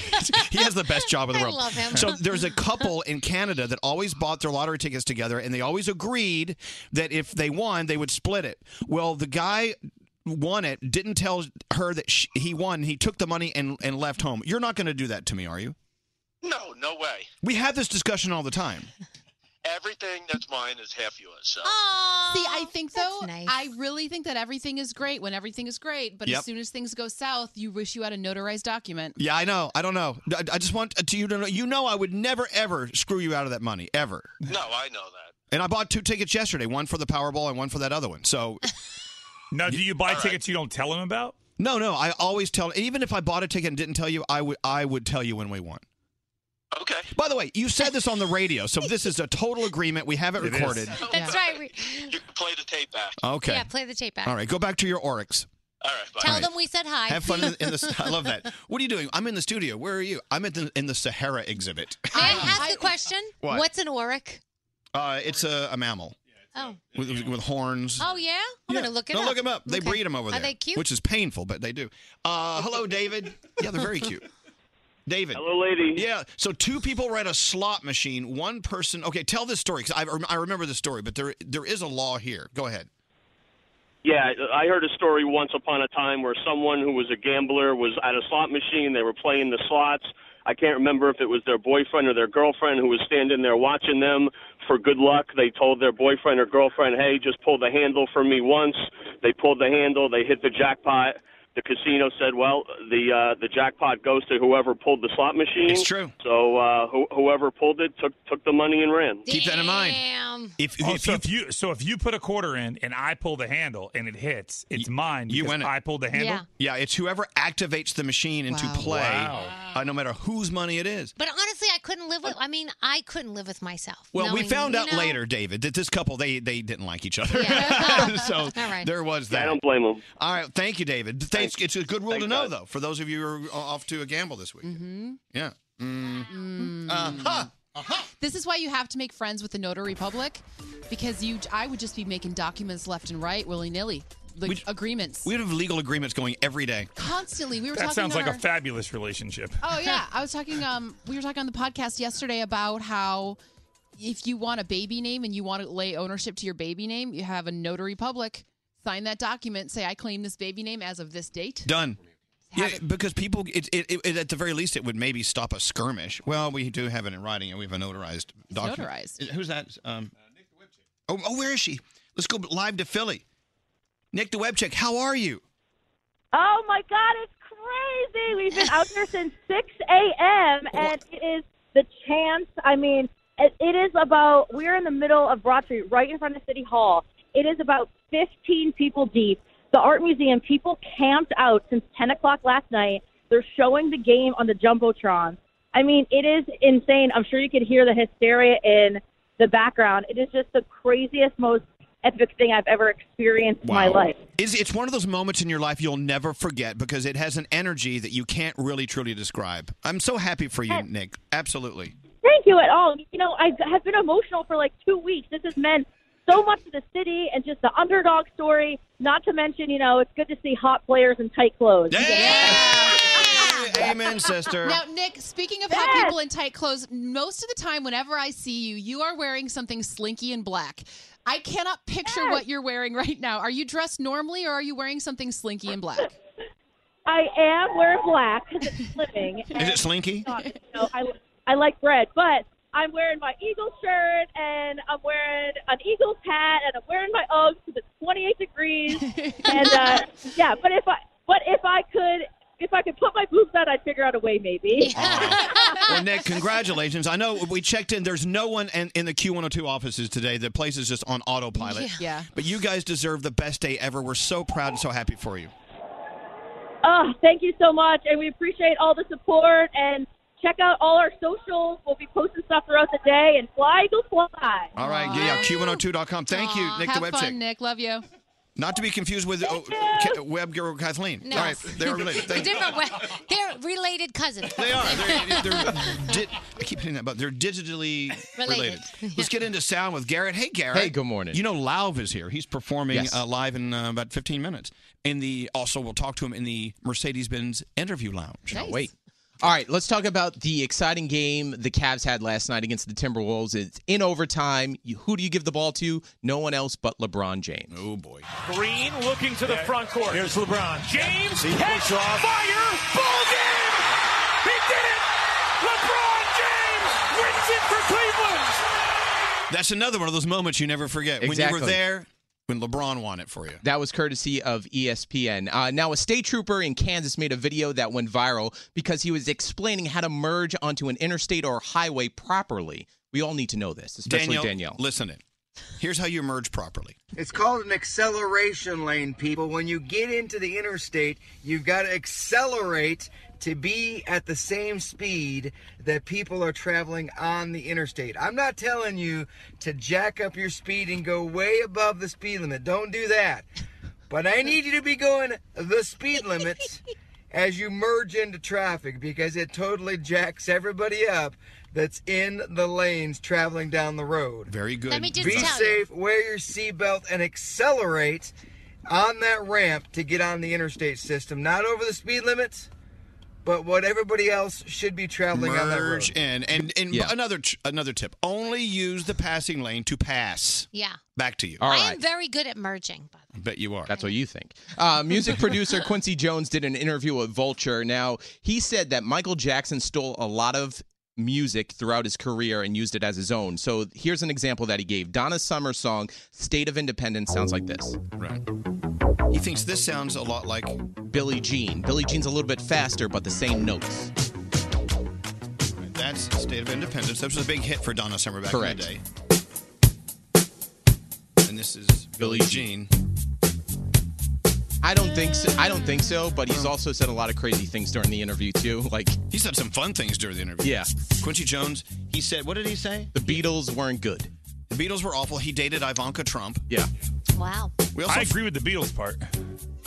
[SPEAKER 7] he has the best job in the
[SPEAKER 1] I
[SPEAKER 7] world.
[SPEAKER 1] love him.
[SPEAKER 7] So there's a couple in Canada that always bought their lottery tickets together, and they always agreed that if they won, they would split it. Well, the guy won it, didn't tell her that she, he won. He took the money and and left home. You're not going to do that to me, are you?
[SPEAKER 1] No, no way.
[SPEAKER 7] We have this discussion all the time.
[SPEAKER 1] Everything that's mine is half yours. So.
[SPEAKER 12] See, I think though, I really think that everything is great when everything is great, but
[SPEAKER 7] Yep.
[SPEAKER 12] as soon as things go south, you wish you had a notarized document.
[SPEAKER 7] Yeah, I know. I don't know. I, I just want to you to know. You know, I would never ever screw you out of that money ever.
[SPEAKER 1] No, I know that.
[SPEAKER 7] And I bought two tickets yesterday, one for the Powerball and one for that other one. So
[SPEAKER 9] Now, do you buy tickets you don't tell them about?
[SPEAKER 7] no, no, I always tell even if I bought a ticket and didn't tell you, I would I would tell you when we won.
[SPEAKER 1] Okay.
[SPEAKER 7] By the way, you said this on the radio, so this is a total agreement. We have it,
[SPEAKER 1] It is.
[SPEAKER 7] recorded.
[SPEAKER 12] Oh,
[SPEAKER 11] That's right. We,
[SPEAKER 1] You can play the tape back.
[SPEAKER 7] Okay.
[SPEAKER 11] Yeah, play the tape back.
[SPEAKER 7] All right, go back to your Oryx.
[SPEAKER 1] All right,
[SPEAKER 11] Tell them we said hi.
[SPEAKER 7] Have fun in, in the. I love that. What are you doing? I'm in the studio. Where are you? I'm at the in the Sahara exhibit.
[SPEAKER 11] May I ask a question?
[SPEAKER 7] What?
[SPEAKER 11] What's an auric?
[SPEAKER 7] Uh, it's a, a mammal
[SPEAKER 11] Oh.
[SPEAKER 7] with, with horns.
[SPEAKER 11] Oh yeah. I'm
[SPEAKER 7] Yeah.
[SPEAKER 11] gonna look it
[SPEAKER 7] no,
[SPEAKER 11] up.
[SPEAKER 7] look them up. They
[SPEAKER 11] Okay.
[SPEAKER 7] breed them over
[SPEAKER 11] Are
[SPEAKER 7] there.
[SPEAKER 11] they cute?
[SPEAKER 7] Which is painful, but they do. Uh, hello, David. Yeah, they're very cute. David.
[SPEAKER 16] Hello, lady.
[SPEAKER 7] Yeah. So two people were at a slot machine. One person. Okay, tell this story because I, rem- I remember the story, but there there is a law here. Go ahead.
[SPEAKER 16] Yeah, I heard a story once upon a time where someone who was a gambler was at a slot machine. They were playing the slots. I can't remember if it was their boyfriend or their girlfriend who was standing there watching them for good luck. They told their boyfriend or girlfriend, hey, just pull the handle for me once. They pulled the handle, they hit the jackpot. The casino said, well, the uh, the jackpot goes to whoever pulled the slot machine.
[SPEAKER 7] It's true.
[SPEAKER 16] So uh, who whoever pulled it took took the money and ran.
[SPEAKER 7] Keep that in mind. If,
[SPEAKER 9] Oh, so if you so if you put a quarter in and I pull the handle and it hits, it's mine.
[SPEAKER 7] you
[SPEAKER 9] because
[SPEAKER 7] win it.
[SPEAKER 9] I pulled the handle.
[SPEAKER 7] Yeah, it's whoever activates the machine into
[SPEAKER 11] Wow.
[SPEAKER 7] play,
[SPEAKER 11] Wow.
[SPEAKER 7] uh, no matter whose money it is.
[SPEAKER 11] But honestly, I couldn't live with. I mean, I couldn't live with myself.
[SPEAKER 7] Well, we
[SPEAKER 11] knowing,
[SPEAKER 7] found
[SPEAKER 11] you
[SPEAKER 7] out
[SPEAKER 11] know,
[SPEAKER 7] later, David, that this couple they they didn't like each other. so
[SPEAKER 11] right.
[SPEAKER 7] there was that. I don't
[SPEAKER 16] blame them.
[SPEAKER 7] All right, thank you, David. Thanks. It's a good rule
[SPEAKER 16] Thanks,
[SPEAKER 7] to know,
[SPEAKER 16] guys.
[SPEAKER 7] though, for those of you who are off to a gamble this week.
[SPEAKER 12] Mm-hmm.
[SPEAKER 7] Yeah. Mm. Uh-huh.
[SPEAKER 12] This is why you have to make friends with the notary public, because you, I would just be making documents left and right, willy nilly, like agreements.
[SPEAKER 7] We'd have legal agreements going every day.
[SPEAKER 12] Constantly, we were talking. on our-
[SPEAKER 7] fabulous relationship.
[SPEAKER 12] Oh yeah, I was talking. Um, we were talking on the podcast yesterday about how if you want a baby name and you want to lay ownership to your baby name, you have a notary public sign that document. Say, I claim this baby name as of this date.
[SPEAKER 7] Done. Yeah, because people, it, it, it, at the very least, it would maybe stop a skirmish. Well, we do have it in writing, and we have a notarized document.
[SPEAKER 12] Notarized.
[SPEAKER 7] Who's that? Um, oh, oh, where is she? Let's go live to Philly. Nick the Webcheck, how are you?
[SPEAKER 31] Oh my God, it's crazy. We've been out here since 6 a.m. and it is the chance. I mean, it, it is about, we're in the middle of Broad Street, right in front of City Hall. It is about 15 people deep. The art museum, people camped out since 10 o'clock last night. They're showing the game on the Jumbotron. I mean, it is insane. I'm sure you could hear the hysteria in the background. It is just the craziest, most epic thing I've ever experienced in my life.
[SPEAKER 7] It's, it's one of those moments in your life you'll never forget because it has an energy that you can't really truly describe. I'm so happy for you, Nick. Absolutely.
[SPEAKER 31] Thank you at all. You know, I have been emotional for like two weeks. This has meant so much to the city and just the underdog story. Not to mention, you know, it's good to see hot players in tight clothes.
[SPEAKER 7] Amen, sister.
[SPEAKER 12] Now, Nick, speaking of hot people in tight clothes, most of the time, whenever I see you, you are wearing something slinky and black. I cannot picture what you're wearing right now. Are you dressed normally or are you wearing something slinky and black?
[SPEAKER 31] I am wearing black 'cause it's living.
[SPEAKER 7] Is it Slinky?
[SPEAKER 31] you know, I, I like bread, but I'm wearing my Eagles shirt and I'm wearing an Eagles hat and I'm wearing my Uggs because it's 28 degrees. and uh, yeah, but if I but if I could if I could put my boobs out, I'd figure out a way maybe.
[SPEAKER 7] Oh, Well, Nick, congratulations. I know we checked in. There's no one in, in the Q102 offices today. The place is just on autopilot.
[SPEAKER 31] Yeah. Yeah.
[SPEAKER 7] But you guys deserve the best day ever. We're so proud and so happy for you.
[SPEAKER 31] Oh, thank you so much, and we appreciate all the support. And check out all our socials. We'll be posting stuff throughout the day. And fly, go fly.
[SPEAKER 7] All right. Yeah, Q102.com. Thank you, Nick
[SPEAKER 12] Have
[SPEAKER 7] the Web
[SPEAKER 12] fun,
[SPEAKER 7] Chick.
[SPEAKER 12] Nick. Love you.
[SPEAKER 7] Not to be confused with oh, Ca- Web Girl Kathleen.
[SPEAKER 11] No.
[SPEAKER 7] All right. They're related. Thank you.
[SPEAKER 11] Different way. They're related cousins.
[SPEAKER 7] They are. They're, they're di- I keep hitting that button. They're digitally related.
[SPEAKER 11] Related.
[SPEAKER 7] Let's get into sound with Garrett. Hey, Garrett.
[SPEAKER 20] Hey, good morning.
[SPEAKER 7] You know, Lauv is here. He's performing
[SPEAKER 20] Yes.
[SPEAKER 7] uh, live in uh, about 15 minutes. In the also, we'll talk to him in the Mercedes Benz interview lounge.
[SPEAKER 20] Can't wait. All right, let's talk about the exciting game the Cavs had last night against the Timberwolves. It's in overtime. You, who do you give the ball to? No one else but LeBron James. Oh boy.
[SPEAKER 23] Green looking to the front court. Here's LeBron. James
[SPEAKER 20] He
[SPEAKER 23] catch,
[SPEAKER 20] puts off.
[SPEAKER 23] fire, ball game. He did it. LeBron James wins it for Cleveland.
[SPEAKER 7] That's another one of those moments you never forget. When you were
[SPEAKER 20] Exactly.
[SPEAKER 7] there, when LeBron won it for you.
[SPEAKER 20] That was courtesy of ESPN. Uh, now, a state trooper in Kansas made a video that went viral because he was explaining how to merge onto an interstate or highway properly. We all need to know this, especially Danielle.
[SPEAKER 7] Listen in. Here's how you merge properly.
[SPEAKER 22] It's called an acceleration lane, people. When you get into the interstate, you've got to accelerate to be at the same speed that people are traveling on the interstate. I'm not telling you to jack up your speed and go way above the speed limit. Don't do that. But I need you to be going the speed limits as you merge into traffic because it totally jacks everybody up that's in the lanes traveling down the road.
[SPEAKER 7] Very good.
[SPEAKER 22] Be Let me just tell you. safe, wear your seatbelt, and accelerate on that ramp to get on the interstate system. Not over the speed limits, but what everybody else should be traveling on that road.
[SPEAKER 7] merge in. And and b- another tr- another tip: only use the passing lane to pass.
[SPEAKER 11] Yeah.
[SPEAKER 7] Back to you.
[SPEAKER 20] All
[SPEAKER 11] I
[SPEAKER 20] right.
[SPEAKER 11] am very good at merging. But
[SPEAKER 20] I bet you are. That's what you think. Uh, music producer Quincy Jones did an interview with Vulture. Now, he said that Michael Jackson stole a lot of music throughout his career and used it as his own. So here's an example that he gave Donna Summer's song, State of Independence, sounds like this.
[SPEAKER 7] Right. He thinks this sounds a lot like
[SPEAKER 20] Billie Jean. Billie Jean's a little bit faster, but the same notes.
[SPEAKER 7] That's State of Independence. That was a big hit for Donna Summer back
[SPEAKER 20] Correct.
[SPEAKER 7] in the day. And this is Billie Jean.
[SPEAKER 20] I don't think so. I don't think so, but he's also said a lot of crazy things during the interview too. Like
[SPEAKER 7] he said some fun things during the interview.
[SPEAKER 20] Yeah.
[SPEAKER 7] Quincy Jones, he said, what did he say?
[SPEAKER 20] The Beatles weren't good.
[SPEAKER 7] The Beatles were awful. He dated Ivanka Trump.
[SPEAKER 20] Yeah.
[SPEAKER 11] wow.
[SPEAKER 7] We also
[SPEAKER 9] I agree with the Beatles part.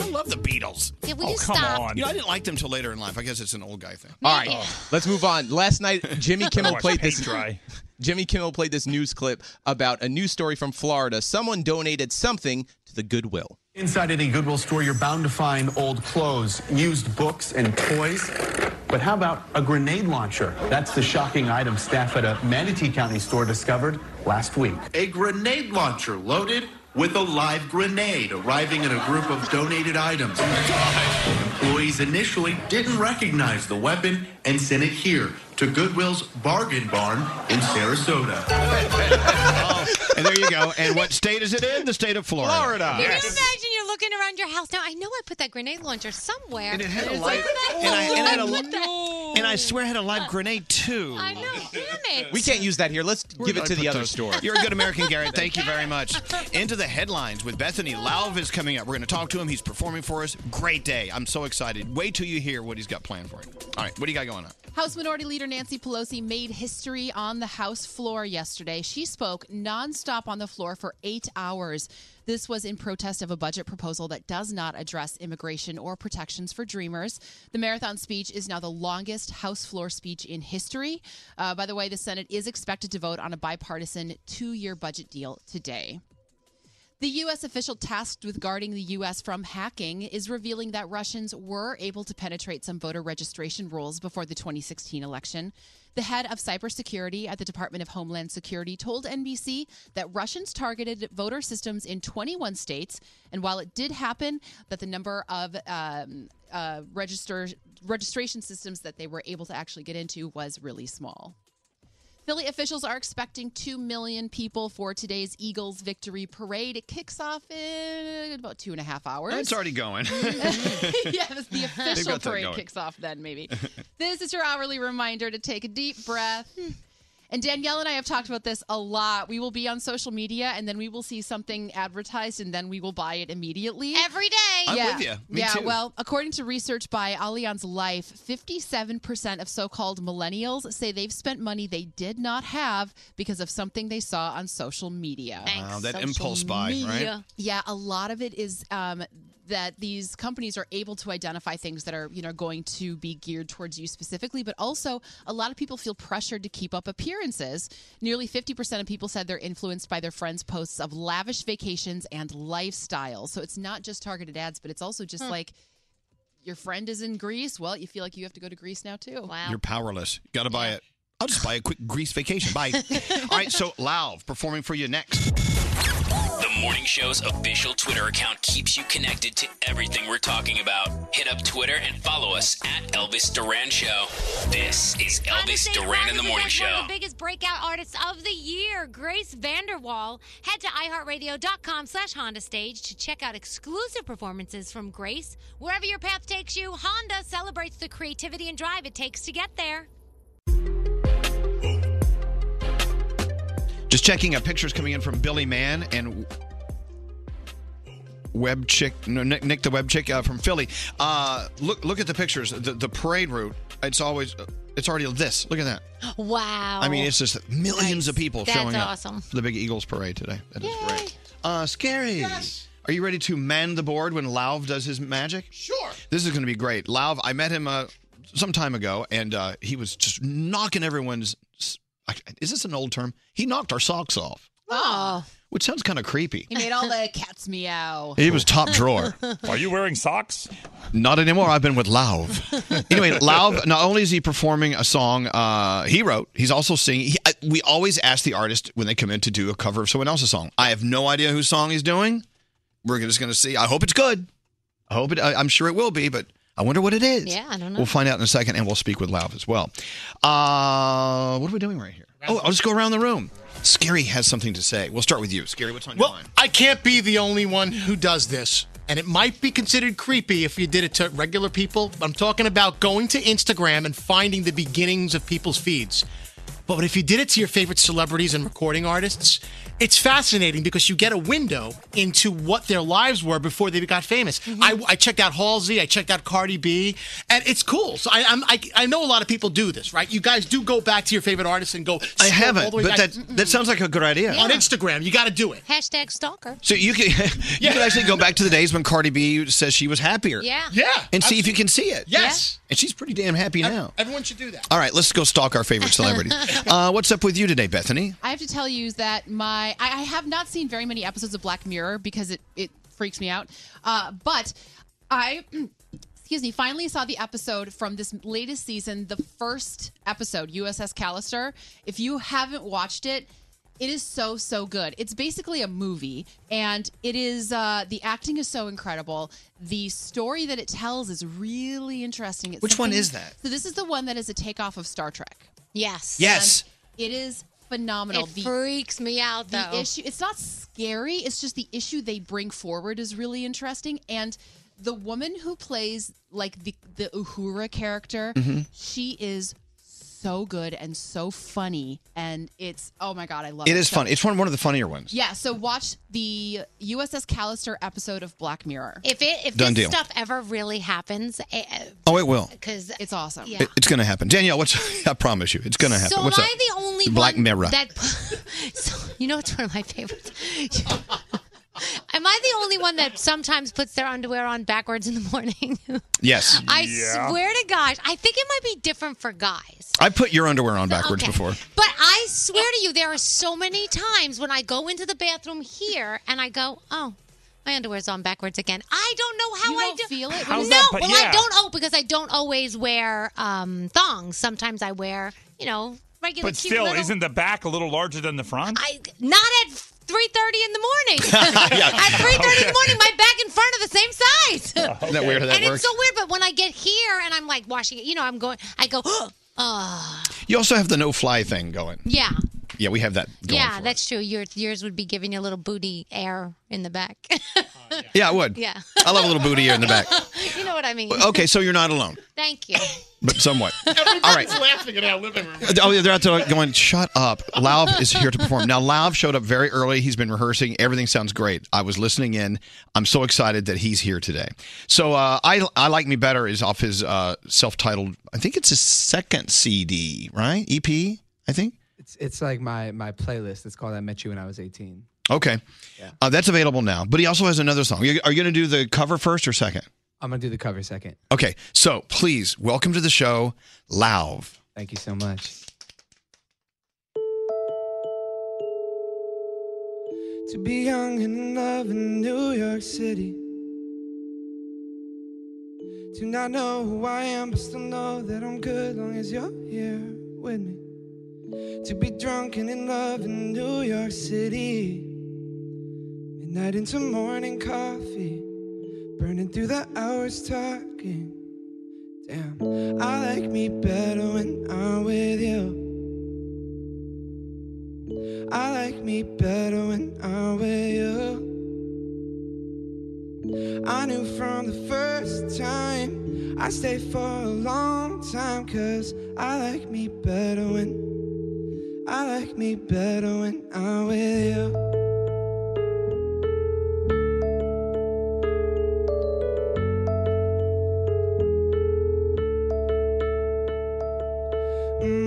[SPEAKER 7] I love the Beatles.
[SPEAKER 11] Yeah, will Oh, you come stop? on.
[SPEAKER 7] You know, I didn't like them till later in life. I guess it's an old guy thing.
[SPEAKER 20] All right, let's move on. Last night, Jimmy Kimmel
[SPEAKER 7] Watch
[SPEAKER 20] played
[SPEAKER 7] paint
[SPEAKER 20] this.
[SPEAKER 7] dry.
[SPEAKER 20] Jimmy Kimmel played this news clip about a news story from Florida. Someone donated something to the Goodwill.
[SPEAKER 2] Inside any Goodwill store, you're bound to find old clothes, used books, and toys. But how about a grenade launcher? That's the shocking item staff at a Manatee County store discovered last week.
[SPEAKER 8] A grenade launcher loaded with a live grenade arriving in a group of donated items. Employees initially didn't recognize the weapon and sent it here to Goodwill's Bargain Barn in Sarasota.
[SPEAKER 7] And there you go. And what state is it in? The state of Florida.
[SPEAKER 8] Florida.
[SPEAKER 11] Can you imagine you're looking around your house now? I know I put that grenade launcher somewhere.
[SPEAKER 7] And it had a
[SPEAKER 11] It's
[SPEAKER 7] light-
[SPEAKER 11] like, where
[SPEAKER 7] and I- and it had a
[SPEAKER 11] put
[SPEAKER 7] li-
[SPEAKER 11] that?
[SPEAKER 7] And I swear I had a live grenade too.
[SPEAKER 11] I know. Damn it.
[SPEAKER 20] We can't use that here. Let's
[SPEAKER 7] Where
[SPEAKER 20] give
[SPEAKER 7] did
[SPEAKER 20] it to
[SPEAKER 7] I put
[SPEAKER 20] the other
[SPEAKER 7] those?
[SPEAKER 20] store.
[SPEAKER 7] You're a good American, Garrett. Thank you very much. Into the headlines with Bethany Lauv is coming up. We're going to talk to him. He's performing for us. Great day. I'm so excited. Wait till you hear what he's got planned for you. All right, what do you got going on?
[SPEAKER 12] House Minority Leader Nancy Pelosi made history on the House floor yesterday. She spoke nonstop on the floor for eight hours. This was in protest of a budget proposal that does not address immigration or protections for Dreamers. The marathon speech is now the longest House floor speech in history. Uh, by the way, the Senate is expected to vote on a bipartisan two year budget deal today. The U.S. official tasked with guarding the U.S. from hacking is revealing that Russians were able to penetrate some voter registration rules before the 2016 election. The head of cybersecurity at the Department of Homeland Security told NBC that Russians targeted voter systems in 21 states, and while it did happen, that the number of um, uh, register registration systems that they were able to actually get into was really small. Philly officials are expecting 2 million people for today's Eagles victory parade. It kicks off in about two and a half hours.
[SPEAKER 7] It's already going.
[SPEAKER 12] yes, the official
[SPEAKER 7] got that
[SPEAKER 12] parade
[SPEAKER 7] going.
[SPEAKER 12] kicks off then, maybe. this is your hourly reminder to take a deep breath. And Danielle and I have talked about this a lot. We will be on social media and then we will see something advertised and then we will buy it immediately.
[SPEAKER 11] Every day.
[SPEAKER 7] I'm
[SPEAKER 12] yeah.
[SPEAKER 7] with ya. Me
[SPEAKER 12] yeah,
[SPEAKER 7] too.
[SPEAKER 12] well, according to research by Allianz Life, 57% of so called millennials say they've spent money they did not have because of something they saw on social media.
[SPEAKER 7] Wow, that impulse buy, right?
[SPEAKER 12] Yeah, a lot of it is um, that these companies are able to identify things that are you know going to be geared towards you specifically, but also a lot of people feel pressured to keep up appearances. Nearly fifty percent of people said they're influenced by their friends' posts of lavish vacations and lifestyles. So it's not just targeted ads, but it's also just
[SPEAKER 7] Hmm.
[SPEAKER 12] like your friend is in Greece. Well, you feel like you have to go to Greece now too. Wow.
[SPEAKER 7] You're powerless. Got to buy it. I'll just buy a quick Greece vacation. Bye. All right, so Lauv performing for you next.
[SPEAKER 5] The morning show's official Twitter account keeps you connected to everything we're talking about. Hit up Twitter and follow us at Elvis Duran Show. This is Elvis Duran in the Morning
[SPEAKER 11] One
[SPEAKER 5] Show.
[SPEAKER 11] of the biggest breakout artists of the year, Grace Vanderwall. Head to iHeartRadio.com slash Honda Stage to check out exclusive performances from Grace. Wherever your path takes you, Honda celebrates the creativity and drive it takes to get there.
[SPEAKER 7] Just checking a pictures coming in from Billy Mann and Web Chick, no, Nick, Nick the Web Chick uh, from Philly. Uh, look, look at the pictures. The, the parade route. It's always, it's already this. Look at that.
[SPEAKER 11] Wow.
[SPEAKER 7] I mean, it's just millions of people
[SPEAKER 11] Oh. That's
[SPEAKER 7] showing up
[SPEAKER 11] awesome.
[SPEAKER 7] for the big Eagles parade today. That is great. Uh, scary. Are you ready to man the board when Lauv does his magic? Sure. This is going to be great. Lauv, I met him uh, some time ago, and uh, he was just knocking everyone's. Is this an old term? He knocked our socks off.
[SPEAKER 11] Oh.
[SPEAKER 7] which sounds kind of creepy.
[SPEAKER 12] He made all the cats meow.
[SPEAKER 7] He was top drawer.
[SPEAKER 9] Are you wearing socks?
[SPEAKER 7] Not anymore. I've been with Lauv. anyway, Lauv, not only is he performing a song uh, he wrote, he's also singing. He, I, we always ask the artist when they come in to do a cover of someone else's song. I have no idea whose song he's doing. We're just going to see. I hope it's good. I hope it, I, I'm sure it will be, but I wonder what it is.
[SPEAKER 11] Yeah, I don't know.
[SPEAKER 7] We'll find out in a second, and we'll speak with Lauv as well. Uh, what are we doing right here? Oh, I'll just go around the room. Scary has something to say. We'll start with you, Scary. What's on your mind?
[SPEAKER 18] I can't be the only one who does this. And it might be considered creepy if you did it to regular people. I'm talking about going to Instagram and finding the beginnings of people's feeds. But if you did it to your favorite celebrities and recording artists, it's fascinating because you get a window into what their lives were before they got famous.
[SPEAKER 7] Mm-hmm.
[SPEAKER 18] I, I checked out Halsey, I checked out Cardi B, and it's cool. So I, I'm, I, I know a lot of people do this, right? You guys do go back to your favorite artists and go.
[SPEAKER 7] I
[SPEAKER 18] scroll
[SPEAKER 7] haven't,
[SPEAKER 18] all the way
[SPEAKER 7] but
[SPEAKER 18] back.
[SPEAKER 7] that that sounds like a good idea.
[SPEAKER 18] on Instagram, you got to do it.
[SPEAKER 11] Hashtag stalker.
[SPEAKER 7] So you can you can actually go back to the days when Cardi B says she was happier.
[SPEAKER 11] Yeah.
[SPEAKER 18] Yeah.
[SPEAKER 7] And see if you can see it.
[SPEAKER 18] Yes.
[SPEAKER 7] And she's pretty damn happy now.
[SPEAKER 18] Everyone should do that.
[SPEAKER 7] All right, let's go stalk our favorite celebrity. uh, what's up with you today, Bethany?
[SPEAKER 12] I have to tell you that my I, I have not seen very many episodes of Black Mirror because it it freaks me out. Uh, but I excuse me finally saw the episode from this latest season, the first episode, USS Callister. If you haven't watched it. It is so so good. It's basically a movie, and it is uh, the acting is so incredible. The story that it tells is really interesting. It's
[SPEAKER 7] Which one
[SPEAKER 12] something-
[SPEAKER 7] is that?
[SPEAKER 12] So this is the one that is a takeoff of Star Trek.
[SPEAKER 11] Yes.
[SPEAKER 7] Yes.
[SPEAKER 12] It is phenomenal.
[SPEAKER 11] It freaks me out
[SPEAKER 12] the
[SPEAKER 11] though.
[SPEAKER 12] issue it's not scary, it's just the issue they bring forward is really interesting and the woman who plays like the the Uhura character,
[SPEAKER 7] Mm-hmm.
[SPEAKER 29] Mhm.
[SPEAKER 12] she is so good and so funny and it's oh my god, I love it.
[SPEAKER 7] It is
[SPEAKER 12] So-
[SPEAKER 7] fun. It's one one of the funnier ones.
[SPEAKER 12] Yeah, so watch the USS Callister episode of Black Mirror.
[SPEAKER 11] If it if
[SPEAKER 7] Done
[SPEAKER 11] this
[SPEAKER 7] deal.
[SPEAKER 11] stuff ever really happens, eh,
[SPEAKER 7] Oh, it will.
[SPEAKER 11] because
[SPEAKER 12] it's awesome.
[SPEAKER 11] Yeah.
[SPEAKER 7] It- it's going to happen. Danielle, what's I promise you, it's going to happen.
[SPEAKER 11] So
[SPEAKER 7] what's
[SPEAKER 11] am
[SPEAKER 7] up?
[SPEAKER 11] I the only
[SPEAKER 7] Black
[SPEAKER 11] one
[SPEAKER 7] Mirror.
[SPEAKER 11] That so, you know, it's one of my favorites. am I the only one that sometimes puts their underwear on backwards in the morning?
[SPEAKER 7] yes.
[SPEAKER 11] I swear to gosh, I think it might be different for guys.
[SPEAKER 7] I put your underwear on backwards
[SPEAKER 11] Okay.
[SPEAKER 7] before.
[SPEAKER 11] But I swear to you, there are so many times when I go into the bathroom here and I go, oh, my underwear's on backwards again. I don't know how I do.
[SPEAKER 12] feel it.
[SPEAKER 11] no,
[SPEAKER 12] How's that po-
[SPEAKER 11] well, I
[SPEAKER 12] yeah.
[SPEAKER 11] don't. Oh, because I don't always wear um, thongs. Sometimes I wear, you know, regular.
[SPEAKER 9] But
[SPEAKER 11] cute
[SPEAKER 9] still,
[SPEAKER 11] little-
[SPEAKER 9] isn't the back a little larger than the front?
[SPEAKER 11] I not at three thirty in the morning. At three thirty in the morning, my back and front are the same size.
[SPEAKER 7] Isn't that weird how that
[SPEAKER 11] and
[SPEAKER 7] works?
[SPEAKER 11] it's so weird. But when I get here and I'm like washing it, you know, I'm going. I go. Oh,
[SPEAKER 7] You also have the no fly thing going.
[SPEAKER 11] yeah,
[SPEAKER 7] Yeah, we have that.
[SPEAKER 11] yeah, that's true. Your yours would be giving you a little booty air in the back.
[SPEAKER 7] Yeah, I would.
[SPEAKER 11] yeah,
[SPEAKER 7] I love a little booty here in the back.
[SPEAKER 11] you know what I mean.
[SPEAKER 7] Okay, so you're not alone,
[SPEAKER 11] Thank you.
[SPEAKER 7] but somewhat. All right.
[SPEAKER 18] laughing in our living room.
[SPEAKER 7] Oh, yeah, they're out there going, shut up. Lauv is here to perform. Now, Lauv showed up very early. He's been rehearsing. Everything sounds great. I was listening in. I'm so excited that he's here today. So, uh, I, I Like Me Better is off his uh, self titled, I think it's his second CD, right? EP, I think.
[SPEAKER 10] It's, it's like my, my playlist. It's called I Met You When I Was 18.
[SPEAKER 7] Okay. Uh, that's available now. But he also has another song. You- Are you going to do the cover first or second?
[SPEAKER 10] I'm going to do the cover second.
[SPEAKER 7] Okay. So, please welcome to the show, Lauv.
[SPEAKER 10] Thank you so much. To be young and in love in New York City. To not know who I am, but still know that I'm good long as you're here with me. To be drunk and in love in New York City. Midnight into morning coffee. Burning through the hours talking. Damn, I like me better when I'm with you. I like me better when I'm with you. I knew from the first time I stayed for a long time, cause I like me better when I like me better when I'm with you.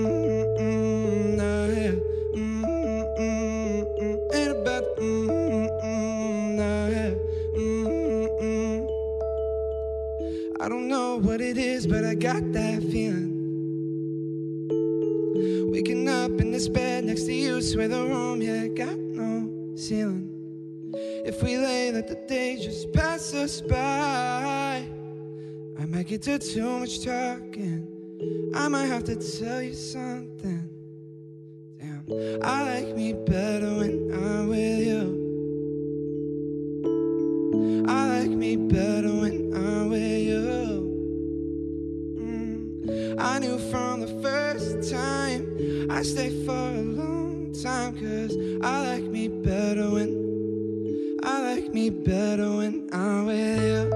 [SPEAKER 10] Mm, nah, Mm-hmm, yeah. Mm, mm, mm, mm. Ain't a bad- mm, mm, mm, nah, yeah. Mm, mm, mm. I don't know what it is, but I got that feeling. Waking up in this bed next to you, swear the room, yeah, got no ceiling. If we lay, let the day just pass us by. I might get to too much talking. I might have to tell you something. Damn, I like me better when I'm with you. I like me better when I'm with you. Mm, I knew from the first time I stay for a long time. Cause I like me better when I like me better when I'm with you.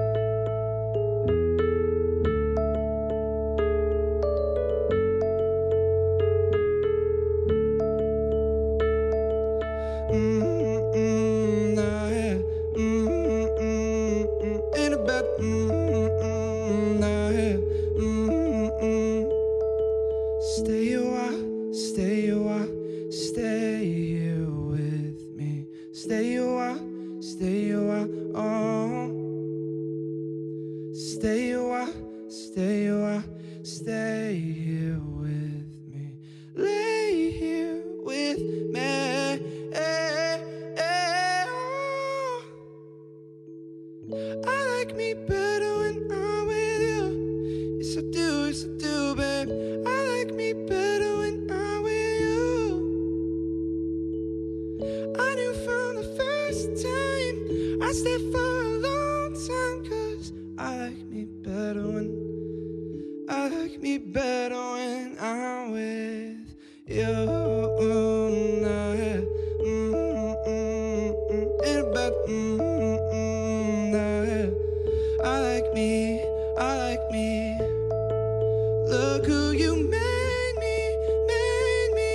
[SPEAKER 10] Mm, nah, yeah. Mm, mm, mm, ain't a bad- mm, mm, mm, nah, yeah. Mm, mm. Stay you are, stay you are, stay you with me. Stay you are, stay you are, oh. Stay you are, stay you are, stay here with me. Lay here with me. Eh, eh, oh. I like me better when I'm with you. Yes, I do, yes, I do, babe. I like me better when I'm with you. I knew from the first time I stayed for a long time, cause I like me better when I like me better when I'm with you. Nah, yeah. Mm, mm, mm, mm. Ain't bad, mm, mm, mm, nah, yeah. I like me, I like me. Look who you made me, made me.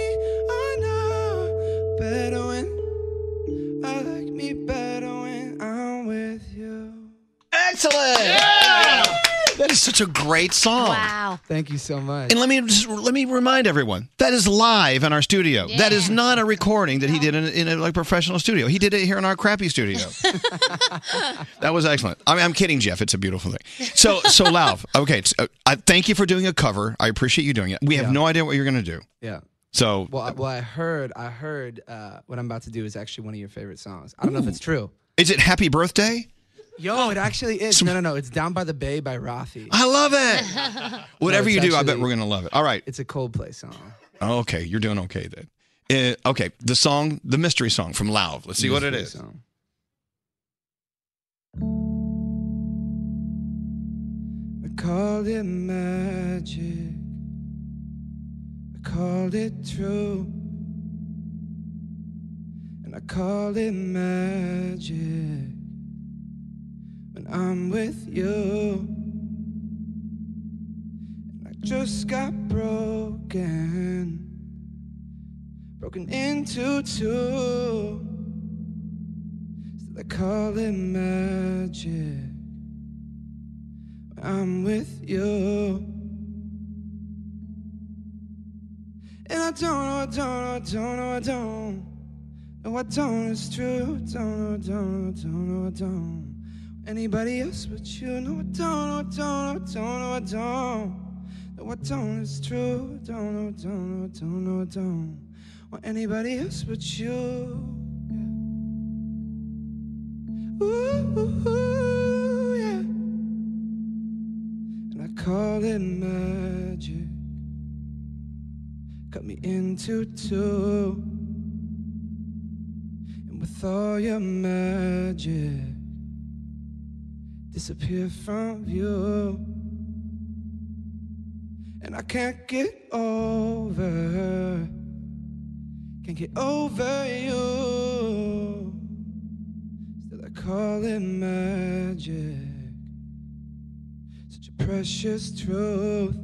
[SPEAKER 10] I know better when I like me better when I'm with you.
[SPEAKER 29] Excellent. That is such a great
[SPEAKER 14] Oh.
[SPEAKER 29] song.
[SPEAKER 11] Wow.
[SPEAKER 10] Thank you so much.
[SPEAKER 29] And let me just, let me remind everyone that is live in our studio. That is not a recording that he did in, a, in a like professional studio. He did it here in our crappy studio. that was excellent. I mean, I'm kidding, Jeff. It's a beautiful thing. So so Lauf, okay. so, uh, I thank you for doing a cover. I appreciate you doing it. We have no idea what you're going to do.
[SPEAKER 10] Yeah.
[SPEAKER 29] So
[SPEAKER 10] Well, I, well, I heard, I heard uh, what I'm about to do is actually one of your favorite songs. I don't know if it's true.
[SPEAKER 29] is it Happy Birthday?
[SPEAKER 10] Yo, it actually is. No, no, no. It's Down by the Bay by Rafi.
[SPEAKER 29] I love it. Whatever
[SPEAKER 10] it's
[SPEAKER 29] you do, I bet
[SPEAKER 10] actually-
[SPEAKER 29] we're going to love it. All right.
[SPEAKER 10] It's a Coldplay song.
[SPEAKER 29] Okay, you're doing okay then. Uh, okay, the song, the mystery song from Loud. Let's see what it
[SPEAKER 10] Mystery
[SPEAKER 29] is.
[SPEAKER 10] song. I called it magic. I called it true. And I called it magic when I'm with you. And I just got broken, broken into two. Still, I call it magic. when I'm with you. And I don't know, I don't know, I don't know, I don't. No, I don't, it's true. I don't know, I don't know, I don't know, I don't. Anybody else but you? No, I don't know, I don't know, I don't know, I don't. No, I don't, it's true. I don't know, I don't know, I don't know, I don't. Want anybody else but you? Yeah. Ooh, yeah. And I call it magic. Cut me into two. And with all your magic, disappear from view. And I can't get over, can't get over you. Still, I call it magic. Such a precious truth.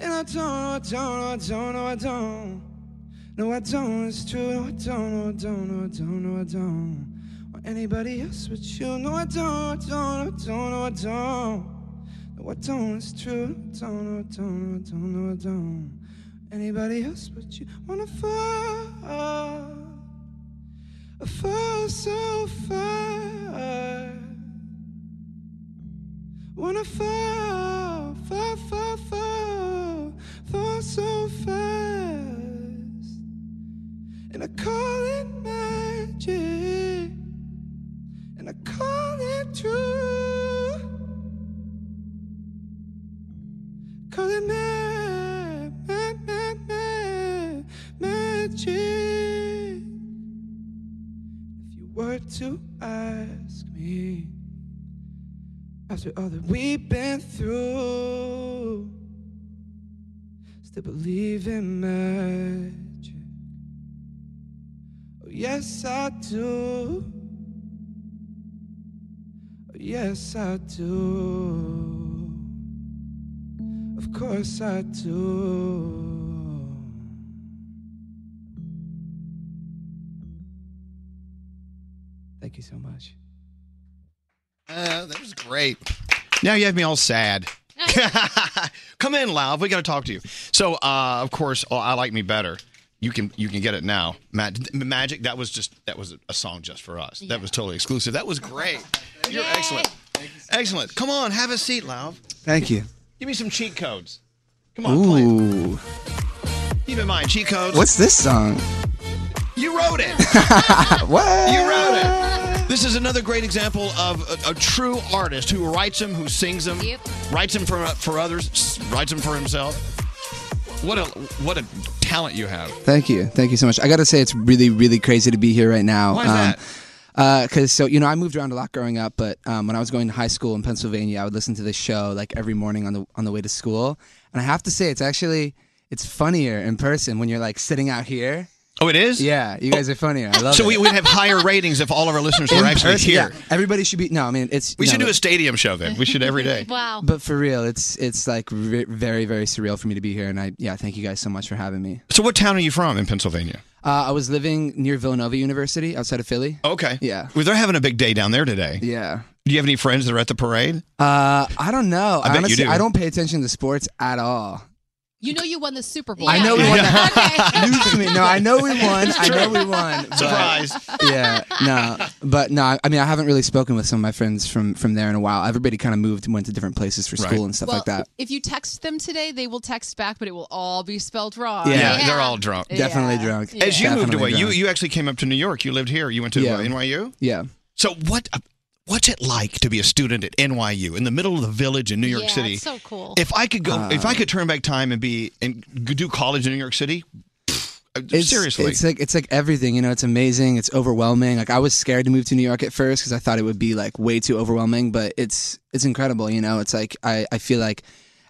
[SPEAKER 10] And I don't know, I don't know, I don't know, I don't. No, I don't, it's true. No, I don't know, I don't know, I don't know, I don't. Want anybody else but you? No, I don't, I don't know, I don't know, I don't. No, I don't, it's true. I don't know, I don't know, I don't know, I don't. Anybody else but you? Wanna fall, fall so far. Wanna fall, fall, fall, fall, fall so fast. were to ask me after all that we've been through, still believe in magic. Oh, yes, I do. Oh, yes, I do. Of course, I do. Thank you so much.
[SPEAKER 7] Uh, that was great. Now you have me all sad. Come in, Lauv. We got to talk to you. So, uh, of course, oh, I like me better. You can you can get it now. Ma- Uh, Magic. That was just that was a song just for us. That was totally exclusive. That was great. You're excellent. Excellent. Come on, have a seat, Lauv.
[SPEAKER 14] Thank you.
[SPEAKER 7] Give me some cheat codes.
[SPEAKER 14] Ooh.
[SPEAKER 7] Keep in mind, cheat codes.
[SPEAKER 14] What's this song?
[SPEAKER 7] You wrote it.
[SPEAKER 14] what?
[SPEAKER 7] You wrote it. This is another great example of a, a true artist who writes them, who sings them, writes them for for others, s- writes them for himself. What a what a talent you have.
[SPEAKER 14] Thank you. Thank you so much. I got to say, it's really, really crazy to be here right now.
[SPEAKER 7] Why is that?
[SPEAKER 14] Because so you know, I moved around a lot growing up, but um, when I was going to high school in Pennsylvania, I would listen to this show like every morning on the on the way to school. And I have to say, it's actually it's funnier in person when you're like sitting out here.
[SPEAKER 7] Oh, it is.
[SPEAKER 14] Yeah, you guys are funnier. I love
[SPEAKER 7] so
[SPEAKER 14] it.
[SPEAKER 7] we would have higher ratings if all of our listeners were
[SPEAKER 14] In
[SPEAKER 7] actually
[SPEAKER 14] person, yeah.
[SPEAKER 7] here.
[SPEAKER 14] Everybody should be. No, I mean it's.
[SPEAKER 7] We
[SPEAKER 14] no,
[SPEAKER 7] should do
[SPEAKER 14] but-
[SPEAKER 7] a stadium show then. We should every day.
[SPEAKER 11] Wow.
[SPEAKER 14] But for real, it's it's like re- very very surreal for me to be here, and I yeah, thank you guys so much for having me.
[SPEAKER 7] So, what town are you from in Pennsylvania?
[SPEAKER 14] Uh, I was living near Villanova University outside of Philly.
[SPEAKER 7] Okay.
[SPEAKER 14] Yeah.
[SPEAKER 7] Well, they're having a big day down there today.
[SPEAKER 14] Yeah.
[SPEAKER 7] Do you have any friends that are at the parade?
[SPEAKER 14] Uh, I don't know.
[SPEAKER 7] I bet you
[SPEAKER 14] Honestly,
[SPEAKER 7] do.
[SPEAKER 14] I don't pay attention to sports at all.
[SPEAKER 12] You know you won the Super Bowl.
[SPEAKER 14] I know we won. That. News to me. No, I know we won.
[SPEAKER 12] It's
[SPEAKER 14] I know
[SPEAKER 12] true.
[SPEAKER 14] we won. but-
[SPEAKER 12] Surprise.
[SPEAKER 14] Yeah. No, but no. I- I mean, I haven't really spoken with some of my friends from from there in a while. Everybody kind of moved and went to different places for school and stuff
[SPEAKER 12] Well,
[SPEAKER 14] like that.
[SPEAKER 12] If you text them today, they will text back, but it will all be spelled wrong.
[SPEAKER 14] Yeah.
[SPEAKER 7] they're all drunk.
[SPEAKER 14] Definitely Yeah. drunk.
[SPEAKER 7] As you moved
[SPEAKER 14] Definitely
[SPEAKER 7] away, you
[SPEAKER 14] drunk.
[SPEAKER 7] you actually came up to New York. You lived here. You went to uh, NYU.
[SPEAKER 14] Yeah.
[SPEAKER 7] So what uh, what's it like to be a student at NYU in the middle of the village in New York
[SPEAKER 11] Yeah,
[SPEAKER 7] City?
[SPEAKER 11] it's so cool.
[SPEAKER 7] If I could go, if I
[SPEAKER 14] Uh,
[SPEAKER 7] could turn back time and be and g- do college in New York City, pfft,
[SPEAKER 14] It's,
[SPEAKER 7] seriously,
[SPEAKER 14] it's like it's like everything. You know, it's amazing. It's overwhelming. Like I was scared to move to New York at first because I thought it would be like way too overwhelming, but it's it's incredible. You know, it's like I I feel like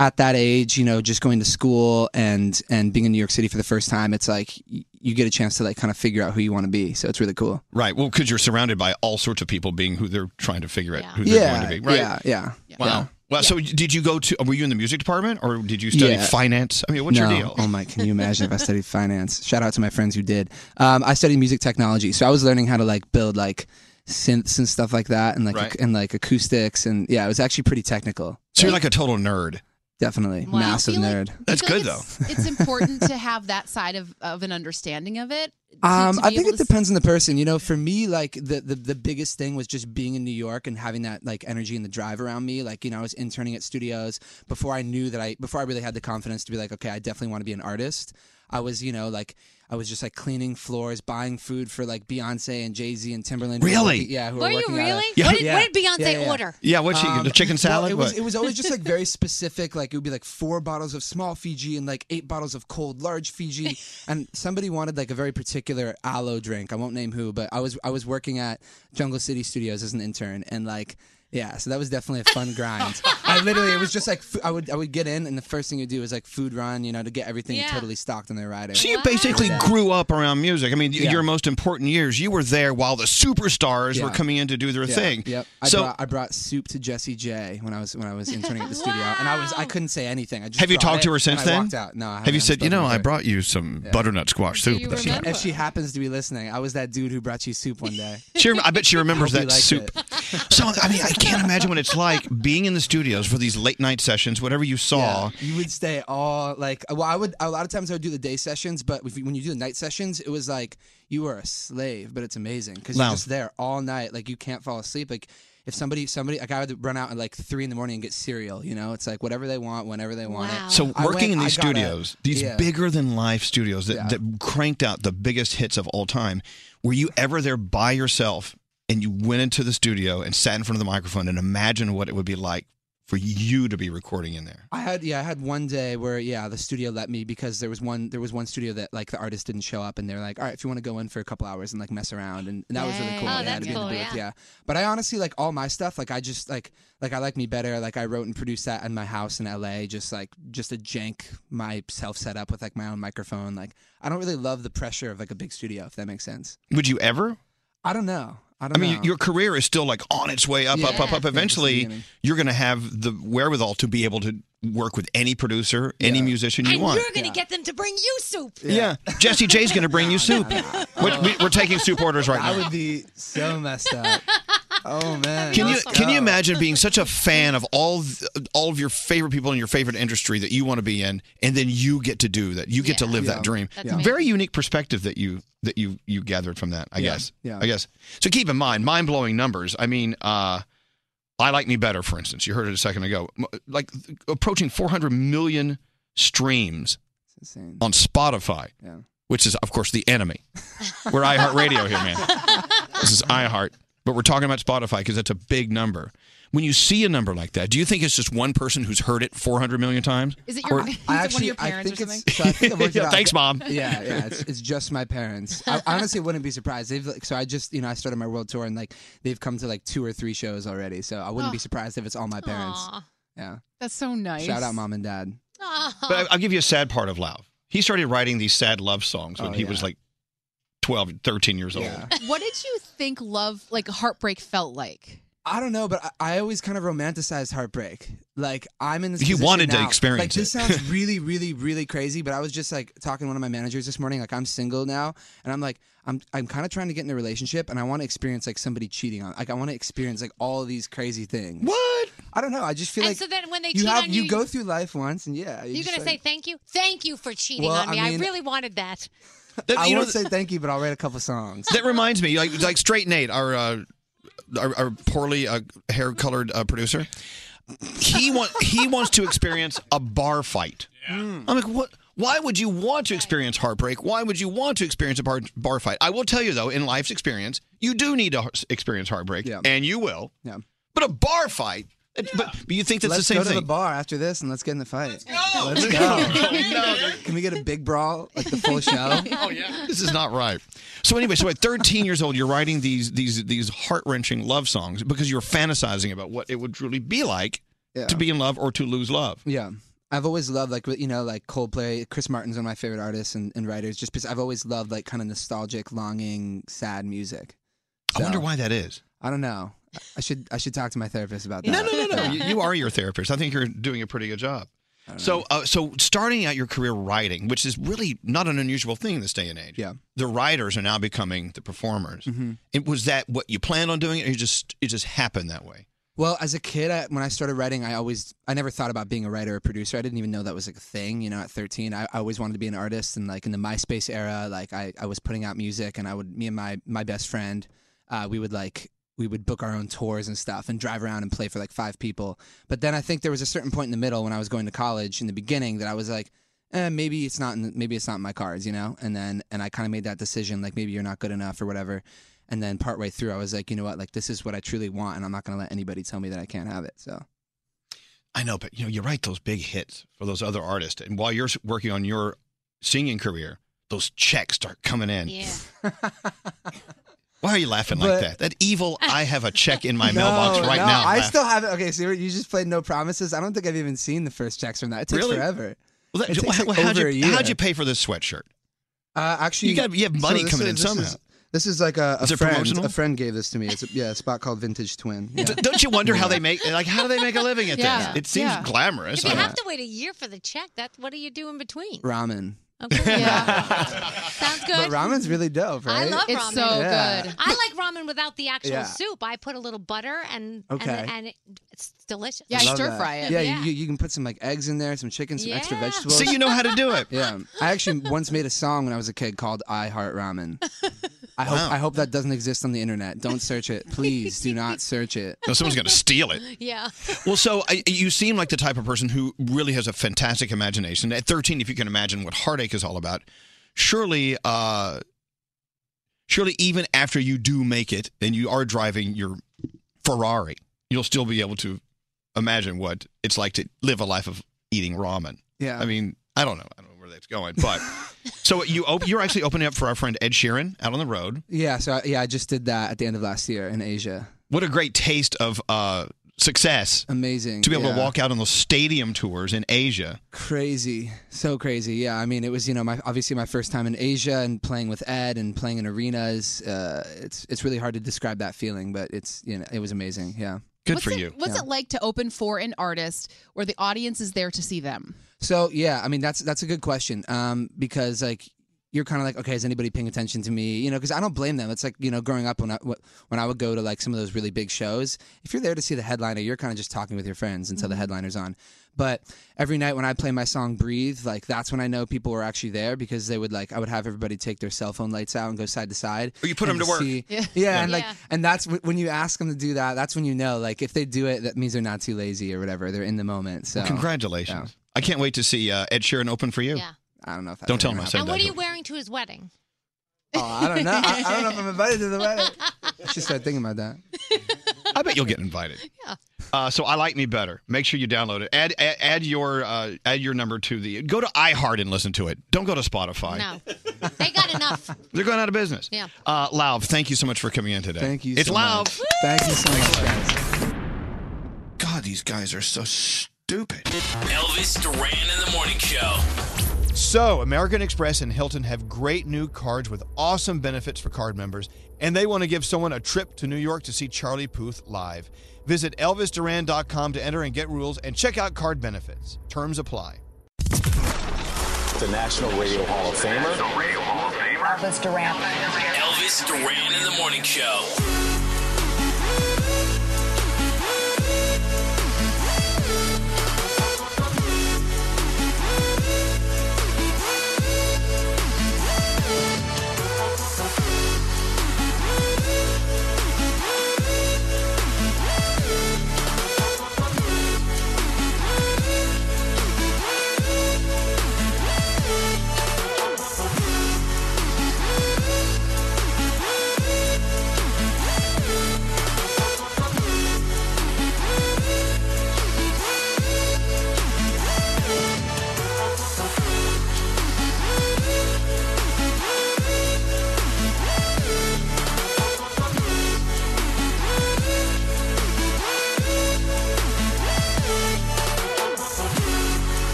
[SPEAKER 14] at that age, you know, just going to school and and being in New York City for the first time, it's like y- you get a chance to like kind of figure out who you want to be. So it's really cool.
[SPEAKER 7] right? Well, because you're surrounded by all sorts of people being who they're trying to figure out who they're
[SPEAKER 14] Yeah,
[SPEAKER 7] going to be, right?
[SPEAKER 14] yeah, yeah,
[SPEAKER 7] Wow.
[SPEAKER 14] yeah.
[SPEAKER 7] Well, so did you go to? Were you in the music department, or did you study
[SPEAKER 14] Yeah.
[SPEAKER 7] finance? I mean, what's
[SPEAKER 14] No.
[SPEAKER 7] your deal?
[SPEAKER 14] Oh my! Can you imagine if I studied finance? Shout out to my friends who did. Um, I studied music technology, so I was learning how to like build like synths and stuff like that, and like
[SPEAKER 7] Right.
[SPEAKER 14] and like acoustics, and yeah, it was actually pretty technical.
[SPEAKER 7] So you're like a total nerd.
[SPEAKER 14] Definitely
[SPEAKER 12] Wow.
[SPEAKER 14] massive
[SPEAKER 12] I feel like-
[SPEAKER 14] nerd.
[SPEAKER 7] That's
[SPEAKER 12] feel
[SPEAKER 7] good,
[SPEAKER 12] though. It's important to have that side of, of an understanding of it. to-
[SPEAKER 14] Um,
[SPEAKER 12] to
[SPEAKER 14] I
[SPEAKER 12] be
[SPEAKER 14] think
[SPEAKER 12] able
[SPEAKER 14] it
[SPEAKER 12] to s-
[SPEAKER 14] depends on the person. You know, for me, like the, the the biggest thing was just being in New York and having that like energy and the drive around me. Like, you know, I was interning at studios before I knew that I before I really had the confidence to be like, okay, I definitely want to be an artist. I was, you know, like I was just like cleaning floors, buying food for like Beyonce and Jay Z and Timberland. who
[SPEAKER 7] Really?
[SPEAKER 14] working- yeah. Who
[SPEAKER 11] Were you
[SPEAKER 14] working out of-
[SPEAKER 11] really? Yeah. What did- what did Beyonce order?
[SPEAKER 7] Yeah, what she- the chicken
[SPEAKER 14] well,
[SPEAKER 7] salad?
[SPEAKER 14] it was
[SPEAKER 7] What?
[SPEAKER 14] it was always just like very specific. Like it would be like four bottles of small Fiji and like eight bottles of cold large Fiji. And somebody wanted like a very particular aloe drink. I won't name who, but I was I was working at Jungle City Studios as an intern, and like yeah, so that was definitely a fun grind. I literally it was just like fu- I would I would get in, and the first thing you do is like food run, you know, to get everything totally stocked on their rider.
[SPEAKER 7] So you basically grew up around music. I mean, y-
[SPEAKER 14] Yeah.
[SPEAKER 7] your most important years, you were there while the superstars were
[SPEAKER 14] Yeah.
[SPEAKER 7] coming in to do their
[SPEAKER 14] Yeah,
[SPEAKER 7] thing.
[SPEAKER 14] Yep. I,
[SPEAKER 7] So
[SPEAKER 14] brought, I brought soup to Jesse J when I was when I was interning at the studio, and I was I couldn't say anything. I just
[SPEAKER 7] have you
[SPEAKER 14] brought
[SPEAKER 7] talked to
[SPEAKER 14] it,
[SPEAKER 7] her
[SPEAKER 14] and
[SPEAKER 7] since
[SPEAKER 14] I
[SPEAKER 7] then?
[SPEAKER 14] walked out. No. I
[SPEAKER 7] have you
[SPEAKER 14] haven't
[SPEAKER 7] said, you
[SPEAKER 14] spoken
[SPEAKER 7] know,
[SPEAKER 14] to
[SPEAKER 7] I
[SPEAKER 14] her.
[SPEAKER 7] brought you some butternut squash soup?
[SPEAKER 14] If
[SPEAKER 7] this
[SPEAKER 14] she-
[SPEAKER 7] evening."
[SPEAKER 14] If she happens to be listening, I was that dude who brought you soup one day.
[SPEAKER 7] She rem- I bet she remembers
[SPEAKER 14] Hope you
[SPEAKER 7] that
[SPEAKER 14] liked
[SPEAKER 7] soup. so I mean, I can't imagine what it's like being in the studios for these late night sessions. Whatever you saw,
[SPEAKER 14] You would stay all like. Well, I would. A lot of times I would do the day sessions, but if you- when you do the night sessions, it was like you were a slave. But it's amazing because you're
[SPEAKER 7] Wow.
[SPEAKER 14] just there all night. Like you can't fall asleep. Like if somebody, somebody, like I would run out at like three in the morning and get cereal. You know, it's like whatever they want, whenever they want it.
[SPEAKER 7] so
[SPEAKER 14] I
[SPEAKER 7] working
[SPEAKER 14] went-
[SPEAKER 7] in these
[SPEAKER 14] I got a-
[SPEAKER 7] studios, these
[SPEAKER 14] yeah.
[SPEAKER 7] bigger than life studios that,
[SPEAKER 14] Yeah.
[SPEAKER 7] that cranked out the biggest hits of all time, were you ever there by yourself? And you went into the studio and sat in front of the microphone and imagined what it would be like for you to be recording in there.
[SPEAKER 14] I had yeah, I had one day where yeah, the studio let me because there was one there was one studio that like the artist didn't show up and they're like, all right, if you want to go in for a couple hours and like mess around and, and that was really
[SPEAKER 22] Yay.
[SPEAKER 14] cool.
[SPEAKER 22] Oh,
[SPEAKER 14] I had
[SPEAKER 22] that's
[SPEAKER 14] to be able to
[SPEAKER 22] cool,
[SPEAKER 14] do it,
[SPEAKER 22] yeah.
[SPEAKER 14] But I honestly like all my stuff. Like I just like like I like me better. Like I wrote and produced that in my house in L.A. Just like just a jank myself set up with like my own microphone. Like I don't really love the pressure of like a big studio if that makes sense.
[SPEAKER 7] Would you ever?
[SPEAKER 14] I don't know. I
[SPEAKER 7] I
[SPEAKER 14] don't.
[SPEAKER 7] mean,
[SPEAKER 14] know.
[SPEAKER 7] your career is still like on its way up, up,
[SPEAKER 14] Yeah.
[SPEAKER 7] up, up.
[SPEAKER 14] Yeah, it's
[SPEAKER 7] Eventually,
[SPEAKER 14] beginning.
[SPEAKER 7] you're going to have the wherewithal to be able to work with any producer, any musician you
[SPEAKER 22] and
[SPEAKER 7] want.
[SPEAKER 22] you're going to get them to bring you soup.
[SPEAKER 7] yeah. Jesse J's going to bring you soup. We're- we- We're taking soup orders right
[SPEAKER 14] I
[SPEAKER 7] now.
[SPEAKER 14] would be so messed up. Oh man.
[SPEAKER 7] Can you can you imagine being such a fan of all th- all of your favorite people in your favorite industry that you want to be in, and then you get to do that? You get to
[SPEAKER 14] Yeah.
[SPEAKER 7] live
[SPEAKER 14] Yeah.
[SPEAKER 7] that dream.
[SPEAKER 14] That's amazing.
[SPEAKER 7] Very unique perspective that you that you you gathered from that. I
[SPEAKER 14] Yeah.
[SPEAKER 7] guess.
[SPEAKER 14] Yeah.
[SPEAKER 7] I guess. So keep in mind, mind blowing numbers. I mean, uh, I like me better. For instance, you heard it a second ago. M- Like th- approaching 400 million streams on Spotify,
[SPEAKER 14] Yeah.
[SPEAKER 7] which is of course the enemy. We're iHeartRadio here, man. This is iHeart. But we're talking about Spotify because that's a big number. When you see a number like that, do you think it's just one person who's heard it 400 million times?
[SPEAKER 12] Is it
[SPEAKER 14] your-
[SPEAKER 7] Or-
[SPEAKER 14] is it one of your I parents or think it's- something? so I think I've worked it
[SPEAKER 7] Yeah,
[SPEAKER 14] out.
[SPEAKER 7] Thanks, Mom.
[SPEAKER 14] Yeah, yeah. It's, it's just my parents. I honestly wouldn't be surprised. They've like, so I just you know I started my world tour and like they've come to like two or three shows already. So I wouldn't be
[SPEAKER 12] Oh.
[SPEAKER 14] surprised if it's all my parents.
[SPEAKER 12] Aw.
[SPEAKER 14] Yeah.
[SPEAKER 12] That's so nice.
[SPEAKER 14] Shout out mom and dad.
[SPEAKER 7] But I- I'll give you a sad part of Lauv. He started writing these sad love songs when
[SPEAKER 14] Oh,
[SPEAKER 7] he
[SPEAKER 14] yeah.
[SPEAKER 7] was like 12, 13 years old.
[SPEAKER 12] What did you think love, like heartbreak, felt like?
[SPEAKER 14] I don't know, but I, I always kind of romanticize heartbreak. Like I'm in this.
[SPEAKER 7] You
[SPEAKER 14] position
[SPEAKER 7] wanted to
[SPEAKER 14] now.
[SPEAKER 7] experience
[SPEAKER 14] Like this
[SPEAKER 7] it.
[SPEAKER 14] sounds really, really, really crazy. But I was just like talking to one of my managers this morning. Like I'm single now, and I'm like I'm I'm kind of trying to get in a relationship, and I want to experience like somebody cheating on. Like I want to experience like all of these crazy things.
[SPEAKER 7] What?
[SPEAKER 14] I don't know. I just feel
[SPEAKER 11] And
[SPEAKER 14] like
[SPEAKER 11] so then when they
[SPEAKER 14] you
[SPEAKER 11] cheat
[SPEAKER 14] have
[SPEAKER 11] on you,
[SPEAKER 14] you go
[SPEAKER 11] you-
[SPEAKER 14] through life once, and yeah,
[SPEAKER 11] You're going to say thank you? Thank you for cheating
[SPEAKER 14] Well,
[SPEAKER 11] on me.
[SPEAKER 14] I
[SPEAKER 11] I,
[SPEAKER 14] mean-
[SPEAKER 11] really wanted that.
[SPEAKER 14] I
[SPEAKER 7] you know
[SPEAKER 14] won't
[SPEAKER 7] th-
[SPEAKER 14] say thank you, but I'll write a couple songs.
[SPEAKER 7] That reminds me, like like straight Nate, our uh, our, our poorly uh, hair colored uh, producer, he want he wants to experience a bar fight. I'm like, what? Why would you want to experience heartbreak? Why would you want to experience a bar, bar fight? I will tell you though, in life's experience, you do need to h- experience heartbreak, and you will.
[SPEAKER 14] Yeah.
[SPEAKER 7] But a bar fight, it- but, but you think that's
[SPEAKER 14] let's
[SPEAKER 7] the same
[SPEAKER 14] go to
[SPEAKER 7] thing?
[SPEAKER 14] the bar after this and let's get in the fight. Let's go.
[SPEAKER 7] Let's go. No.
[SPEAKER 14] Can we get a big brawl like the full show?
[SPEAKER 7] Oh yeah. This is not right. So anyway, so at 13 years old, you're writing these these these heart wrenching love songs because you're fantasizing about what it would truly be like
[SPEAKER 14] Yeah.
[SPEAKER 7] to be in love or to lose love.
[SPEAKER 14] Yeah. I've always loved like you know like Coldplay. Chris Martin's one of my favorite artists and, and writers. Just because I've always loved like kind of nostalgic, longing, sad music.
[SPEAKER 7] I wonder why that is.
[SPEAKER 14] I don't know. I should I should talk to my therapist about that.
[SPEAKER 7] No, no, no, no. you, you are your therapist. I think you're doing a pretty good job. So, uh, so starting out your career writing, which is really not an unusual thing in this day and age. Yeah, the writers are now becoming the performers. It was that what you planned on doing, or you just it just happened that way.
[SPEAKER 14] Well, as a kid, I, when I started writing, I always, I never thought about being a writer or producer. I didn't even know that was like a thing. You know, at 13, I, I always wanted to be an artist. And like in the MySpace era, like I, I was putting out music and I would, me and my, my best friend, uh, we would like, we would book our own tours and stuff and drive around and play for like five people. But then I think there was a certain point in the middle when I was going to college in the beginning that I was like, eh, maybe it's not in, maybe it's not in my cards, you know. And then and I kind of made that decision, like maybe you're not good enough or whatever. And then partway through, I was like, you know what, like this is what I truly want, and I'm not gonna let anybody tell me that I can't have it. So
[SPEAKER 7] I know, but you know, you write those big hits for those other artists, and while you're s- working on your singing career, those checks start coming in. Why are you laughing like
[SPEAKER 14] But-
[SPEAKER 7] that? That evil. I have a check in my
[SPEAKER 14] No,
[SPEAKER 7] mailbox right
[SPEAKER 14] no,
[SPEAKER 7] now.
[SPEAKER 14] I
[SPEAKER 7] laugh.
[SPEAKER 14] still haven't. Okay, so you just played No Promises. I don't think I've even seen the first checks from that. It takes
[SPEAKER 7] Really?
[SPEAKER 14] forever.
[SPEAKER 7] Well, that-
[SPEAKER 14] It takes,
[SPEAKER 7] how-
[SPEAKER 14] like,
[SPEAKER 7] how'd,
[SPEAKER 14] over a
[SPEAKER 7] you,
[SPEAKER 14] year.
[SPEAKER 7] how'd you pay for this sweatshirt?
[SPEAKER 14] Uh, actually,
[SPEAKER 7] You gotta- you have money
[SPEAKER 14] this
[SPEAKER 7] coming in
[SPEAKER 14] this
[SPEAKER 7] somehow.
[SPEAKER 14] Is, this is like a, a
[SPEAKER 7] Is it
[SPEAKER 14] friend.
[SPEAKER 7] promotional?
[SPEAKER 14] A friend gave this to me. It's a, yeah, a spot called Vintage Twin. Yeah.
[SPEAKER 7] D- Don't you wonder how they make like how do they make a living at
[SPEAKER 11] Yeah.
[SPEAKER 7] this? It seems
[SPEAKER 11] Yeah.
[SPEAKER 7] glamorous.
[SPEAKER 11] If you
[SPEAKER 7] I
[SPEAKER 11] have to wait a year for the check, that what do you do in between?
[SPEAKER 14] ramen?
[SPEAKER 11] Okay. Sounds
[SPEAKER 14] But
[SPEAKER 11] good.
[SPEAKER 14] ramen's really dope,
[SPEAKER 11] I
[SPEAKER 14] right?
[SPEAKER 11] love ramen.
[SPEAKER 14] Yeah.
[SPEAKER 11] I like ramen without the actual
[SPEAKER 14] Yeah.
[SPEAKER 11] soup. I put a little butter and
[SPEAKER 14] Okay.
[SPEAKER 11] and, and it, it's delicious.
[SPEAKER 14] I love that. Yeah, You, you can put some like eggs in there, some chicken, some extra
[SPEAKER 11] Yeah.
[SPEAKER 14] vegetables.
[SPEAKER 11] So you know
[SPEAKER 7] how to do it.
[SPEAKER 14] Yeah, I actually once made a song when I was a kid called "I Heart Ramen." I hope I hope that doesn't exist on the internet. Don't search it, please. Do not search it.
[SPEAKER 7] No, Oh, someone's gonna steal it.
[SPEAKER 11] yeah.
[SPEAKER 7] Well, so I, you seem like the type of person who really has a fantastic imagination. At 13, if you can imagine what heartache is all about, surely, uh, surely, even after you do make it and you are driving your Ferrari, you'll still be able to imagine what it's like to live a life of eating ramen.
[SPEAKER 14] Yeah.
[SPEAKER 7] I mean, I don't know. I don't know where that's going, but so you op- you're actually opening up for our friend Ed Sheeran out on the road.
[SPEAKER 14] Yeah, so I, yeah, I just did that at the end of last year in Asia.
[SPEAKER 7] What a great taste of uh, success.
[SPEAKER 14] Amazing.
[SPEAKER 7] To be able to
[SPEAKER 14] yeah.
[SPEAKER 7] walk out on those stadium tours in Asia.
[SPEAKER 14] Crazy, so crazy. Yeah, I mean, it was you know my obviously my first time in Asia and playing with Ed and playing in arenas. Uh, it's it's really hard to describe that feeling, but it's you know it was amazing. Yeah,
[SPEAKER 7] good
[SPEAKER 14] for you.
[SPEAKER 12] What's it like to open for an artist where the audience is there to see them?
[SPEAKER 14] So yeah, I mean that's that's a good question um, because like you're kind of like okay, is anybody paying attention to me? You know, because I don't blame them. It's like you know, growing up when I wh- when I would go to like some of those really big shows, if you're there to see the headliner, you're kind of just talking with your friends until
[SPEAKER 7] Mm-hmm.
[SPEAKER 14] the
[SPEAKER 32] Mhm.
[SPEAKER 14] headliner's on. But every night when I play my song "Breathe," like that's when I know people were actually there because they would like I would have everybody take their cell phone lights out and go side to side.
[SPEAKER 7] Or you put
[SPEAKER 14] and
[SPEAKER 7] 'em to work.
[SPEAKER 14] see-
[SPEAKER 7] Yeah.
[SPEAKER 14] yeah, and like
[SPEAKER 7] Yeah.
[SPEAKER 14] and that's wh- when you ask them to do that. That's when you know like if they do it, that means they're not too lazy or whatever. They're in the moment. So
[SPEAKER 7] Well, congratulations. I can't wait to see uh, Ed Sheeran open for you.
[SPEAKER 11] Yeah.
[SPEAKER 14] I don't know if that's
[SPEAKER 7] Don't tell him I said
[SPEAKER 11] And
[SPEAKER 7] that.
[SPEAKER 11] what are you wearing to his wedding?
[SPEAKER 14] Oh, I don't know. I, I don't know if I'm invited to the wedding. I should start thinking about that.
[SPEAKER 7] I bet you'll get invited.
[SPEAKER 11] Yeah.
[SPEAKER 7] Uh, so I like me better. Make sure you download it. Add add, add your uh, add your number to the. Go to iHeart and listen to it. Don't go to Spotify.
[SPEAKER 11] No. They got enough.
[SPEAKER 7] They're going out of business.
[SPEAKER 11] Yeah.
[SPEAKER 7] Uh, Lauv, thank you so much for coming in today.
[SPEAKER 14] Thank you
[SPEAKER 7] It's
[SPEAKER 14] so
[SPEAKER 7] Lauv.
[SPEAKER 14] much. Thank you so much, guys.
[SPEAKER 7] God, these guys are so stupid.
[SPEAKER 5] Elvis Duran in the morning show.
[SPEAKER 7] So, American Express and Hilton have great new cards with awesome benefits for card members, and they want to give someone a trip to New York to see Charlie Puth live. Visit ElvisDuran.com to enter and get rules and check out card benefits. Terms apply.
[SPEAKER 4] The National Radio Hall of Famer.
[SPEAKER 5] Elvis Duran. Elvis Duran in the morning show.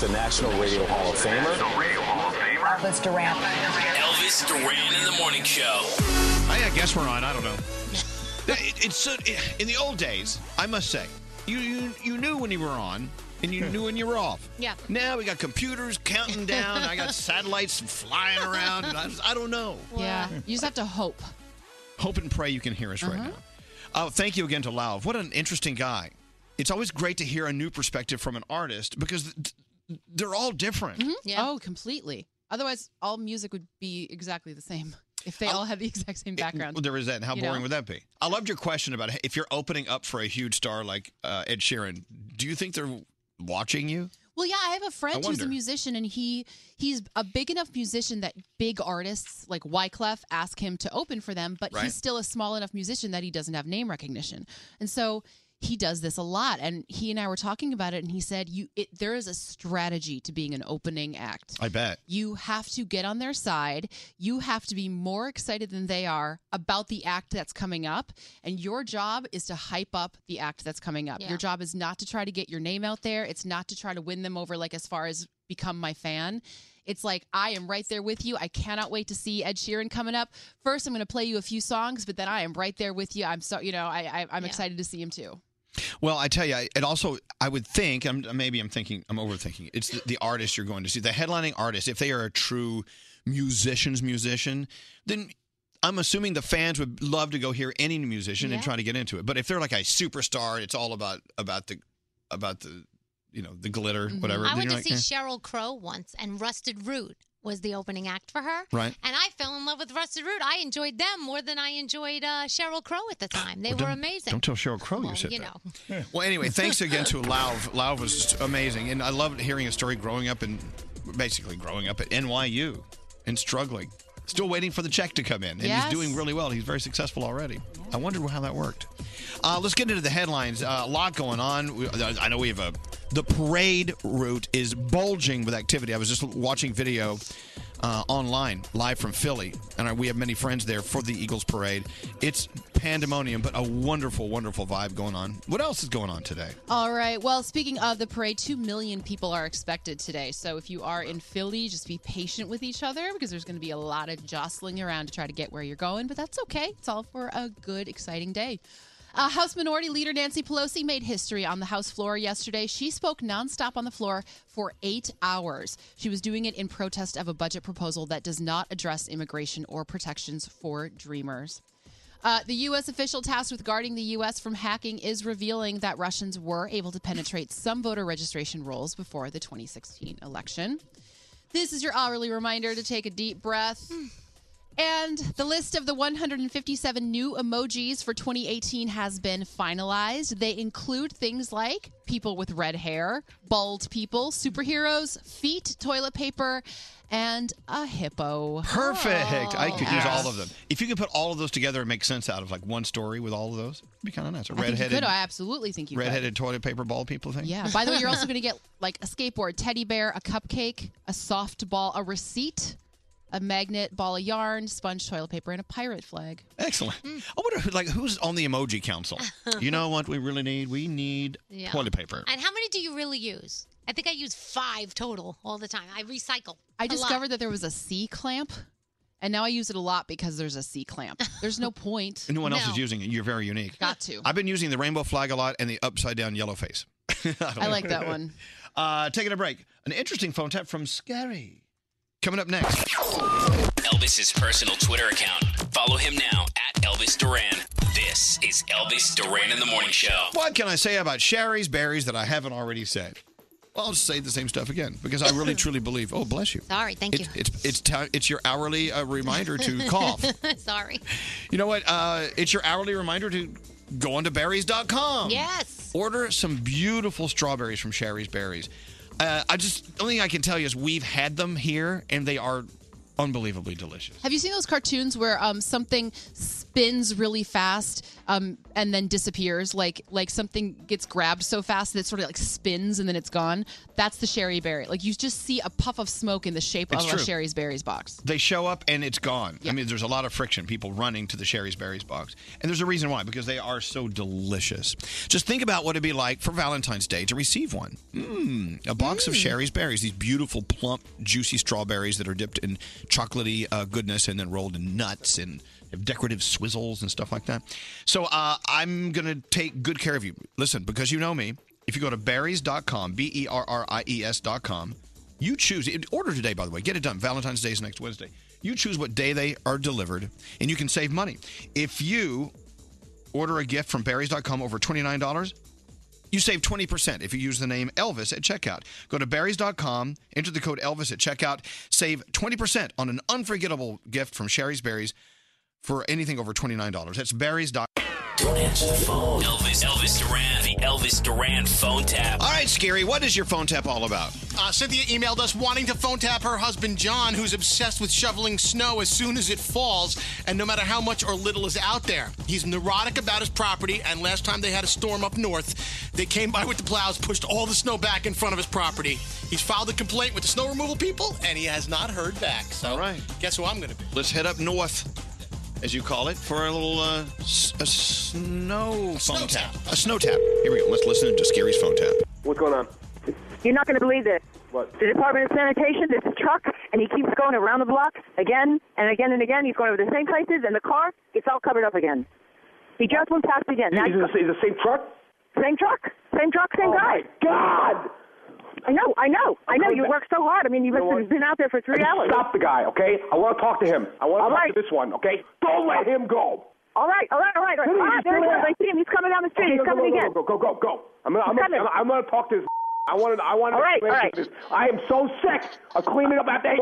[SPEAKER 4] The National Radio Hall of Famer.
[SPEAKER 5] Elvis Duran. Elvis Duran in the morning show.
[SPEAKER 7] I, I guess we're on. I don't know. It- it's so, in the old days. I must say, you, you you knew when you were on, and you knew when you were off.
[SPEAKER 11] Yeah.
[SPEAKER 7] Now we got computers counting down. and I got satellites flying around. And I, just- I don't know.
[SPEAKER 12] Yeah. You just have to hope.
[SPEAKER 7] Hope and pray you can hear us
[SPEAKER 12] Uh-huh.
[SPEAKER 7] right now. Uh, thank you again to Lauv. What an interesting guy. It's always great to hear a new perspective from an artist because th- th- they're all different.
[SPEAKER 12] Oh, completely. Otherwise, all music would be exactly the same if they all had the exact same background.
[SPEAKER 7] Well, there is that. And how
[SPEAKER 12] You
[SPEAKER 7] boring
[SPEAKER 12] know?
[SPEAKER 7] would that be? I loved your question about if you're opening up for a huge star like uh, Ed Sheeran, do you think they're watching you?
[SPEAKER 12] Well, yeah, I have a
[SPEAKER 7] I
[SPEAKER 12] friend who's
[SPEAKER 7] wonder.
[SPEAKER 12] a musician, and he he's a big enough musician that big artists like Wyclef ask him to open for them, but
[SPEAKER 16] Right.
[SPEAKER 12] he's still a small enough musician that he doesn't have name recognition, and so he does this a lot. And he and I were talking about it, and he said, "You, it, there is a strategy to being an opening act.
[SPEAKER 7] I bet.
[SPEAKER 12] You have to get on their side. You have to be more excited than they are about the act that's coming up. And your job is to hype up the act that's coming up.
[SPEAKER 11] Yeah.
[SPEAKER 12] Your job is not to try to get your name out there. It's not to try to win them over, like as far as become my fan. It's like I am right there with you. I cannot wait to see Ed Sheeran coming up. First, I'm going to play you a few songs, but then I am right there with you. I'm so you know I, I I'm excited to see him too.
[SPEAKER 7] Well, I tell you, I- it also I would think I'm maybe I'm thinking I'm overthinking. It's the, the artist you're going to see, the headlining artist. If they are a true musician's musician, then I'm assuming the fans would love to go hear any musician and
[SPEAKER 33] Yeah.
[SPEAKER 7] try to get into it. But if they're like a superstar, and it's all about about the about the you know the glitter,
[SPEAKER 12] Mm-hmm.
[SPEAKER 7] whatever.
[SPEAKER 11] Mm-hmm.
[SPEAKER 7] then
[SPEAKER 11] I went
[SPEAKER 7] you're
[SPEAKER 11] to
[SPEAKER 7] like,
[SPEAKER 11] see
[SPEAKER 7] eh.
[SPEAKER 11] Cheryl Crow once, and Rusted Root was the opening act for her.
[SPEAKER 7] Right.
[SPEAKER 11] And I fell in love with Rusted Root. I enjoyed them more than I enjoyed uh, Cheryl Crow at the time. They
[SPEAKER 7] Well,
[SPEAKER 11] were
[SPEAKER 7] don't-
[SPEAKER 11] amazing.
[SPEAKER 7] Don't tell Cheryl Crow
[SPEAKER 11] Well,
[SPEAKER 7] you said
[SPEAKER 11] you
[SPEAKER 7] that.
[SPEAKER 11] know.
[SPEAKER 7] eh. Well, anyway, thanks again to Lauv. Lauv was just amazing, and I loved hearing a story growing up and basically growing up at NYU and struggling, still waiting for the check to come in, and
[SPEAKER 34] Yes.
[SPEAKER 7] he's doing really well. He's very successful already. I wonder how that worked. Uh, let's get into the headlines. Uh, a lot going on. We- I know we have a the parade route is bulging with activity. I was just watching video uh, online, live from Philly, and I, we have many friends there for the Eagles parade. It's pandemonium, but a wonderful, wonderful vibe going on. What else is going on today?
[SPEAKER 12] All right. Well, speaking of the parade, 2 million people are expected today. So if you are in Philly, just be patient with each other because there's going to be a lot of jostling around to try to get where you're going, but that's okay. It's all for a good, exciting day. Uh, House Minority Leader Nancy Pelosi made history on the House floor yesterday. She spoke nonstop on the floor for eight hours. She was doing it in protest of a budget proposal that does not address immigration or protections for Dreamers. Uh, the U.S. official tasked with guarding the U.S. from hacking is revealing that Russians were able to penetrate some voter registration rolls before the 2016 election. This is your hourly reminder to take a deep breath. And the list of the 157 new emojis for 2018 has been finalized. They include things like people with red hair, bald people, superheroes, feet, toilet paper, and a hippo.
[SPEAKER 7] Perfect. I could use
[SPEAKER 12] Yes.
[SPEAKER 7] all of them. If you could put all of those together and make sense out of like one story with all of those, it'd be kind of nice. A
[SPEAKER 12] I think you
[SPEAKER 7] redheaded,
[SPEAKER 12] could. I absolutely think you could.
[SPEAKER 7] redheaded toilet paper ball people thing.
[SPEAKER 12] Yeah. By the way, you're also going to get like a skateboard, teddy bear, a cupcake, a softball, a receipt, a magnet, ball of yarn, sponge, toilet paper, and a pirate flag.
[SPEAKER 7] Excellent.
[SPEAKER 12] Mm.
[SPEAKER 7] I wonder, who, like, who's on the emoji council? You know what we really need? We need
[SPEAKER 11] Yeah.
[SPEAKER 7] toilet paper.
[SPEAKER 11] And how many do you really use? I think I use five total all the time. I recycle.
[SPEAKER 12] I
[SPEAKER 11] a lot.
[SPEAKER 12] discovered that there was a C clamp, and now I use it a lot because there's a C clamp. There's no point.
[SPEAKER 7] And no one else is using it. You're very unique.
[SPEAKER 12] Got to.
[SPEAKER 7] I've been using the rainbow flag a lot and the upside down yellow face.
[SPEAKER 12] I like that one.
[SPEAKER 7] Uh, taking a break. An interesting phone tap from Scary. Coming up next.
[SPEAKER 5] Elvis's personal Twitter account. Follow him now at Elvis Duran. This is Elvis Duran in the Morning Show.
[SPEAKER 7] What can I say about Sherry's berries that I haven't already said? Well, I'll just say the same stuff again because I really truly believe. Oh, bless you.
[SPEAKER 11] Sorry, thank
[SPEAKER 7] it's, It's it's ti- it's your hourly uh, reminder to cough.
[SPEAKER 11] Sorry.
[SPEAKER 7] You know what? Uh, it's your hourly reminder to go onto berries.com.
[SPEAKER 11] Yes.
[SPEAKER 7] Order some beautiful strawberries from Sherry's Berries. Uh, I just, the only thing I can tell you is we've had them here and they are unbelievably delicious.
[SPEAKER 12] Have you seen those cartoons where um, something spins really fast um, and then disappears? Like like something gets grabbed so fast that it sort of like spins and then it's gone. That's the sherry berry. Like you just see a puff of smoke in the shape
[SPEAKER 7] It's
[SPEAKER 12] of
[SPEAKER 7] true.
[SPEAKER 12] a sherry's berries box.
[SPEAKER 7] They show up and it's gone. I mean, there's a lot of friction, people running to the Sherry's Berries box. And there's a reason why, because they are so delicious. Just think about what it'd be like for Valentine's Day to receive one. Mmm, a box of Sherry's Berries, these beautiful, plump, juicy strawberries that are dipped in chocolatey uh, goodness and then rolled in nuts and have decorative swizzles and stuff like that. So uh, I'm going to take good care of you. Listen, because you know me, if you go to berries.com, B E R R I E S.com, you choose it- order today, by the way. Get it done. Valentine's Day is next Wednesday. You choose what day they are delivered, and you can save money. If you order a gift from berries.com over $29, you save 20% if you use the name Elvis at checkout. Go to berries.com, enter the code Elvis at checkout, save 20% on an unforgettable gift from Sherry's Berries for anything over $29. That's berries.com.
[SPEAKER 5] Don't answer the phone. Elvis, Elvis Duran, the Elvis Duran phone tap.
[SPEAKER 7] All right, Scary, what is your phone tap all about?
[SPEAKER 18] Uh, Cynthia emailed us wanting to phone tap her husband John, who's obsessed with shoveling snow as soon as it falls, and no matter how much or little is out there. He's neurotic about his property, and last time they had a storm up north, they came by with the plows, pushed all the snow back in front of his property. He's filed a complaint with the snow removal people, and he has not heard back. So, guess who I'm going to be?
[SPEAKER 7] Let's head up north, as you call it, for a little uh, s- a snow phone tap. A snow tap. Here we go. Let's listen to Scary's phone tap.
[SPEAKER 15] What's going on? You're not going to believe this.
[SPEAKER 29] What?
[SPEAKER 15] The Department of Sanitation, this truck, and he keeps going around the block again and again and again. He's going over the same places, and the car gets all covered up again. He just went past again. Now
[SPEAKER 29] Is it the- is it the same truck?
[SPEAKER 15] Same truck, same truck, same
[SPEAKER 29] Oh,
[SPEAKER 15] guy.
[SPEAKER 29] my God!
[SPEAKER 15] I know, I know, i know.
[SPEAKER 29] coming
[SPEAKER 15] You
[SPEAKER 29] back.
[SPEAKER 15] worked so hard. I mean, you must have been out there for
[SPEAKER 29] I
[SPEAKER 15] three
[SPEAKER 29] just
[SPEAKER 15] hours.
[SPEAKER 29] Stop the guy, okay? I want to talk to him. I want to
[SPEAKER 15] All
[SPEAKER 29] talk
[SPEAKER 15] right.
[SPEAKER 29] to this one, okay? Don't let him go.
[SPEAKER 15] All right, all right, all right, all right.
[SPEAKER 29] Dude,
[SPEAKER 15] All
[SPEAKER 29] he's
[SPEAKER 15] right, there he
[SPEAKER 29] still
[SPEAKER 15] goes.
[SPEAKER 29] there.
[SPEAKER 15] I see him. He's coming down the street.
[SPEAKER 29] Okay,
[SPEAKER 15] He's
[SPEAKER 29] go, go,
[SPEAKER 15] coming
[SPEAKER 29] go,
[SPEAKER 15] again.
[SPEAKER 29] Go, go, go, go, go. I'm, I'm,
[SPEAKER 15] He's coming.
[SPEAKER 29] I'm, I'm going to talk to this. I want to. I want to.
[SPEAKER 15] All right,
[SPEAKER 29] explain
[SPEAKER 15] all right.
[SPEAKER 29] This. I am so sick of cleaning up after.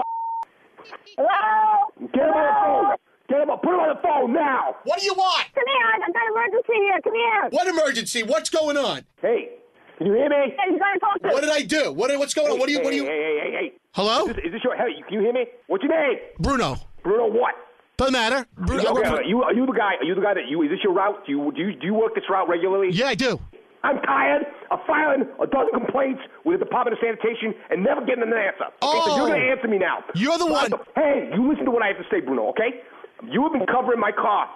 [SPEAKER 15] Hello?
[SPEAKER 29] Get him on the phone. Get him. On, put him on the phone now.
[SPEAKER 28] What do you want?
[SPEAKER 15] Come here. I've got an emergency here. Come here.
[SPEAKER 28] What emergency? What's going on?
[SPEAKER 29] Hey, can you hear me?
[SPEAKER 15] He's going to talk to
[SPEAKER 28] What did I do? What, what's going on? What do you? What do you?
[SPEAKER 29] Hey, hey, hey, hey. hey.
[SPEAKER 28] Hello?
[SPEAKER 29] Is this, is this your? Hey, can you hear me? What's your name?
[SPEAKER 28] Bruno.
[SPEAKER 29] Bruno what?
[SPEAKER 28] Doesn't matter. Bruno.
[SPEAKER 29] okay,
[SPEAKER 28] I work for-
[SPEAKER 29] are you are you the guy? Are you the guy that you? Is this your route? Do you do you, do you work this route regularly?
[SPEAKER 28] Yeah, I do.
[SPEAKER 29] I'm tired of filing a dozen complaints with the Department of Sanitation and never getting an answer. Okay, so
[SPEAKER 28] Oh.
[SPEAKER 29] you're gonna answer me now.
[SPEAKER 28] You're the
[SPEAKER 29] one. Hey, you listen to what I have to say, Bruno. Okay? You have been covering my car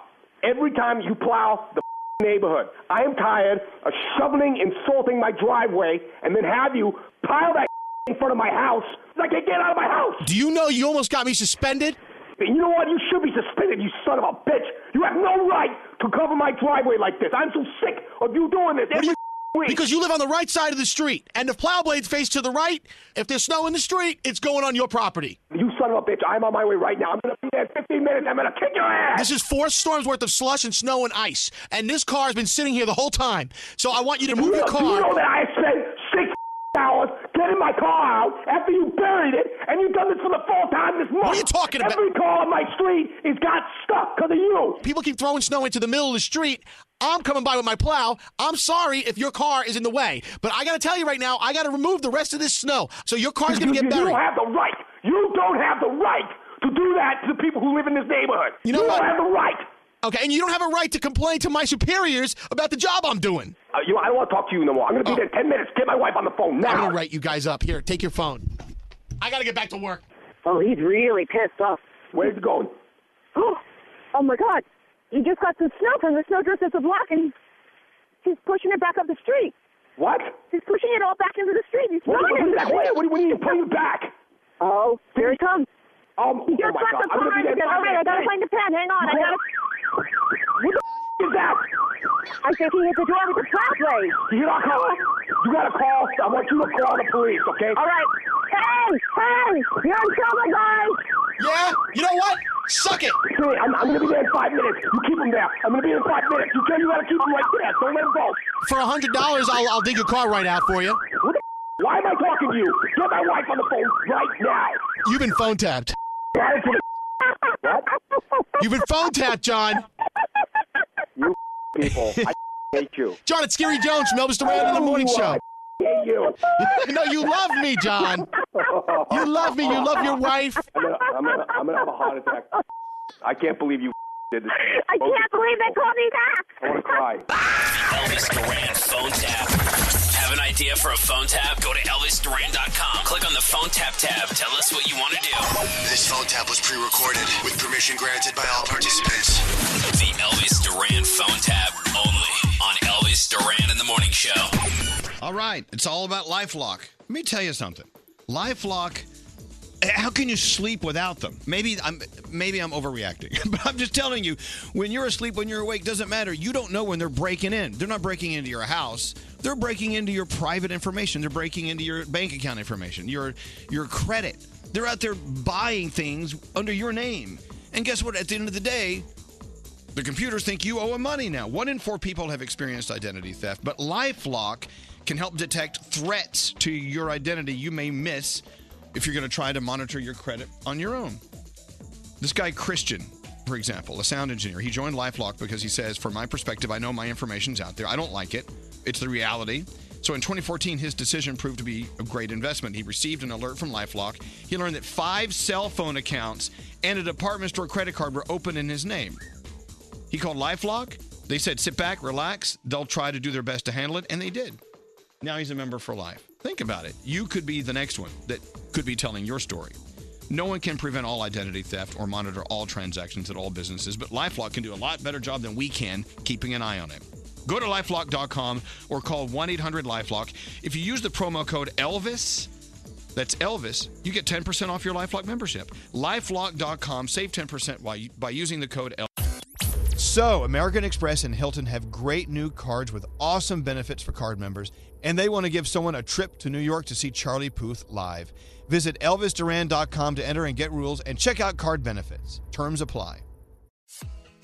[SPEAKER 29] every time you plow the neighborhood. I am tired of shoveling, insulting my driveway, and then have you pile that in front of my house. I can't get out of my house.
[SPEAKER 28] Do you know you almost got me suspended?
[SPEAKER 29] And you know what? You should be suspended, you son of a bitch. You have no right to cover my driveway like this. I'm so sick of you doing this. every week.
[SPEAKER 28] Because you live on the right side of the street, and if plow blades face to the right, if there's snow in the street, it's going on your property.
[SPEAKER 29] You son of a bitch. I'm on my way right now. I'm going to be there in 15 minutes. I'm going to kick your ass.
[SPEAKER 28] This is four storms worth of slush and snow and ice, and this car has been sitting here the whole time. So I want you to move your
[SPEAKER 29] Do you
[SPEAKER 28] car.
[SPEAKER 29] know that I spent six hours getting my car out after you buried it, and you've done this for the fourth time this month.
[SPEAKER 28] are you talking about?
[SPEAKER 29] Every car on my street is got stuck because of you.
[SPEAKER 28] People keep throwing snow into the middle of the street. I'm coming by with my plow. I'm sorry if your car is in the way, but I got to tell you right now, I got to remove the rest of this snow. So your car's going
[SPEAKER 29] you,
[SPEAKER 28] to get
[SPEAKER 29] you don't
[SPEAKER 28] buried.
[SPEAKER 29] have the right. You don't have the right to do that to the people who live in this neighborhood.
[SPEAKER 28] You know what?
[SPEAKER 29] don't have the right.
[SPEAKER 28] Okay, and you don't have a right to complain to my superiors about the job I'm doing.
[SPEAKER 29] Uh, you know, I don't want to talk to you no more. I'm
[SPEAKER 28] Oh.
[SPEAKER 29] going to be there in 10 minutes. Get my wife on the phone
[SPEAKER 28] I'm
[SPEAKER 29] now.
[SPEAKER 28] going to write you guys up. Here, take your phone. I got to get back to work.
[SPEAKER 15] Oh, he's really pissed off.
[SPEAKER 29] Where's it going?
[SPEAKER 15] oh my God! He just got some snow from the snowdrift that's a block, and he's pushing it back up the street.
[SPEAKER 29] What?
[SPEAKER 15] He's pushing it all back into the street. He's
[SPEAKER 29] What, what,
[SPEAKER 15] throwing
[SPEAKER 29] what,
[SPEAKER 15] it.
[SPEAKER 29] is that? what, what do you- what do you need to pull you back?
[SPEAKER 15] Oh, here he comes.
[SPEAKER 29] Oh,
[SPEAKER 15] He just
[SPEAKER 29] oh my
[SPEAKER 15] left
[SPEAKER 29] God.
[SPEAKER 15] the
[SPEAKER 29] I'm gonna
[SPEAKER 15] car
[SPEAKER 29] be there in
[SPEAKER 15] again.
[SPEAKER 29] five
[SPEAKER 15] All right, I
[SPEAKER 29] minutes.
[SPEAKER 15] gotta find the pen. Hang on, I gotta.
[SPEAKER 29] What the f- is that?
[SPEAKER 15] I think he hit the door with the flashlight.
[SPEAKER 29] You get our call. You got to call. I want you to call the police, okay?
[SPEAKER 15] All right. Hey, hey, you're in trouble, guys.
[SPEAKER 28] Yeah? You know what? Suck it.
[SPEAKER 29] Hey, I'm, I'm going to be there in five minutes. You keep him there. I'm going to be there in five minutes. You tell you got to keep him right there. Don't let him go.
[SPEAKER 28] For a $100, I'll, I'll dig your car right out for you.
[SPEAKER 29] What the f- Why am I talking to you? Get my wife on the phone right now.
[SPEAKER 28] You've been phone tapped.
[SPEAKER 29] Got it to the f- What?
[SPEAKER 28] You've been phone tapped, John.
[SPEAKER 29] You f- people. I f- hate you.
[SPEAKER 28] John, it's Scary Jones from Elvis Duran on the morning show.
[SPEAKER 29] hate you.
[SPEAKER 28] no, you love me, John. You love me. You love your wife.
[SPEAKER 29] I'm going to I'm gonna, I'm gonna have a heart attack. I can't believe you f- did this.
[SPEAKER 15] I can't believe they called me back.
[SPEAKER 29] I want to cry.
[SPEAKER 5] Elvis Duran phone tap. Have an idea for a phone tap? Go to ElvisDuran.com. Click on the phone tap tab. Tell us what you want to do.
[SPEAKER 35] This phone tap was pre-recorded with permission granted by all participants.
[SPEAKER 5] The Elvis Duran phone tap only on Elvis Duran in the Morning Show.
[SPEAKER 7] All right, it's all about LifeLock. Let me tell you something. LifeLock. How can you sleep without them? Maybe I'm maybe I'm overreacting, but I'm just telling you. When you're asleep, when you're awake, doesn't matter. You don't know when they're breaking in. They're not breaking into your house. They're breaking into your private information. They're breaking into your bank account information, your your credit. They're out there buying things under your name. And guess what? At the end of the day, the computers think you owe them money now. One in four people have experienced identity theft, but Lifelock can help detect threats to your identity you may miss if you're going to try to monitor your credit on your own. This guy, Christian, for example, a sound engineer, he joined Lifelock because he says, from my perspective, I know my information's out there. I don't like it, it's the reality. So in 2014, his decision proved to be a great investment. He received an alert from Lifelock. He learned that five cell phone accounts and a department store credit card were open in his name. He called Lifelock. They said, sit back, relax. They'll try to do their best to handle it. And they did. Now he's a member for life. Think about it. You could be the next one that could be telling your story. No one can prevent all identity theft or monitor all transactions at all businesses, but Lifelock can do a lot better job than we can keeping an eye on it. Go to lifelock.com or call 1 800 Lifelock. If you use the promo code Elvis, that's Elvis, you get 10% off your Lifelock membership. Lifelock.com, save 10% by, by using the code Elvis.
[SPEAKER 36] So, American Express and Hilton have great new cards with awesome benefits for card members, and they want to give someone a trip to New York to see Charlie Puth live. Visit ElvisDuran.com to enter and get rules and check out card benefits. Terms apply.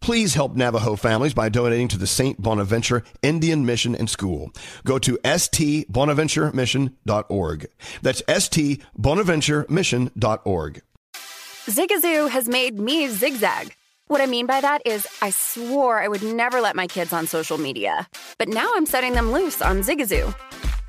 [SPEAKER 1] Please help Navajo families by donating to the St. Bonaventure Indian Mission and School. Go to stbonaventuremission.org. That's stbonaventuremission.org.
[SPEAKER 37] Zigazoo has made me zigzag. What I mean by that is, I swore I would never let my kids on social media, but now I'm setting them loose on Zigazoo.